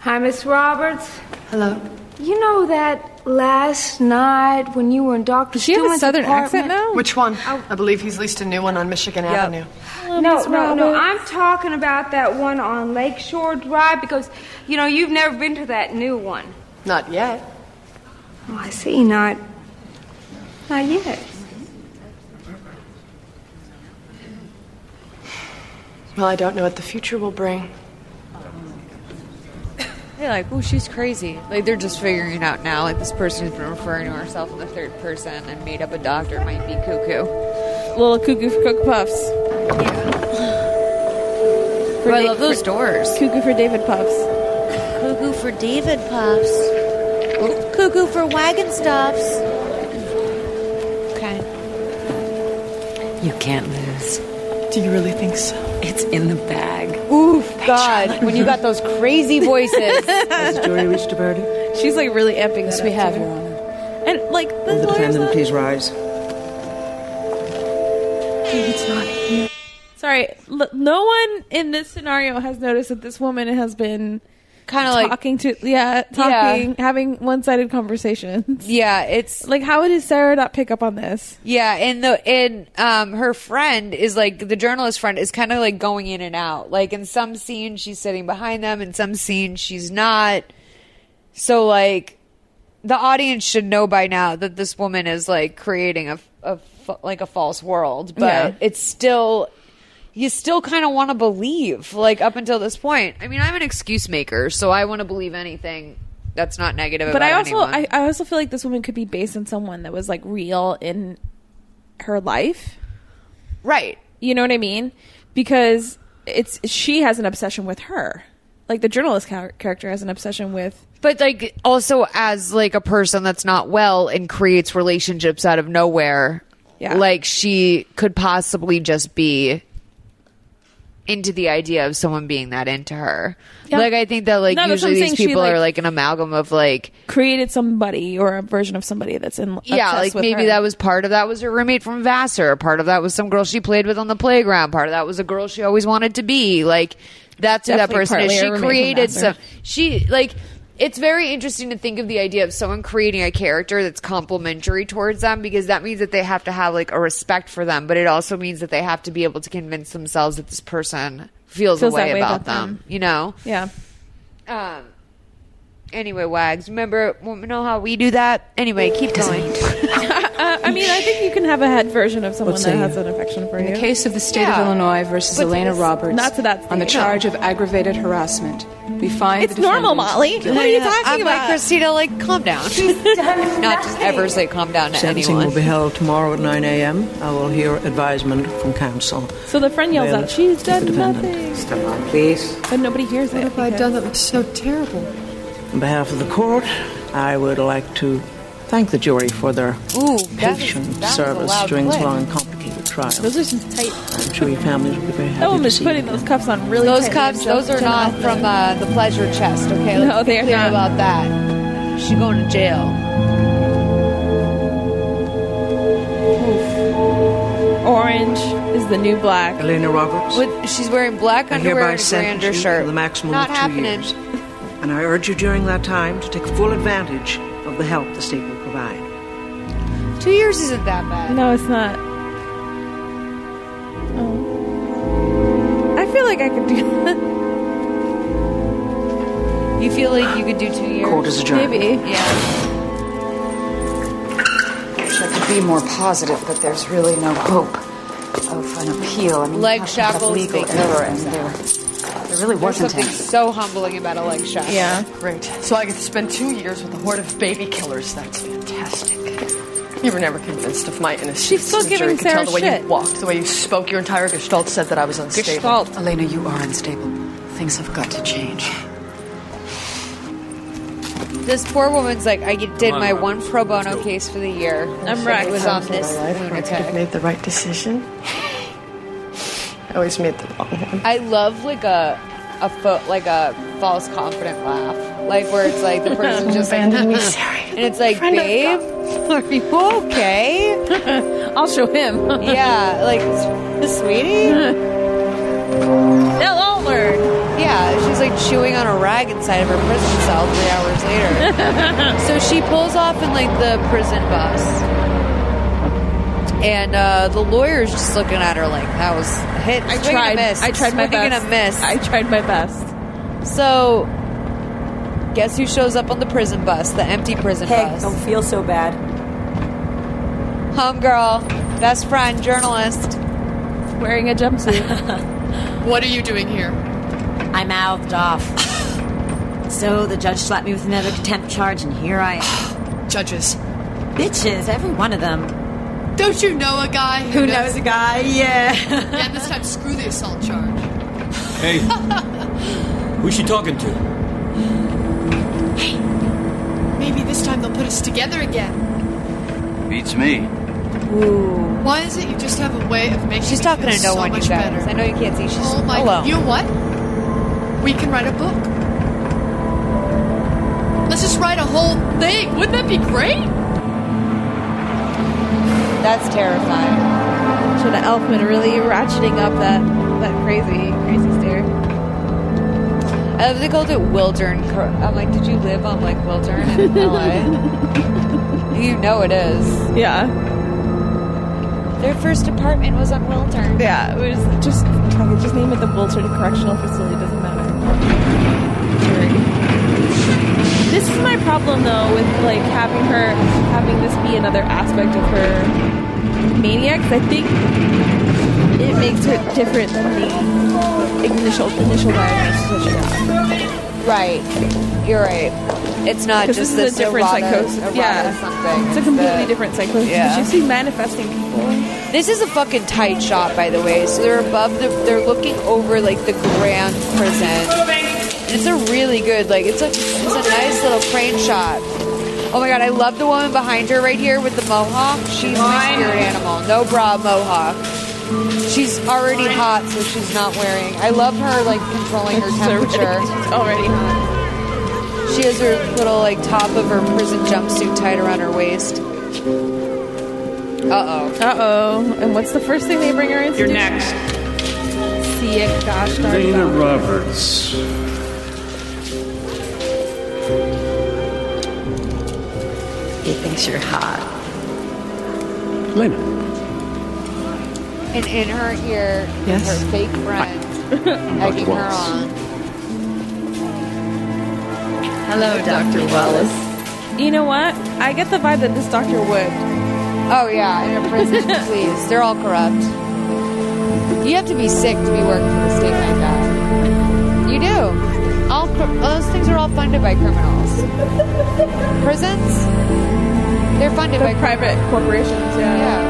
S11: Hi, Miss Roberts. Hello. You know that last night when you were in Doctor Does
S3: Which one? I believe he's leased a new one on Michigan Avenue.
S11: no,
S3: Miss
S11: no, no.
S3: Roberts.
S11: I'm talking about that one on Lakeshore Drive because, you know, you've never been to that new one.
S3: Not yet.
S11: Oh, I see. Not, not yet.
S3: Well, I don't know what the future will bring.
S1: They're like, oh, she's crazy. Like they're just figuring it out now. Like this person has been referring to herself in the third person and made up a doctor might be cuckoo.
S5: Little cuckoo for Cook Puffs.
S1: But I love those doors.
S5: Cuckoo for David Puffs.
S27: Cuckoo for David Puffs. Cuckoo for Wagon Stuffs. Okay.
S28: You can't lose.
S3: Do you really think so?
S28: It's in the bag.
S1: Oof, God! When you got those crazy voices.
S28: Has the jury reached a verdict?
S5: She's like really amping
S28: Yes,
S5: that
S28: we
S5: up,
S28: have,
S5: too.
S28: Your
S5: And like the
S28: Will the
S5: lawyer's
S28: defendant
S5: not-
S28: please rise?
S5: David's not here. Sorry, l- no one in this scenario has noticed that this woman has been
S1: kind of like-
S5: talking to yeah, talking, having one-sided conversations.
S1: Yeah, it's
S5: like how did Sarah not pick up on this?
S1: Yeah, and the and um her friend is like the journalist friend is kind of like going in and out. Like in some scene she's sitting behind them, in some scene she's not. So like the audience should know by now that this woman is like creating a, a fa- like a false world, but
S5: Yeah.
S1: it's still you still kind of want to believe like up until this point. I mean, I'm an excuse maker, so I want to believe anything that's not negative.
S5: But
S1: about
S5: I also
S1: anyone.
S5: I, I also feel like this woman could be based on someone that was like real in her life.
S1: Right.
S5: You know what I mean? Because it's she has an obsession with her. Like the journalist char- character has an obsession with
S1: But like also as like a person that's not well and creates relationships out of nowhere.
S5: Yeah.
S1: Like she could possibly just be into the idea of someone being that into her.
S5: Yeah.
S1: Like I think that like
S5: No, that's what
S1: usually
S5: I'm
S1: these
S5: saying. She,
S1: people are
S5: like-
S1: like an amalgam of like
S5: created somebody or a version of somebody that's in
S1: yeah,
S5: obsessed
S1: like
S5: with
S1: maybe
S5: her.
S1: that was part of that was her roommate from Vassar, part of that was some girl she played with on the playground, part of that was a girl she always wanted to be. Like that's who that
S5: Definitely
S1: person is.
S5: partly a
S1: She
S5: roommate from
S1: created
S5: Vassar.
S1: some she like it's very interesting to think of the idea of someone creating a character that's complimentary towards them because that means that they have to have like a respect for them, but it also means that they have to be able to convince themselves that this person feels, a
S5: Feels
S1: way,
S5: that way
S1: about,
S5: about
S1: them,
S5: them.
S1: you know?
S5: Yeah.
S1: Um Anyway, Wags, remember, well, you know how we do that? Anyway, keep going.
S5: Uh, I mean, I think you can have a head version of someone
S28: Let's
S5: that
S28: see.
S5: has an affection for
S28: In
S5: you.
S28: the case of the state of Illinois versus
S5: But
S28: Elena
S5: it's
S28: Roberts,
S5: not to that
S28: on the
S5: state, no.
S28: charge of aggravated harassment, we find
S5: It's
S28: the
S5: normal,
S28: defendant
S5: Molly.
S28: guilty.
S5: What are you
S1: Yeah,
S5: talking
S1: I'm
S5: about?
S1: Like, Christina, like, calm down. Not just ever say calm down to
S28: Sentencing
S1: anyone.
S28: will be held tomorrow at 9 a.m. I will hear advisement from counsel.
S5: So the friend yells out, "She's done nothing,"
S28: Stand by, please.
S5: but nobody hears it.
S3: What have I done that was so terrible?
S28: On behalf of the court, I would like to thank the jury for their
S1: Ooh, that was-
S28: patient
S1: that was a
S28: service
S1: loud
S28: during this
S1: clip.
S28: long and complicated trial.
S5: Those are some tight.
S28: I'm sure your families will be very happy
S5: That
S28: to
S5: woman's
S28: see
S5: putting
S28: you.
S5: those cuffs on really.
S1: Those
S5: tightly
S1: cuffs,
S5: so-
S1: those are
S5: to
S1: not from uh, the pleasure chest, okay?
S5: No,
S1: Let's be
S5: they're
S1: clear
S5: not.
S1: about that. She's going to jail.
S5: Orange is the new black.
S28: Elena Roberts.
S1: With, she's wearing black
S28: I
S1: underwear
S28: hereby
S1: and a gray
S28: sentence you
S1: undershirt.
S28: to the maximum
S1: Not
S28: of two
S1: happening.
S28: years. And I urge you during that time to take full advantage of the help the state will provide.
S1: Two years isn't that bad.
S5: No, it's not. Oh. I feel like I could do that.
S1: You feel like you could do two years?
S28: Court is adjourned.
S5: Maybe.
S1: Yeah.
S7: Wish I could be more positive, but there's really no hope of an appeal. I mean,
S1: Leg
S7: you have to have
S1: shackles
S7: legal
S1: make no
S7: error, and
S1: sense.
S7: there, there really
S1: There's
S7: wasn't
S1: something
S7: any.
S1: so humbling about a leg shot.
S5: Yeah.
S3: Great. So I get to spend two years with a horde of baby killers. That's fantastic. You were never convinced of my innocence.
S5: She's still
S3: The jury
S5: giving
S3: could tell
S5: Sarah
S3: the way
S5: shit.
S3: you walked, the way you spoke. Your entire gestalt said that I was unstable.
S5: Gestalt.
S7: Elena, you are unstable. Things have got to change.
S1: This poor woman's like, I did
S3: on,
S1: my
S3: Robert.
S1: one pro bono case for the year.
S5: I'm
S1: right. It
S5: wrecked.
S1: was on this
S3: I could have
S1: lunatic.
S3: made the right decision. I always made the wrong one.
S1: I love like a a fo- like a false confident laugh, like where it's like the person just like,
S3: Abandoned me, Sarah.
S1: and it's like,
S3: Friend of
S1: babe, are you okay?
S5: I'll show him.
S1: yeah, like, s- sweetie.
S5: They'll all learn.
S1: Yeah, she's like chewing on a rag inside of her prison cell three hours later. so she pulls off in like the prison bus, and uh, the lawyer's just looking at her like that was a hit.
S5: I
S1: swing
S5: tried.
S1: And a miss.
S5: I tried my
S1: Swing
S5: best.
S1: and a miss.
S5: I tried my best.
S1: So, guess who shows up on the prison bus? The empty prison bus.
S2: don't feel so bad.
S1: Homegirl, best friend, journalist.
S5: Wearing a jumpsuit.
S3: What are you doing here?
S2: I mouthed off. so the judge slapped me with another contempt charge, and here I am.
S3: Judges.
S2: Bitches, every one of them.
S3: Don't you know a guy
S2: Who knows a guy? Yeah.
S3: Yeah, this time screw the assault charge.
S21: Hey, who's she talking to?
S3: Maybe this time they'll put us together again.
S21: Beats me.
S3: Why is it you just have a way of making
S1: She's
S3: me
S1: talking
S3: feel
S1: to no
S3: so
S1: one, you
S3: much
S1: guys.
S3: better?
S1: I know you can't see. She's
S3: Oh my!
S1: alone.
S3: You know what? We can write a book. Let's just write a whole thing. Wouldn't that be great?
S1: That's terrifying.
S5: Should have Elfman really ratcheting up that that crazy crazy stare.
S1: Uh, they called it Wildern. Cor- I'm like, did you live on like Wildern in LA? you know Oh, it is.
S5: Yeah,
S1: Their first apartment was on Wildern.
S5: yeah. It was just fuck it, just name it the Wilton Correctional Facility. Doesn't matter. This is my problem though with like having her having this be another aspect of her maniacs. I think it makes her different than the initial initial diagnosis that she got.
S1: Right. You're right. It's not
S5: 'Cause
S1: just
S5: this is a different
S1: errata-
S5: psychosis.
S1: errata
S5: Yeah.
S1: something.
S5: It's a completely
S1: that-
S5: different psychosis.
S1: Yeah.
S5: She's seen manifesting people.
S1: This is a fucking tight shot, by the way. So they're above the, they're looking over like the grand prison. It's a really good, like it's a, it's a nice little crane shot. Oh my god, I love the woman behind her right here with the mohawk. She's my spirit animal. No bra mohawk. She's already hot, so she's not wearing. I love her like controlling her temperature.
S5: Already.
S1: She has her little like top of her prison jumpsuit tied around her waist. Uh
S5: Uh oh. And what's the first thing they bring her into? You're
S21: next.
S5: See it, gosh darn
S21: Dana
S5: God.
S21: Roberts.
S2: He thinks you're hot.
S21: Lena.
S1: oh. And in her ear, is
S28: Yes.
S1: her fake friend
S21: Not
S1: egging her
S21: once.
S1: on.
S4: Hello, Dr. Wallace.
S5: You know what? I get the vibe that this doctor would.
S4: Oh, yeah, in a prison, please. They're all corrupt. You have to be sick to be working for the state like that. You do. All cr- those things are all funded by criminals. Prisons? They're funded by
S5: private corporations, yeah.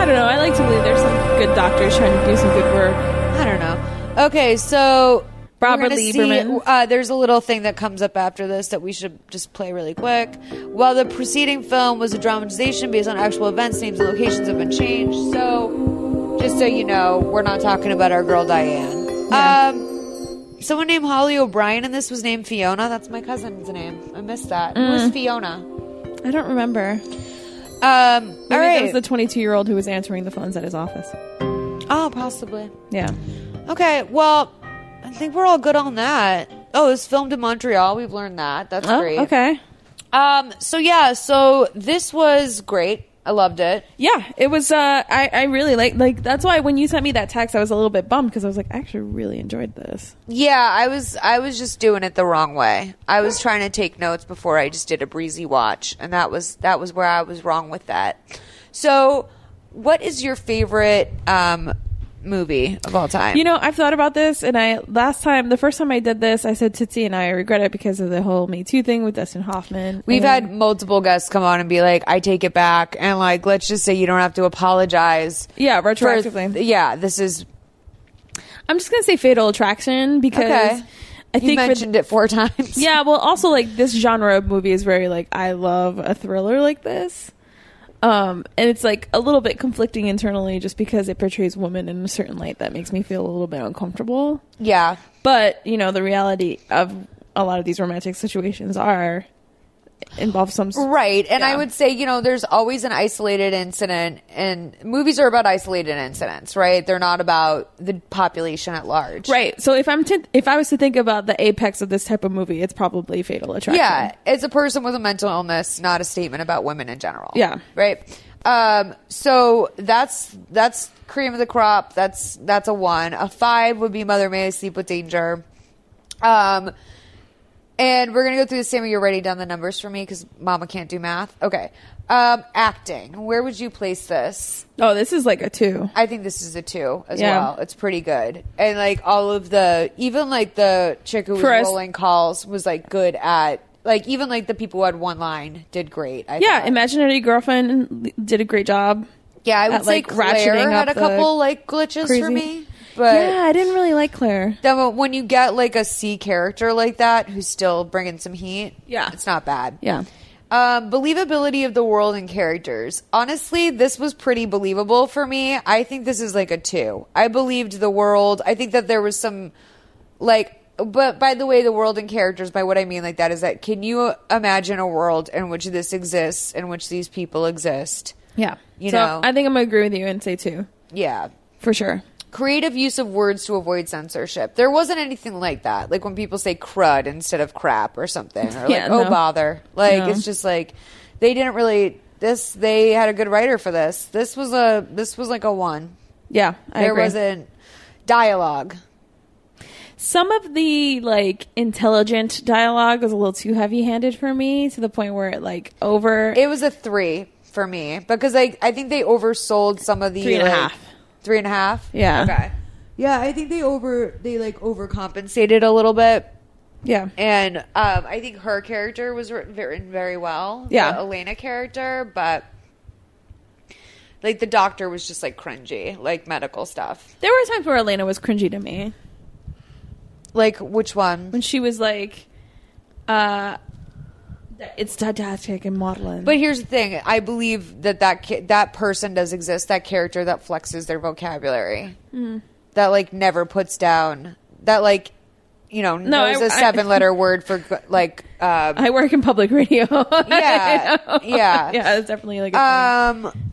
S5: I don't know. I like to believe there's some good doctors trying to do some good work.
S1: I don't know. Okay, so we're
S5: Robert
S1: gonna see-
S5: Lieberman.
S1: uh, there's a little thing that comes up after this that we should just play really quick. While the preceding film was a dramatization based on actual events, names and locations have been changed. So, just so you know, we're not talking about our girl Diane. Um, someone named Holly O'Brien in this was named Fiona. That's my cousin's name. I missed that. Who's
S5: Mm.
S1: Fiona?
S5: I don't remember.
S1: Um,
S5: Maybe
S1: all
S5: that
S1: right.
S5: was the 22 year old who was answering the phones at his office.
S1: oh, possibly.
S5: Yeah.
S1: Okay, well, I think we're all good on that. Oh, it was filmed in Montreal. We've learned that. That's
S5: Oh,
S1: great.
S5: okay.
S1: Um. So yeah. So this was great. I loved it.
S5: Yeah, it was. Uh, I I really like like that's why when you sent me that text, I was a little bit bummed because I was like, I actually really enjoyed this.
S1: Yeah, I was. I was just doing it the wrong way. I was trying to take notes before I just did a breezy watch, and that was that was where I was wrong with that. So, what is your favorite um movie of all time?
S5: You know, I've thought about this, and I last time, the first time I did this, I said Tootsie, and I regret it because of the whole Me Too thing with Dustin Hoffman.
S1: We've
S5: And-
S1: had multiple guests come on and be like, "I take it back," and like, let's just say you don't have to apologize.
S5: Yeah, retroactively.
S1: For, yeah, this is
S5: I'm just gonna say Fatal Attraction because
S1: Okay.
S5: I
S1: You
S5: think
S1: mentioned it four times.
S5: Yeah, well, also like this genre of movie is very like I love a thriller like this, um, and it's like a little bit conflicting internally just because it portrays women in a certain light that makes me feel a little bit uncomfortable.
S1: Yeah,
S5: but you know the reality of a lot of these romantic situations are involve some
S1: Right. And I would say, you know, there's always an isolated incident, and movies are about isolated incidents, right? They're not about the population at large.
S5: Right. So if I'm t- if I was to think about the apex of this type of movie, it's probably Fatal Attraction.
S1: Yeah. It's a person with a mental illness, not a statement about women in general.
S5: Yeah.
S1: Right. Um, so that's that's cream of the crop. That's that's a one. A five would be Mother May I Sleep with Danger. Um, and we're gonna go through the same. You're writing down the numbers for me because Mama can't do math. Okay. Um, acting. Where would you place this?
S5: Oh, this is like a two.
S1: I think this is a two as
S5: Yeah.
S1: well. It's pretty good. And like all of the, even like the chick who was
S5: For us-
S1: rolling calls was like good at, like even like the people who had one line did great. I
S5: yeah,
S1: thought.
S5: imaginary girlfriend did a great job.
S1: Yeah, I would
S5: at,
S1: say Claire had a
S5: the
S1: couple, like, glitches for me, but-
S5: yeah, I didn't really like Claire.
S1: Then when- when you get like a C character like that who's still bringing some heat, yeah, it's not bad.
S5: Yeah.
S1: Um, believability of the world and characters. Honestly, this was pretty believable for me. I think this is like a two. I believed the world. I think that there was some, like, but by the way, the world and characters, by what I mean, like that is that can you imagine a world in which this exists, in which these people exist?
S5: Yeah,
S1: You
S5: So
S1: know.
S5: I think I'm gonna agree with you and say two
S1: Yeah.
S5: for sure.
S1: Creative use of words to avoid censorship. There wasn't anything like that. Like when people say crud instead of crap or something, or like,
S5: Yeah,
S1: oh,
S5: no.
S1: bother. Like
S5: No.
S1: it's just like they didn't really, this, they had a good writer for this. This was a, this was like a one.
S5: Yeah, I
S1: there
S5: agree.
S1: wasn't dialogue.
S5: Some of the like intelligent dialogue was a little too heavy-handed for me to the point where it like over.
S1: It was a three for me because like, I think they oversold some of the
S5: Three and a
S1: like,
S5: half.
S1: Three and a half?
S5: Yeah.
S1: Okay. Yeah, I think they over, they like overcompensated a little bit.
S5: Yeah.
S1: And um, I think her character was writ- written very well. the
S5: Yeah.
S1: Elena character, but like the doctor was just like cringy, like medical stuff.
S5: There were times where Elena was cringy to me.
S1: Like which one?
S5: When she was like, uh, it's didactic and maudlin.
S1: But here's the thing: I believe that that ki- that person does exist. That character that flexes their vocabulary,
S5: Mm.
S1: that like never puts down, that like you know
S5: No,
S1: knows
S5: I-
S1: a
S5: I-
S1: a seven letter word for like. Um,
S5: I work in public radio.
S1: yeah, yeah,
S5: yeah, it's definitely like a
S1: um,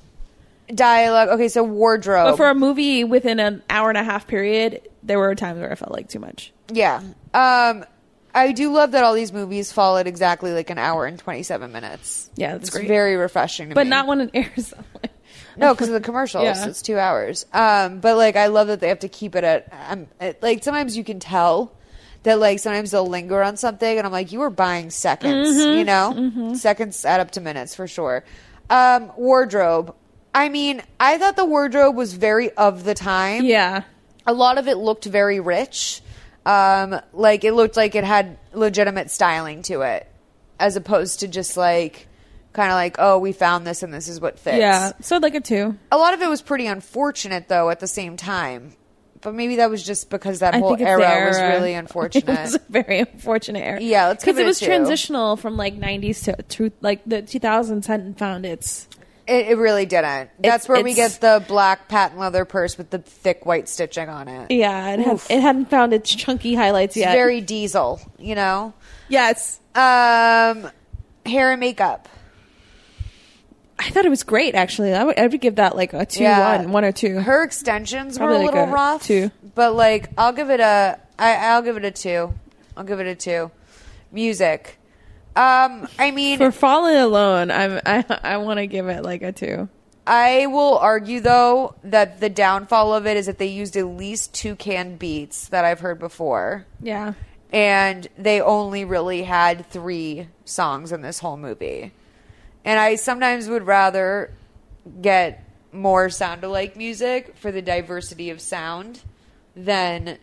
S1: dialogue. Okay, so wardrobe.
S5: But for a movie within an hour and a half period, there were times where I felt like too much.
S1: Yeah. Um, I do love that all these movies fall at exactly like an hour and 27 minutes.
S5: Yeah,
S1: it's
S5: that's great.
S1: very refreshing to
S5: But
S1: me.
S5: not when it airs.
S1: No, because of the commercials.
S5: Yeah.
S1: It's two hours. Um, but like, I love that they have to keep it at, um, it, like, sometimes you can tell that like sometimes they'll linger on something, and I'm like, you were buying seconds,
S4: Mhm,
S5: Mm-hmm.
S1: you know, seconds add up to minutes for sure. Um, wardrobe. I mean, I thought the wardrobe was very of the time.
S5: Yeah,
S1: a lot of it looked very rich. Um, like it looked like it had legitimate styling to it, as opposed to just like kind of like, oh, we found this and this is what fits.
S5: Yeah, so I'd like a two.
S1: A lot of it was pretty unfortunate, though, at the same time. But maybe that was just because that
S5: I
S1: whole
S5: think it's
S1: era,
S5: the
S1: was
S5: era.
S1: really
S5: It
S1: unfortunate.
S5: was a very unfortunate era.
S1: Yeah, let's give
S5: because
S1: it
S5: it
S1: a
S5: was
S1: two.
S5: transitional from like '90s to, to like the 2000s hadn't found its.
S1: It, it really didn't. That's
S5: It's-
S1: where we
S5: it's-
S1: get the black patent leather purse with the thick white stitching on it.
S5: Yeah, it, had,
S1: Oof.
S5: it hadn't found its chunky highlights
S1: It's
S5: yet.
S1: very diesel, you know?
S5: Yes.
S1: Um, hair and makeup.
S5: I thought it was great actually. I would, I would give that like a two,
S1: Yeah.
S5: one, one or two.
S1: Her extensions were
S5: Probably
S1: a
S5: like
S1: little
S5: a
S1: rough,
S5: two.
S1: but like I'll give it a I, I'll give it a two. I'll give it a two. Music. Um, I mean,
S5: For Fallen Alone, I'm I I want to give it like a two.
S1: I will argue though that the downfall of it is that they used at least two canned beats that I've heard before.
S5: Yeah.
S1: And they only really had three songs in this whole movie. And I sometimes would rather get more sound alike music for the diversity of sound than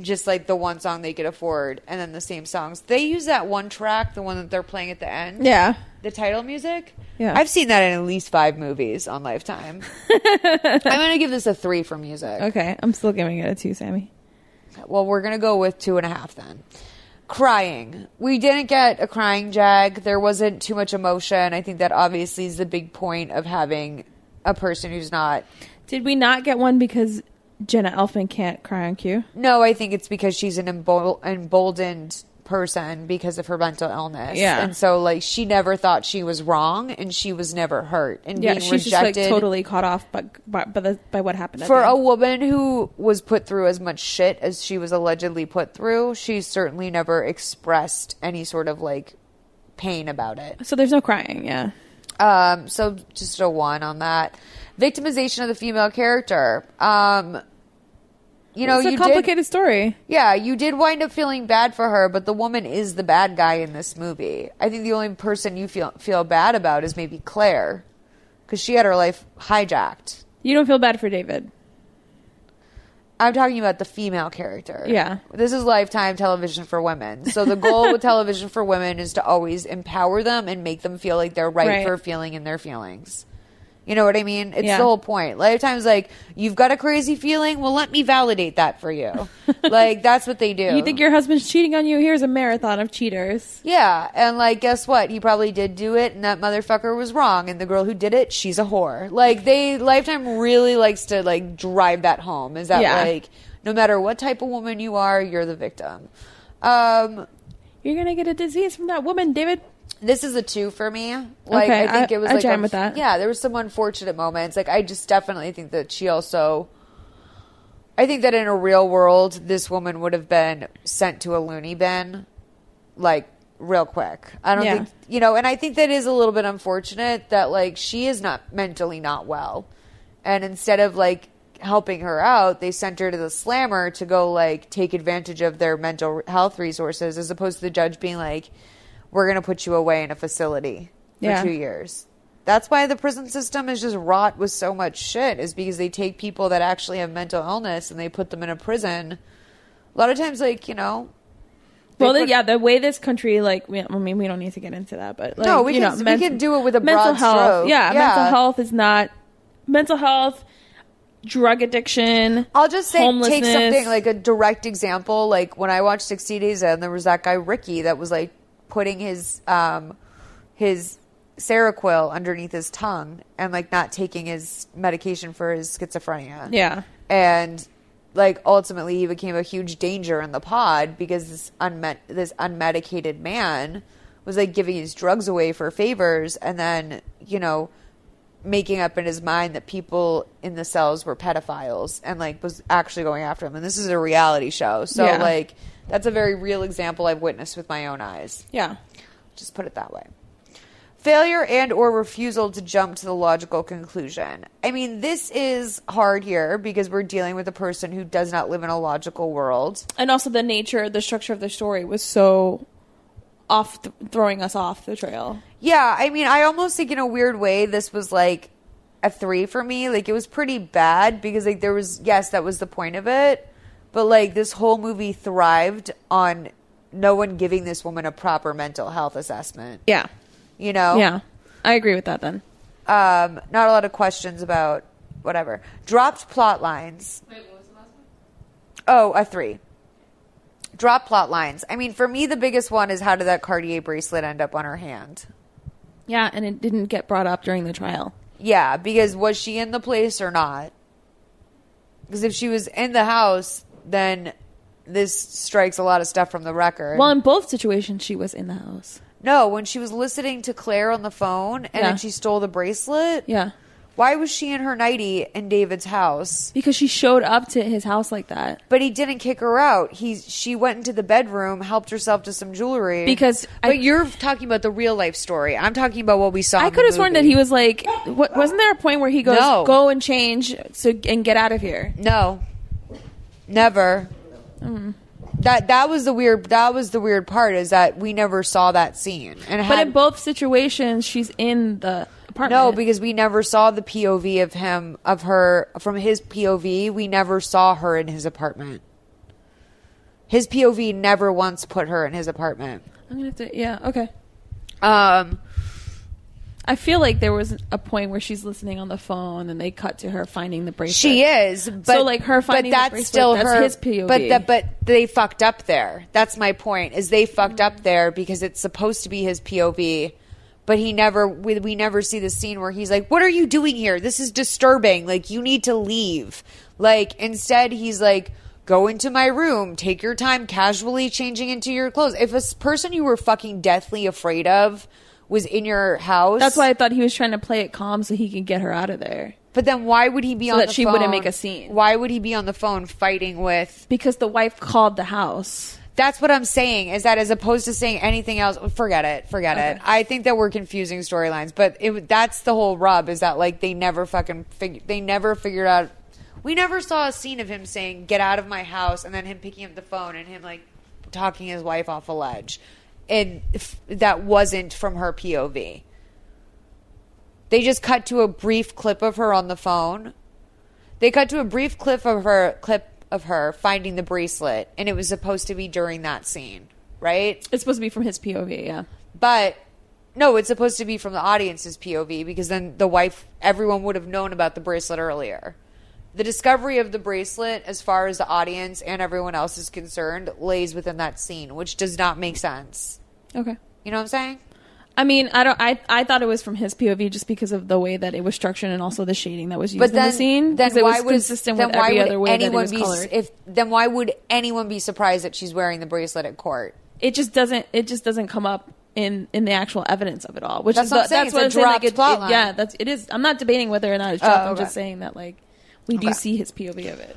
S1: just like the one song they could afford and then the same songs. They use that one track, the one that they're playing at the end.
S5: Yeah.
S1: The title music.
S5: Yeah.
S1: I've seen that in at least five movies on Lifetime. I'm going to give this a three for music.
S5: Okay, I'm still giving it a two, Sammy.
S1: Well, we're going to go with two and a half then. Crying. We didn't get a crying jag. There wasn't too much emotion. I think that obviously is the big point of having a person who's not.
S5: Did we not get one because Jenna Elfman can't cry on cue?
S1: No, I think it's because she's an embol- emboldened person because of her mental illness.
S5: Yeah.
S1: And so, like, she never thought she was wrong and she was never hurt. And
S5: yeah,
S1: being
S5: she's
S1: rejected.
S5: just like totally caught off by by, by, the, by what happened. at
S1: for
S5: the
S1: a
S5: end.
S1: woman who was put through as much shit as she was allegedly put through, she certainly never expressed any sort of like pain about it.
S5: so there's no crying. Yeah,
S1: Um, so just a one on that. Victimization of the female character. Um, you know,
S5: it's a
S1: you
S5: complicated
S1: did,
S5: story.
S1: Yeah, you did wind up feeling bad for her, but the woman is the bad guy in this movie. I think the only person you feel feel bad about is maybe Claire, because she had her life hijacked.
S5: You don't feel bad for David.
S1: I'm talking about the female character.
S5: Yeah.
S1: This is lifetime television for women. So the goal with television for women is to always empower them and make them feel like they're right,
S5: Right.
S1: for feeling in their feelings. You know what I mean? It's
S5: Yeah.
S1: the whole point. Lifetime's like, you've got a crazy feeling? Well, let me validate that for you. like, that's what they do.
S5: You think your husband's cheating on you? Here's a marathon of cheaters.
S1: yeah. And like, guess what? He probably did do it and that motherfucker was wrong. And the girl who did it, she's a whore. Like, they, Lifetime really likes to like drive that home. Is that
S5: Yeah.
S1: like, no matter what type of woman you are, you're the victim. Um,
S5: You're gonna get a disease from that woman, David.
S1: This is a two for me. Like
S5: Okay,
S1: I think
S5: I-
S1: it was
S5: I
S1: like
S5: jam
S1: a-
S5: with that.
S1: Yeah, there was some unfortunate moments. Like I just definitely think that she also I think that in a real world this woman would have been sent to a loony bin like real quick. I don't
S5: Yeah.
S1: think you know, and I think that is a little bit unfortunate that like she is not mentally not well. And instead of like helping her out, they sent her to the slammer to go like take advantage of their mental health resources as opposed to the judge being like we're going to put you away in a facility for
S5: Yeah.
S1: 2 years. That's why the prison system is just wrought with so much shit is because they take people that actually have mental illness and they put them in a prison. A lot of times like, you know, They
S5: well, the-
S1: put-
S5: yeah, the way this country, like, we, I mean, we don't need to get into that, but like,
S1: No, we
S5: you
S1: can-
S5: know,
S1: we can do it with a
S5: mental
S1: broad
S5: health.
S1: stroke.
S5: Yeah, mental
S1: Yeah.
S5: health is not mental health, drug addiction.
S1: I'll just say take
S5: homelessness.
S1: something like a direct example. Like when I watched 60 Days and there was that guy Ricky that was like putting his um his Seroquel underneath his tongue and like not taking his medication for his schizophrenia.
S5: Yeah.
S1: And like ultimately he became a huge danger in the pod because this unmet this unmedicated man was like giving his drugs away for favors and then, you know, making up in his mind that people in the cells were pedophiles and like was actually going after him. And this is a reality show. So
S5: Yeah.
S1: like that's a very real example I've witnessed with my own eyes.
S5: Yeah.
S1: Just put it that way. failure and or refusal to jump to the logical conclusion i mean this is hard here because we're dealing with a person who does not live in a logical world
S5: and also the nature, the structure of the story was so off, th- throwing us off the trail.
S1: yeah i mean i almost think in a weird way this was like a three for me like it was pretty bad because like there was yes that was the point of it but like this whole movie thrived on no one giving this woman a proper mental health assessment
S5: Yeah.
S1: you know
S5: Yeah. I agree with that then.
S1: um, not a lot of questions about whatever. Dropped plot lines. Wait, what was the last one? Oh, a three. Drop plot lines. I mean, for me, the biggest one is how did that Cartier bracelet end up on her hand?
S5: Yeah, and it didn't get brought up during the trial.
S1: Yeah, because was she in the place or not? Because if she was in the house, then this strikes a lot of stuff from the record.
S5: Well, in both situations, she was in the house.
S1: no, when she was listening to Claire on the phone and
S5: Yeah.
S1: then she stole the bracelet.
S5: Yeah.
S1: Why was she in her nightie in David's house?
S5: Because she showed up to his house like that.
S1: But he didn't kick her out. He she went into the bedroom, helped herself to some jewelry.
S5: Because I-
S1: but you're talking about the real life story. I'm talking about what we saw.
S5: I could have sworn that he was like, what, wasn't there a point where he goes,
S1: No.
S5: "Go and change so and get out of here"? Hmm.
S1: No, never. That that was the weird. That was the weird part is that we never saw that scene. And
S5: but
S1: had-
S5: in both situations, she's in the apartment.
S1: No, because we never saw the POV of him of her from his POV. We never saw her in his apartment. His POV never once put her in his apartment.
S5: I'm gonna have to. Yeah. Okay.
S1: Um,
S5: I feel like there was a point where she's listening on the phone, and they cut to her finding the bracelet.
S1: She is, but
S5: so like her finding
S1: but that's
S5: the bracelet,
S1: still
S5: that's
S1: her.
S5: his POV.
S1: But the, but they fucked up there. That's my point. Is they fucked
S5: Mm.
S1: up there because it's supposed to be his POV, but he never. We, we never see the scene where he's like, "What are you doing here? This is disturbing. Like you need to leave." Like instead, he's like. Go into my room. Take your time casually changing into your clothes. If a s- person you were fucking deathly afraid of was in your house,
S5: that's why I thought he was trying to play it calm so he could get her out of there.
S1: But then why would he be
S5: So
S1: on
S5: that
S1: the
S5: she
S1: phone?
S5: wouldn't make a scene.
S1: Why would he be on the phone fighting with?
S5: Because the wife called the house.
S1: That's what I'm saying. Is that as opposed to saying anything else? Forget it. Forget it. I think that we're confusing storylines, but it, that's the whole rub. Is that like they never fucking fig- they never figured out. We never saw a scene of him saying "get out of my house" and then him picking up the phone and him like talking his wife off a ledge, and if that wasn't from her POV. They just cut to a brief clip of her on the phone. They cut to a brief clip of her clip of her finding the bracelet, and it was supposed to be during that scene, right?
S5: It's supposed to be from his POV, yeah.
S1: But no, it's supposed to be from the audience's POV because then the wife, everyone would have known about the bracelet earlier. The discovery of the bracelet, as far as the audience and everyone else is concerned, lays within that scene, which does not make sense.
S5: Okay.
S1: You know what I'm saying?
S5: I mean, I don't. I I thought it was from his POV just because of the way that it was structured and also the shading that was used in the scene. 'cause it was consistent with every other way that it was
S1: be
S5: colored.
S1: if then why would anyone be surprised that she's wearing the bracelet at court?
S5: it just doesn't. It just doesn't come up in in the actual evidence of it all. Which
S1: That's
S5: is
S1: what
S5: the,
S1: I'm saying,
S5: that's
S1: it's a
S5: what I'm saying. Like,
S1: dropped
S5: it-
S1: plot
S5: it-
S1: line.
S5: yeah, that's it is. I'm not debating whether or not it's
S1: Oh,
S5: dropped. I'm
S1: okay.
S5: just saying that like we do see his POV of it.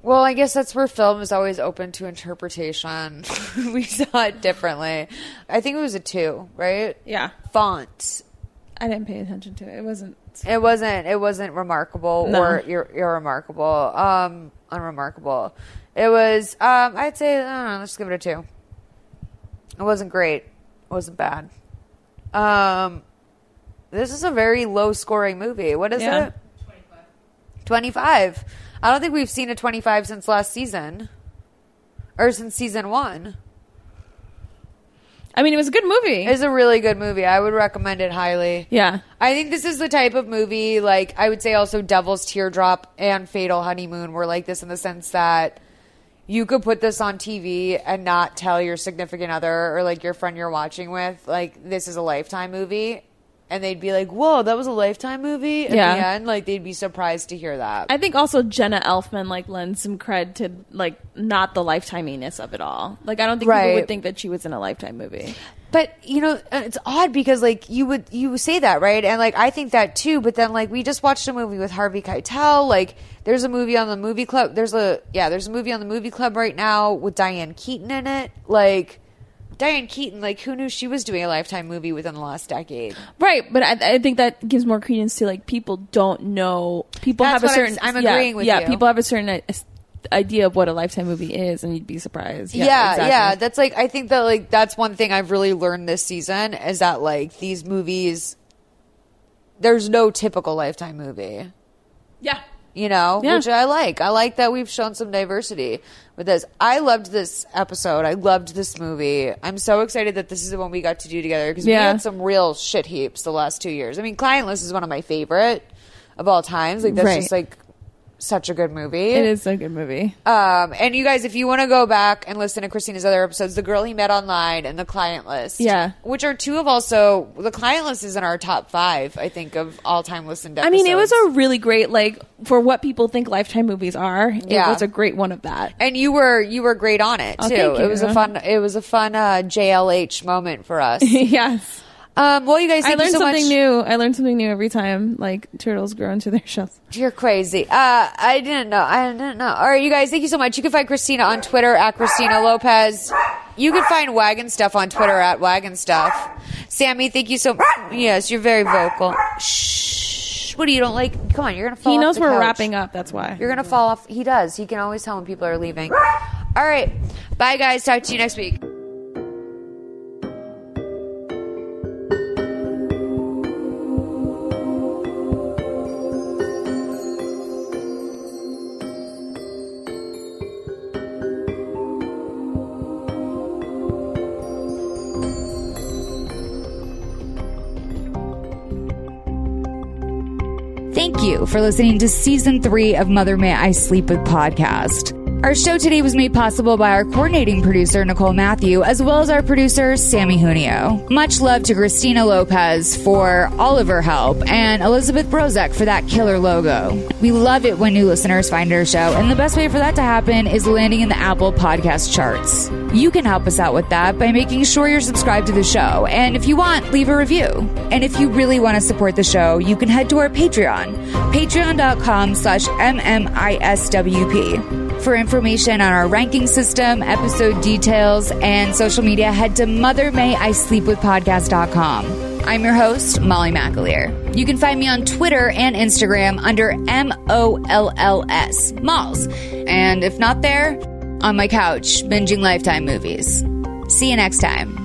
S1: Well, I guess that's where film is always open to interpretation. we saw it differently. I think it was a two, right?
S5: Yeah.
S1: Font.
S5: I didn't pay attention to it. It wasn't.
S1: It wasn't. It wasn't remarkable
S5: No.
S1: or ir- irremarkable. Um, unremarkable. It was. Um, I'd say. I don't know. Let's give it a two. It wasn't great. It wasn't bad. Um, this is a very low scoring movie. What is
S5: Yeah.
S1: it? Twenty five. I don't think we've seen a twenty five since last season, or since season one.
S5: I mean, it was a good movie.
S1: It's a really good movie. I would recommend it highly.
S5: Yeah.
S1: I think this is the type of movie, like, I would say also Devil's Teardrop and Fatal Honeymoon were like this in the sense that you could put this on TV and not tell your significant other or like your friend you're watching with, like, this is a lifetime movie. And they'd be like, whoa, that was a lifetime movie? At
S5: Yeah.
S1: the end, like, they'd be surprised to hear that.
S5: I think also Jenna Elfman like lends some cred to like not the lifetiminess of it all. Like I don't think people
S1: Right.
S5: would think that she was in a lifetime movie.
S1: But you know, uh, it's odd because like you would you say that right, and like I think that too. But then like we just watched a movie with Harvey Keitel. Like there's a movie on the movie club. There's a yeah, there's a movie on the movie club right now with Diane Keaton in it. Like Diane Keaton, like, who knew she was doing a lifetime movie within the last decade?
S5: Right, but I, I think that gives more credence to like people don't know. People
S1: That's
S5: have a
S1: what I'm-
S5: certain.
S1: I'm
S5: yeah,
S1: agreeing with
S5: yeah,
S1: you.
S5: people have a certain i- s- idea of what a lifetime movie is, and you'd be surprised.
S1: Yeah,
S5: Yeah,
S1: yeah,
S5: exactly.
S1: That's like I think that like that's one thing I've really learned this season is that like these movies, there's no typical Lifetime movie.
S5: Yeah.
S1: You know,
S5: Yeah.
S1: which I like. I like that we've shown some diversity with this. I loved this episode. I loved this movie. I'm so excited that this is the one we got to do together because we
S5: Yeah.
S1: had some real shit heaps the last two years. I mean, Clientless is one of my favorite of all times. Like that's
S5: Right.
S1: just like such a good movie.
S5: It is a good movie.
S1: Um, and you guys, if you want to go back and listen to Christina's other episodes, The Girl He Met Online and The Client List.
S5: Yeah.
S1: Which are two of also, The Client List is in our top five, I think, of all time listened
S5: I
S1: episodes.
S5: mean, it was a really great like for what people think lifetime movies are. It
S1: Yeah.
S5: was a great one of that.
S1: And you were you were great on it
S5: Oh,
S1: too.
S5: thank
S1: It was a
S5: you.
S1: fun it was a fun uh, JLH moment for us.
S5: yes.
S1: Um, well, you guys, thank
S5: I
S1: you
S5: learned
S1: so
S5: something
S1: much.
S5: new. I learned something new every time. Like turtles grow into their shells.
S1: You're crazy. Uh, I didn't know. I didn't know. All right, you guys, thank you so much. You can find Christina on Twitter at Christina Lopez. You can find Wagon Stuff on Twitter at Wagon Stuff. Sammy, thank you so much. Yes, you're very vocal. Shh. What do you don't like? Come on, you're gonna fall.
S5: He
S1: off
S5: knows
S1: the
S5: we're
S1: couch.
S5: wrapping up. That's why.
S1: You're gonna fall off. He does. He can always tell when people are leaving. All right, bye guys. Talk to you next week. Thank you for listening to season three of Mother May I Sleep With podcast. Our show today was made possible by our coordinating producer, Nicole Matthew, as well as our producer, Sammy Junio. Much love to Christina Lopez for all of her help and Elizabeth Brozek for that killer logo. We love it when new listeners find our show, and the best way for that to happen is landing in the Apple podcast charts. You can help us out with that by making sure you're subscribed to the show, and if you want, leave a review. And if you really want to support the show, you can head to our Patreon, patreon.com slash MMISWP. For information on our ranking system, episode details, and social media, head to mothermayisleepwithpodcast.com. I'm your host, Molly McAleer. You can find me on Twitter and Instagram under M O L L S, Malls. And if not there, on my couch, binging Lifetime movies. See you next time.